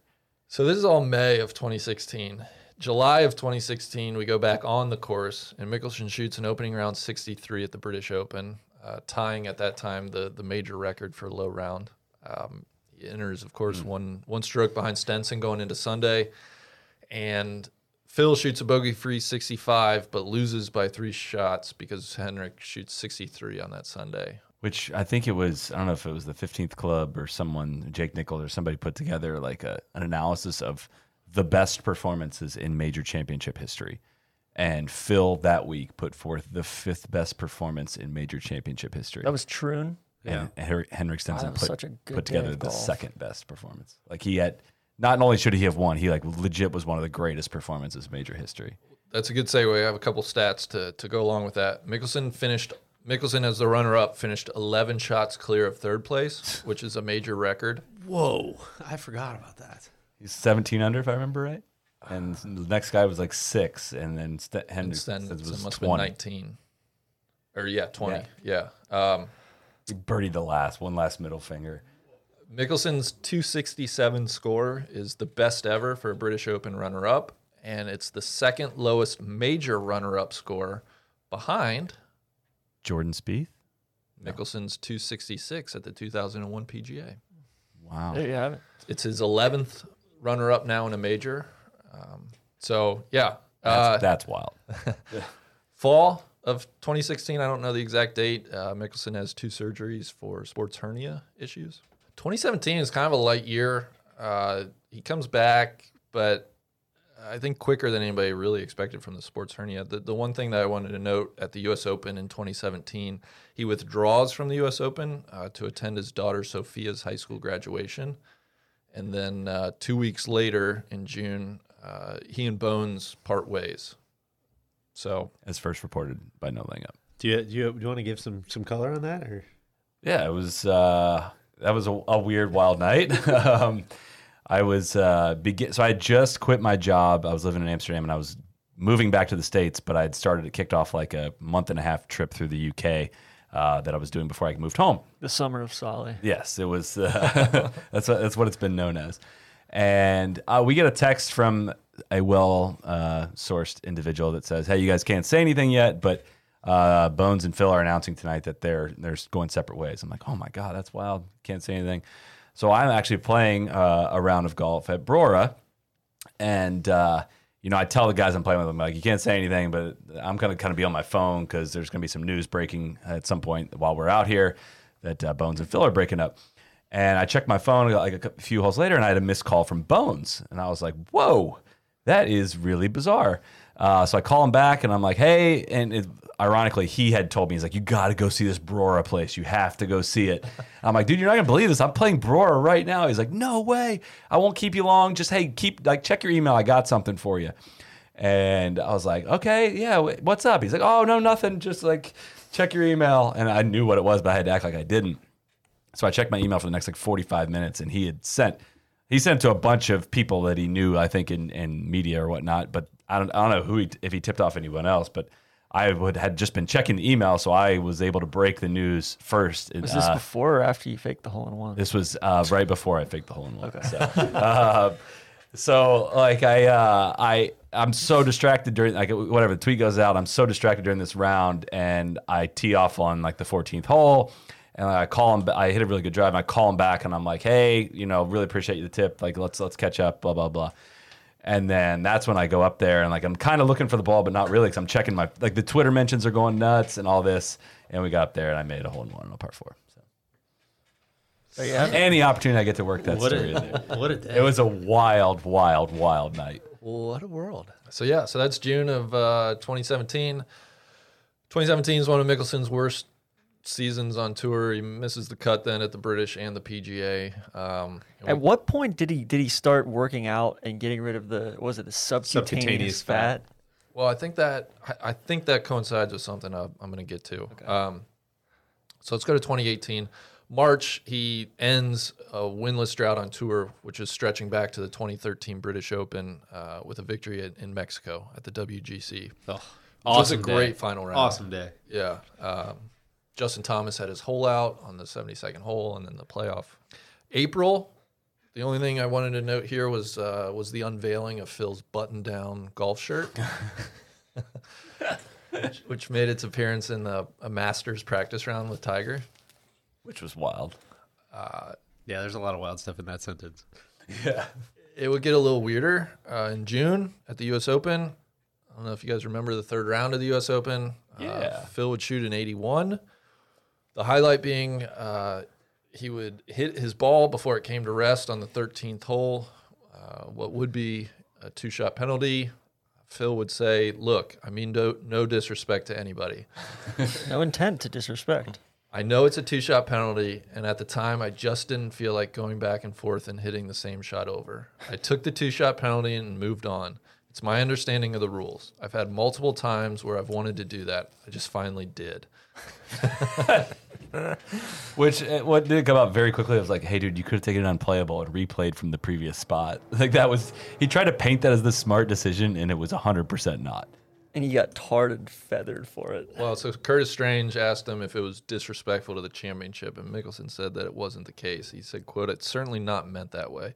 So this is all May of 2016. July of 2016, we go back on the course, and Mickelson shoots an opening round 63 at the British Open, uh, tying at that time the the major record for low round. Um, he enters, of course, one one stroke behind Stenson going into Sunday, and Phil shoots a bogey free 65, but loses by three shots because Henrik shoots 63 on that Sunday.
Which I think it was. I don't know if it was the Fifteenth Club or someone, Jake Nichols or somebody, put together like a, an analysis of the best performances in major championship history. And Phil that week put forth the fifth best performance in major championship history.
That was Troon.
and Henrik- Henrik Stenson
That was
put,
such a good
put
day
together
of
the
golf.
second best performance. Like he had, not only should he have won, he like legit was one of the greatest performances in major history.
That's a good segue. I have a couple stats to, to go along with that. Mickelson finished Mickelson as the runner up finished 11 shots clear of third place, which is a major record.
Whoa, I forgot about that.
He's 17 under, if I remember right. And the next guy was like six, and then St- Henrik
Stenson
Stenson was
must have been
20.
19. Or yeah, 20. Yeah. Um,
He birdied the last, one last middle finger.
Mickelson's 267 score is the best ever for a British Open runner up, and it's the second lowest major runner up score behind
Jordan Spieth?
Mickelson's 266 at the 2001 PGA.
Wow.
There you have it.
It's his 11th runner up now in a major. Um, so, yeah.
That's,
Uh,
that's wild.
fall of 2016, I don't know the exact date. Uh, Mickelson has two surgeries for sports hernia issues. 2017 is kind of a light year. Uh, he comes back, but I think quicker than anybody really expected from the sports hernia. The, the one thing that I wanted to note at the U.S. Open in 2017, he withdraws from the U.S. Open uh, to attend his daughter Sophia's high school graduation, and then uh, two weeks later in June, uh, he and Bones part ways. So
as first reported by No Laying Up.
Do you do you, do you want to give some some color on that or?
Yeah, it was uh, that was a, a weird, wild night. um, I was uh, begin, so I had just quit my job. I was living in Amsterdam and I was moving back to the states, but I had started it kicked off like a month and a half trip through the UK uh, that I was doing before I moved home.
The summer of Solly.
Yes, it was. Uh, that's what, that's what it's been known as. And uh, we get a text from a well uh, sourced individual that says, "Hey, you guys can't say anything yet, but uh, Bones and Phil are announcing tonight that they're they're going separate ways." I'm like, "Oh my god, that's wild! Can't say anything." So I'm actually playing uh, a round of golf at Brora, and uh, you know, I tell the guys I'm playing with, I'm like, you can't say anything, but I'm gonna kind of be on my phone because there's gonna be some news breaking at some point while we're out here that uh, Bones and Phil are breaking up. And I checked my phone like a cou- few holes later, and I had a missed call from Bones, and I was like, whoa, that is really bizarre. Uh, so I call him back, and I'm like, hey, and it, ironically, he had told me he's like, you got to go see this Brora place, you have to go see it. I'm like, dude, you're not gonna believe this. I'm playing Brora right now. He's like, no way, I won't keep you long. Just hey, keep like check your email. I got something for you. And I was like, okay, yeah, wh- what's up? He's like, oh, no, nothing. Just like check your email. And I knew what it was, but I had to act like I didn't. So I checked my email for the next like 45 minutes, and he had sent he sent to a bunch of people that he knew, I think, in, in media or whatnot. But I don't I don't know who he, if he tipped off anyone else, but. I would had just been checking the email, so I was able to break the news first. uh,
Was this before or after you faked the hole in one?
This was uh, right before I faked the hole in one. So, uh, so like I, uh, I, I'm so distracted during like whatever the tweet goes out. I'm so distracted during this round, and I tee off on like the 14th hole, and I call him. ba- I hit a really good drive. And I call him back, and I'm like, hey, you know, really appreciate the tip. Like let's let's catch up. Blah blah blah. And then that's when I go up there and like I'm kind of looking for the ball, but not really because I'm checking my like the Twitter mentions are going nuts and all this. And we got up there and I made a hole in one on a par four. So any opportunity I get to work that story in there.
What a day!
It was a wild, wild, wild night.
What a world!
So yeah, so that's June of uh, 2017. 2017 is one of Mickelson's worst seasons on tour. He misses the cut then at the British and the PGA. Um, and
At what point did he did he start working out and getting rid of the what was it the subcutaneous,
Subcutaneous
fat?
fat.
Well, I think that I- I think that coincides with something I'm, I'm going to get to. Um, so let's go to 2018. March, he ends a winless drought on tour, which is stretching back to the 2013 British Open uh, with a victory in, in Mexico at the WGC.
Oh,
was a
awesome
great
day.
final round.
Awesome day.
Yeah. Um, Justin Thomas had his hole out on the 72nd hole and then the playoff. April, the only thing I wanted to note here was uh, was the unveiling of Phil's button down golf shirt, which, which made its appearance in the, a Masters practice round with Tiger.
Which was wild.
Yeah, there's a lot of wild stuff in that sentence.
It would get a little weirder uh, in June at the U.S. Open. I don't know if you guys remember the third round of the U.S. Open.
Yeah.
Uh, Phil would shoot an 81. The highlight being uh, he would hit his ball before it came to rest on the 13th hole, uh, what would be a two shot penalty. Phil would say, Look, I mean, no, no disrespect to anybody.
No intent to disrespect.
I know it's a two shot penalty, and at the time, I just didn't feel like going back and forth and hitting the same shot over. I took the two shot penalty and moved on. It's my understanding of the rules. I've had multiple times where I've wanted to do that. I just finally did.
Which uh, what did come up very quickly was like, hey dude, you could have taken it unplayable and replayed from the previous spot. Like that was he tried to paint that as the smart decision and it was hundred percent not.
And he got tarred and feathered for it.
Well, so Curtis Strange asked him if it was disrespectful to the championship, and Mickelson said that it wasn't the case. He said, "quote It's certainly not meant that way.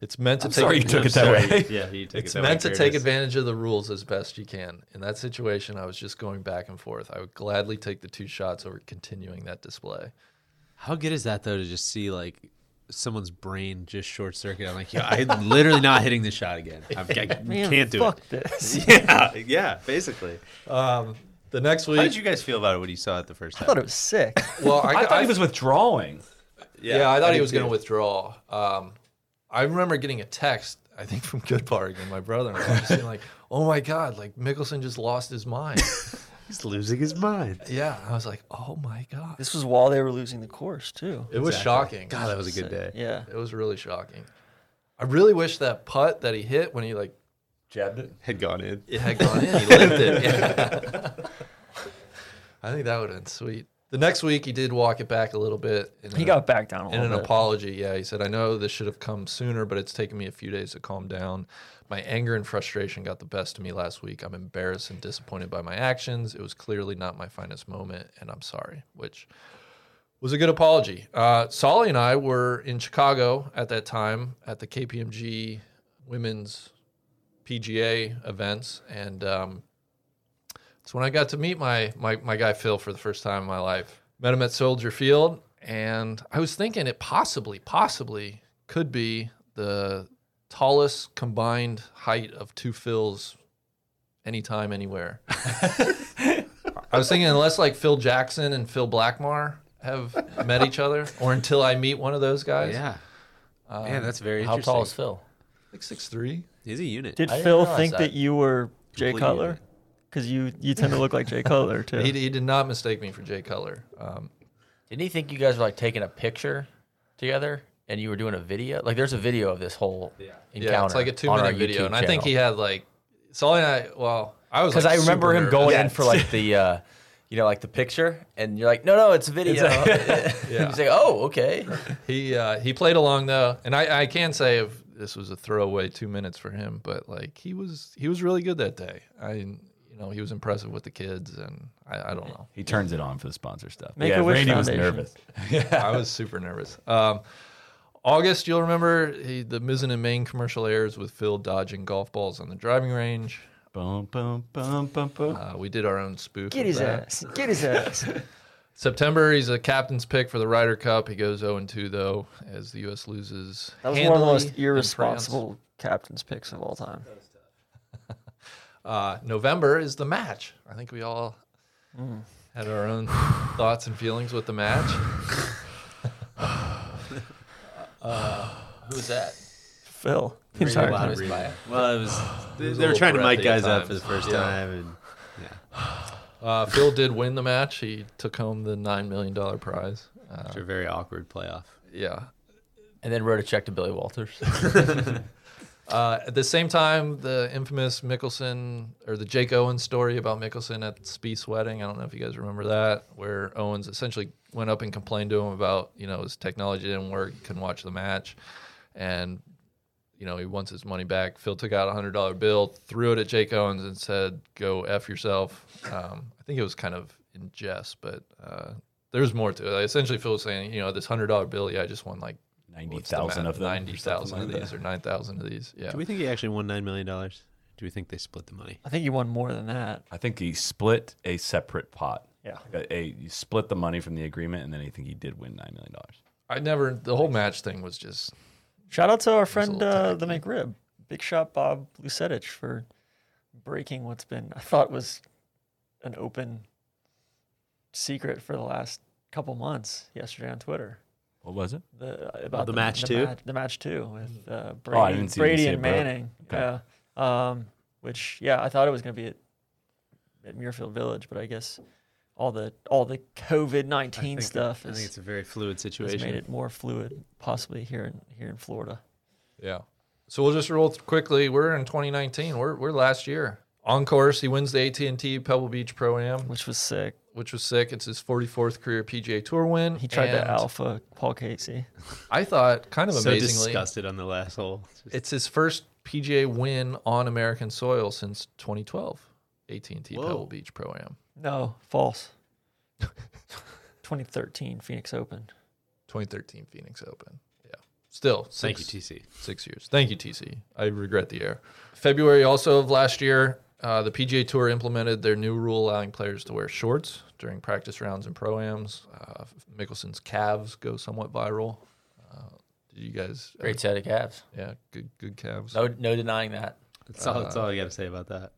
It's meant to take
Sorry you took it that way.
Yeah, you take
It's
it that
meant
way, Curtis.
to take advantage of the rules as best you can. In that situation, I was just going back and forth. I would gladly take the two shots over continuing that display.
How good is that though to just see like someone's brain just short circuit? I'm like, yeah, I'm literally not hitting this shot again. I'm, I
Man,
can't do
fuck
it.
this.
Yeah, yeah, basically.
The next week,
How did you guys feel about it when you saw it the first
I
time?
thought it was sick.
well, I,
I thought
I-
he was withdrawing.
Yeah, I thought he
did
was going
too.
to withdraw. Um, I remember getting a text. I think from Good Park and my brother. And I was just being like, oh my God, like Mickelson just lost his mind.
He's losing his mind.
yeah. I was like, oh my God.
This was while they were losing the course too.
It was shocking.
God, that was a good day.
Yeah.
It was really shocking. I really wish that putt that he hit when he like jabbed it,
Had gone in.
it had gone in. He lived it. Yeah. I think that would have been sweet. The next week he did walk it back a little bit. in
He
a-
got back down a
in
little
an
bit.
apology, yeah, he said, "I know this should have come sooner, but it's taken me a few days to calm down. My anger and frustration got the best of me last week. I'm embarrassed and disappointed by my actions. It was clearly not my finest moment, and I'm sorry." Which was a good apology. Uh, Solly and I were in Chicago at that time at the KPMG Women's PGA events, and um, it's when I got to meet my, my my guy Phil for the first time in my life. Met him at Soldier Field, and I was thinking it possibly, possibly could be the tallest combined height of two Phils anytime, anywhere. I was thinking unless like Phil Jackson and Phil Blackmar have met each other, or until I meet one of those guys.
Yeah. Man, that's very
How
interesting.
tall is Phil?
like six three.
He's a unit.
Did
I didn't
Phil
realize
think
that.
that. you were Jay
Completely
Cutler?
unit.
Because you you tend to look like Jay Cutler too.
He, he did not mistake me for Jay Cutler. Um,
Didn't he think you guys were like taking a picture together and you were doing a video? Like, there's a video of this whole encounter.
Yeah, it's like a two
on our
minute video,
YouTube
and I think he
channel.
had like Sully and I. Well, I was
because
like,
I remember
super
him
nervous.
going in for like the, uh, you know, like the picture, and you're like, no, no, it's a video.
Yeah.
He's like, oh, okay.
He uh, he played along though, and I, I can say if this was a throwaway two minutes for him, but like he was he was really good that day. I you know he was impressive with the kids, and I, I don't know.
He turns it on for the sponsor stuff.
Make
yeah,
a Wish
Randy was
Foundation.
nervous.
I was super nervous. Um, August, you'll remember he, the Mizzen and Main commercial airs with Phil dodging golf balls on the driving range.
Bum, bum, bum, bum, bum.
Uh, we did our own spoof.
Get
of
his
that.
ass. Get his ass.
September, he's a captain's pick for the Ryder Cup. He goes 0 2, though, as the U.S. loses.
That was one of the
handily
most
in
irresponsible captain's picks of all time.
France. Uh, November is the match. I think we all
Hmm.
had our own thoughts and feelings with the match.
Who's that?
Phil. Sorry.
loud.
Noticed by it.
Well, it was. They,
was a
they were
little
trying to mic
breathy
guys
at
up for the first
times. Yeah.
time, and
Uh, Phil did win the match. He took home the $9 million prize. Uh,
after a very awkward playoff.
yeah.
And then wrote a check to Billy Walters.
Uh, at the same time, the infamous Mickelson or the Jake Owens story about Mickelson at Spieth's wedding. I don't know if you guys remember that, where Owens essentially went up and complained to him about you know his technology didn't work, he couldn't watch the match, and you know he wants his money back. Phil took out a hundred dollar bill, threw it at Jake Owens, and said, "Go f yourself." Um, I think it was kind of in jest, but uh, there's more to it. Essentially, Phil was saying, you know, this hundred dollar bill, yeah, I just won like. what's the
90,000
math?
of them. or something
90,000 of
like that.
these or 9,000 of these. Yeah.
Do we think he actually won nine million dollars? Do we think they split the money?
I think you won more than that.
I think he split a separate pot.
Yeah.
A, a- he split the money from the agreement, and then I think he did win $9 million.
I never. The whole match thing was just.
Shout out to our friend uh, the McRib, Big Shot Bob Lucetich for breaking what's been I thought was an open secret for the last couple months. Yesterday on Twitter,
What was it?
the uh, about
the match too?
match- the match two with
Mm.
uh, Brady,
I didn't see- didn't
Brady
see
and
it, bro.
Manning.
Okay.
Yeah, um, which yeah, I thought it was gonna be at, at Muirfield Village, but I guess all the all the COVID nineteen stuff
I think it's
has,
a very fluid
has made
situation.
it more fluid, possibly here in here in Florida.
Yeah. So we'll just roll th- quickly. We're in 2019. We're we're last year. On course, he wins the AT&T Pebble Beach Pro Am,
which was sick.
which was sick. It's his 44th career PGA Tour win.
He tried
And
to alpha Paul Casey.
I thought kind of
So
amazingly,
disgusted on the last hole.
it's his first PGA win on American soil since 2012. AT&T Pebble Beach Pro Am.
No, false. 2013 Phoenix Open.
2013 Phoenix Open. Yeah. Still,
Thank
six,
you, TC.
six years. Thank you, TC. I regret the error. February also of last year, uh, the PGA Tour implemented their new rule allowing players to wear shorts during practice rounds and proams. Uh, Mickelson's calves go somewhat viral. Uh, did you guys? uh,
Great set of calves.
Yeah, good good calves.
No, no denying that.
That's all. That's all I got to say about that.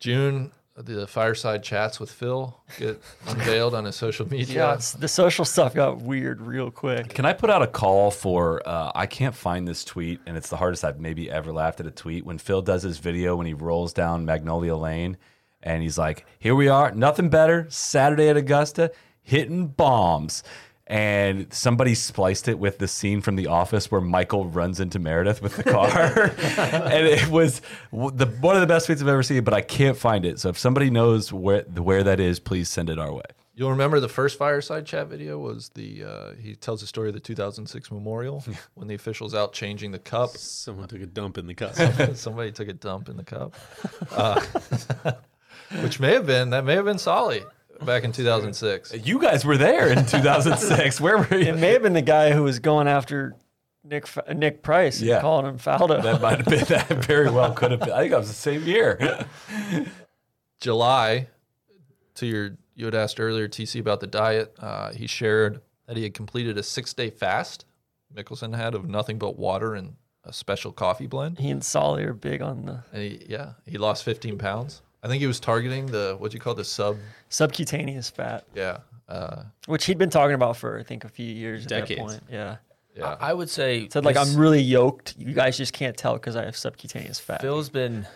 June the fireside chats with Phil get unveiled on his social
Yeah,
media.
it's- the social stuff got weird real quick.
Can I put out a call for? Uh, I can't find this tweet, and it's the hardest I've maybe ever laughed at a tweet. When Phil does his video, when he rolls down Magnolia Lane, and he's like, "Here we are, nothing better. Saturday at Augusta, hitting bombs." And somebody spliced it with the scene from The Office where Michael runs into Meredith with the car, and it was w- the one of the best tweets I've ever seen. But I can't find it. So if somebody knows where where that is, please send it our way.
You'll remember the first fireside chat video was the uh, he tells the story of the 2006 Memorial when the officials out changing the cup.
Someone took a dump in the cup.
Somebody took a dump in the cup, uh, which may have been that may have been Solly back in 2006.
You guys were there in 2006. Where were you?
It may have been the guy who was going after Nick F- Nick Price and
Yeah.
calling him Faldo.
That might have been that very well could have been. I think that was the same year.
July, to your you had asked earlier TC about the diet. Uh, he shared that he had completed a six day fast. Mickelson had of nothing but water and a special coffee blend.
he and Solly are big on the
And he, yeah, he lost 15 pounds. I think he was targeting the what do you call the sub?
subcutaneous fat,
Yeah, uh,
which he'd been talking about for I think a few years
Decades.
at that point. Yeah.
yeah.
I would say
Said like
this-
I'm really yoked. You guys just can't tell because I have subcutaneous fat.
Phil's been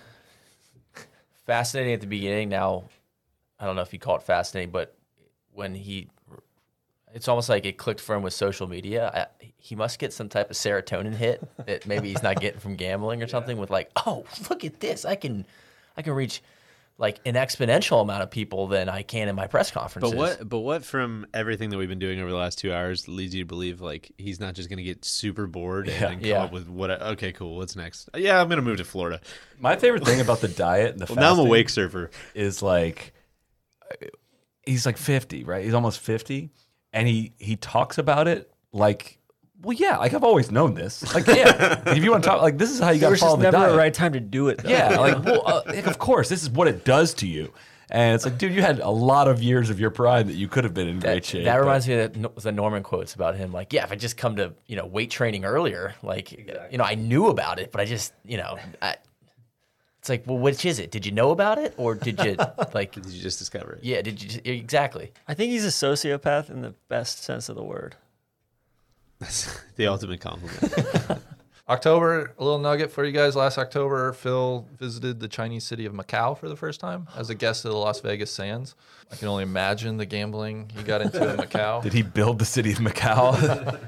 fascinating at the beginning. Now, I don't know if you call it fascinating, but when he, it's almost like it clicked for him with social media. I, he must get some type of serotonin hit that maybe he's not getting from gambling or something. With like, oh, look at this! I can, I can reach like an exponential amount of people than I can in my press conferences.
But what? But what from everything that we've been doing over the last two hours leads you to believe like he's not just going to get super bored and then come
Yeah.
up with what? Okay, cool. What's next? Yeah, I'm going to move to Florida.
My favorite thing about the diet and the
Well, now I'm a
fasting
wake surfer.
is like he's like 50, right? He's almost 50 and he he talks about it like well, yeah, like I've always known this. Like, yeah, if you want to talk, like this is how you got
there
to
was
follow the
just never
diet.
a right time to do it. Though.
Yeah, like, well, uh, like, of course, this is what it does to you. And it's like, dude, you had a lot of years of your prime that you could have been in great
That,
shape.
that
but-
reminds me of the, the Norman quotes about him. Like, yeah, if I just come to you know weight training earlier, like you know I knew about it, but I just you know, I, it's like, well, which is it? Did you know about it, or did you like?
Did you just discover it?
Yeah, did you just, exactly?
I think he's a sociopath in the best sense of the word.
The ultimate compliment.
October, a little nugget for you guys. Last October, Phil visited the Chinese city of Macau for the first time as a guest of the Las Vegas Sands. I can only imagine the gambling he got into in Macau.
Did he build the city of Macau?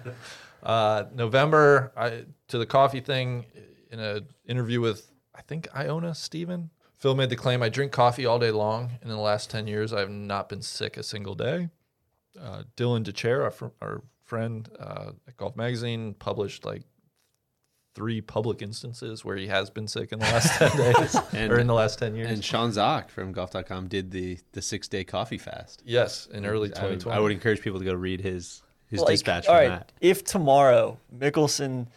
Uh, November, I, to the coffee thing, in an interview with, I think, Iona Steven, Phil made the claim I drink coffee all day long, and in the last 10 years, I have not been sick a single day. Uh, Dylan DeChair, our, fr- our friend uh, at Golf Magazine, published like three public instances where he has been sick in the last 10 days
And-
or in the last 10 years.
and Sean Zock from golf.com did the the six day coffee fast.
yes, in early
I would,
2020.
I would encourage people to go read his his
Like,
dispatch
all
from
right,
that.
If tomorrow Mickelson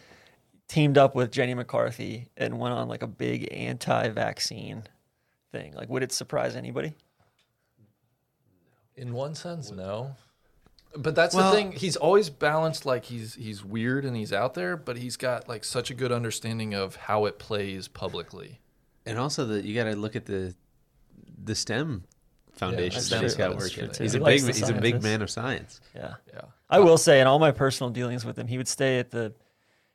teamed up with Jenny McCarthy and went on like a big anti-vaccine thing, like would it surprise anybody?
In one sense, no. But that's
Well-
the thing. He's always balanced like he's he's weird and he's out there, but he's got like such a good understanding of how it plays publicly.
And also that you got to look at the the STEM foundation
that's
that he's
true.
got
That's true,
working.
too.
He's
He
a big
likes the
he's a big
scientists.
man of science.
Yeah.
Yeah.
I will say, in all my personal dealings with him, he would stay at the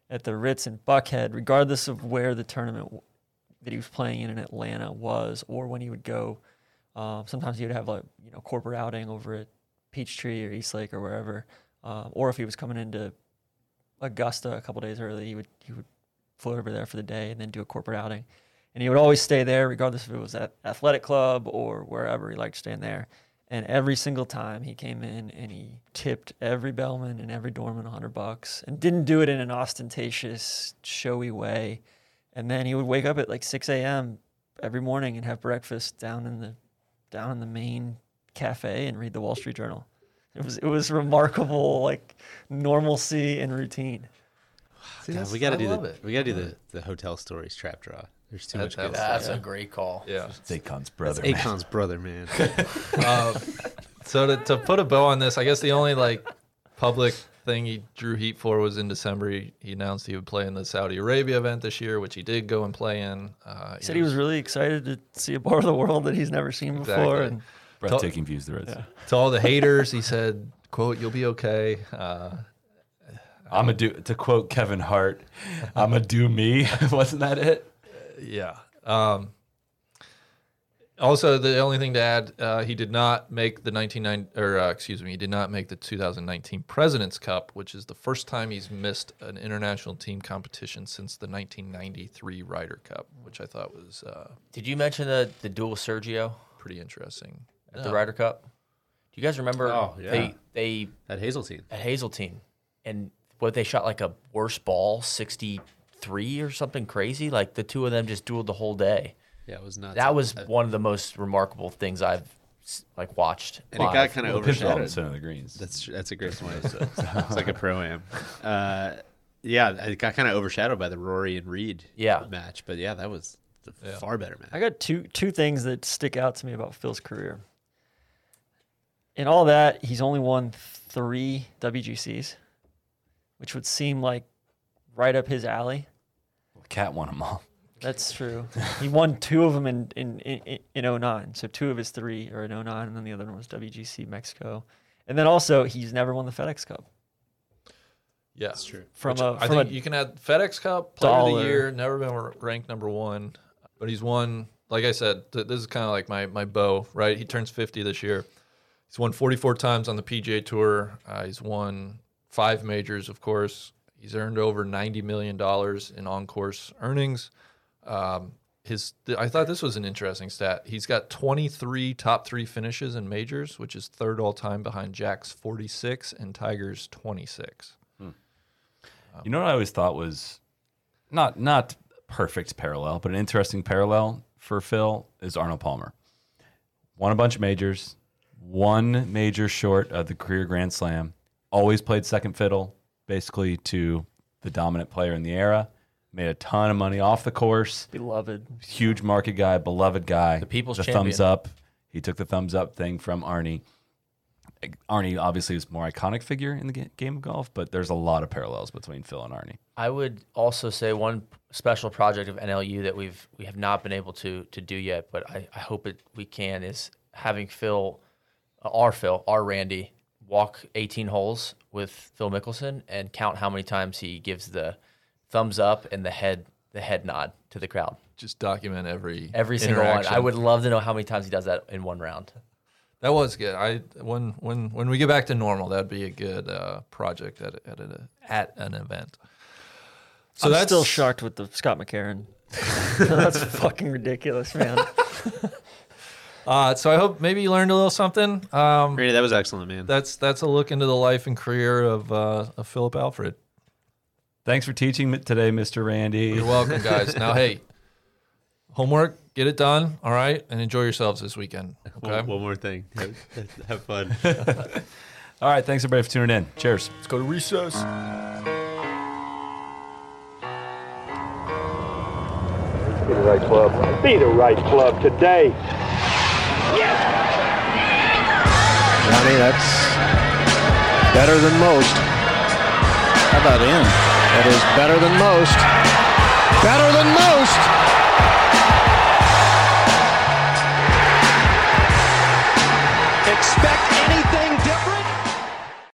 at the Ritz in Buckhead, regardless of where the tournament w- that he was playing in in Atlanta was, or when he would go. Um, sometimes he would have like you know corporate outing over at Peachtree or Eastlake or wherever, um, or if he was coming into Augusta a couple days early, he would he would float over there for the day and then do a corporate outing, and he would always stay there, regardless if it was at athletic club or wherever he liked staying there. And every single time he came in and he tipped every bellman and every doorman a hundred bucks, and didn't do it in an ostentatious, showy way. And then he would wake up at like six a.m. every morning and have breakfast down in the down in the main cafe and read the Wall Street Journal. It was it was remarkable, like normalcy and routine.
God, we got to do the we got to do the, the hotel stories trap draw. There's too much good stuff.
a great call.
Yeah.
Dacon's brother.
Akon's brother, man.
So to, to put a bow on this, I guess the only like public thing he drew heat for was in December. He, he announced he would play in the Saudi Arabia event this year, which he did go and play in. Uh,
He said he was really excited to see a part of the world that he's never seen before.
Exactly.
And
Breathtaking views of the Red Sea.
to all the haters. He said, "quote You'll be okay." Uh,
I'm a do to quote Kevin Hart, I'm a do me. Wasn't that it?
yeah. Um, also, the only thing to add, uh, he did not make the 1990, or uh, excuse me, he did not make the 2019 President's Cup, which is the first time he's missed an international team competition since the 1993 Ryder Cup, which I thought was uh,
Did you mention the the duel with Sergio
pretty interesting.
at the Ryder Cup? Do you guys remember?
Oh, yeah.
They they
That Hazeltine.
at Hazeltine, and what they shot like a worse ball, sixty three or something crazy. Like the two of them just dueled the whole day.
Yeah, it was nuts.
That was one of the most remarkable things I've s- like watched.
and it got
live.
kind of
Pitch
overshadowed.
Robinson of the Greens.
That's that's a great point. it's like a pro am. Uh, yeah, it got kind of overshadowed by the Rory and Reed
Yeah.
match, but yeah, that was the far better match.
I got two two things that stick out to me about Phil's career. In all that, he's only won three WGCs, which would seem like right up his alley.
Cat won them all.
That's true. he won two of them in in, in in 09. So two of his three are in 09, and then the other one was WGC Mexico. And then also, he's never won the FedEx Cup.
Yeah, that's true.
From
Which
a-
I
from
think
a
you can add FedEx Cup Player of
dollar.
the Year. Never been r- ranked number one, but he's won. Like I said, th- this is kind of like my my bow, right? He turns fifty this year. He's won forty four times on the PGA Tour. Uh, he's won five majors, of course. He's earned over ninety million dollars in on course earnings. Um, his, th- I thought this was an interesting stat. He's got 23 top three finishes in majors, which is third all time behind Jack's 46 and Tiger's 26.
You know what I always thought was not not perfect parallel, but an interesting parallel for Phil is Arnold Palmer. Won a bunch of majors, one major short of the career Grand Slam, always played second fiddle, basically to the dominant player in the era, made a ton of money off the course,
Beloved.
huge market guy, beloved guy. The
people's
the thumbs
champion.
up. He took the thumbs up thing from Arnie. Arnie obviously is a more iconic figure in the ga- game of golf, but there's a lot of parallels between Phil and Arnie.
I would also say one special project of NLU that we've we have not been able to to do yet, but I, I hope it we can is having Phil, uh, our Phil, our Randy, walk 18 holes with Phil Mickelson and count how many times he gives the thumbs up and the head the head nod to the crowd.
just document every
Every single one. I
interaction.
would love to know how many times he does that in one round.
That was good. I when when when we get back to normal, that'd be a good uh, project at at, an at an event. So
I'm
that's
still shocked with the Scott McCarron. that's fucking ridiculous, man.
Uh, so I hope maybe you learned a little something. Um,
Randy, that was excellent, man.
that's that's a look into the life and career of uh, of Philip Alfred.
Thanks for teaching me today, Mr. Randy.
You're welcome, guys. now, hey, homework, get it done. All right, and enjoy yourselves this weekend. Okay,
one, one more thing. Have, have fun.
All right, thanks everybody for tuning in. Cheers.
let's go to recess.
Be the right club. Be the right club today.
Johnny, that's better than most. How about him? That is better than most. Better than most.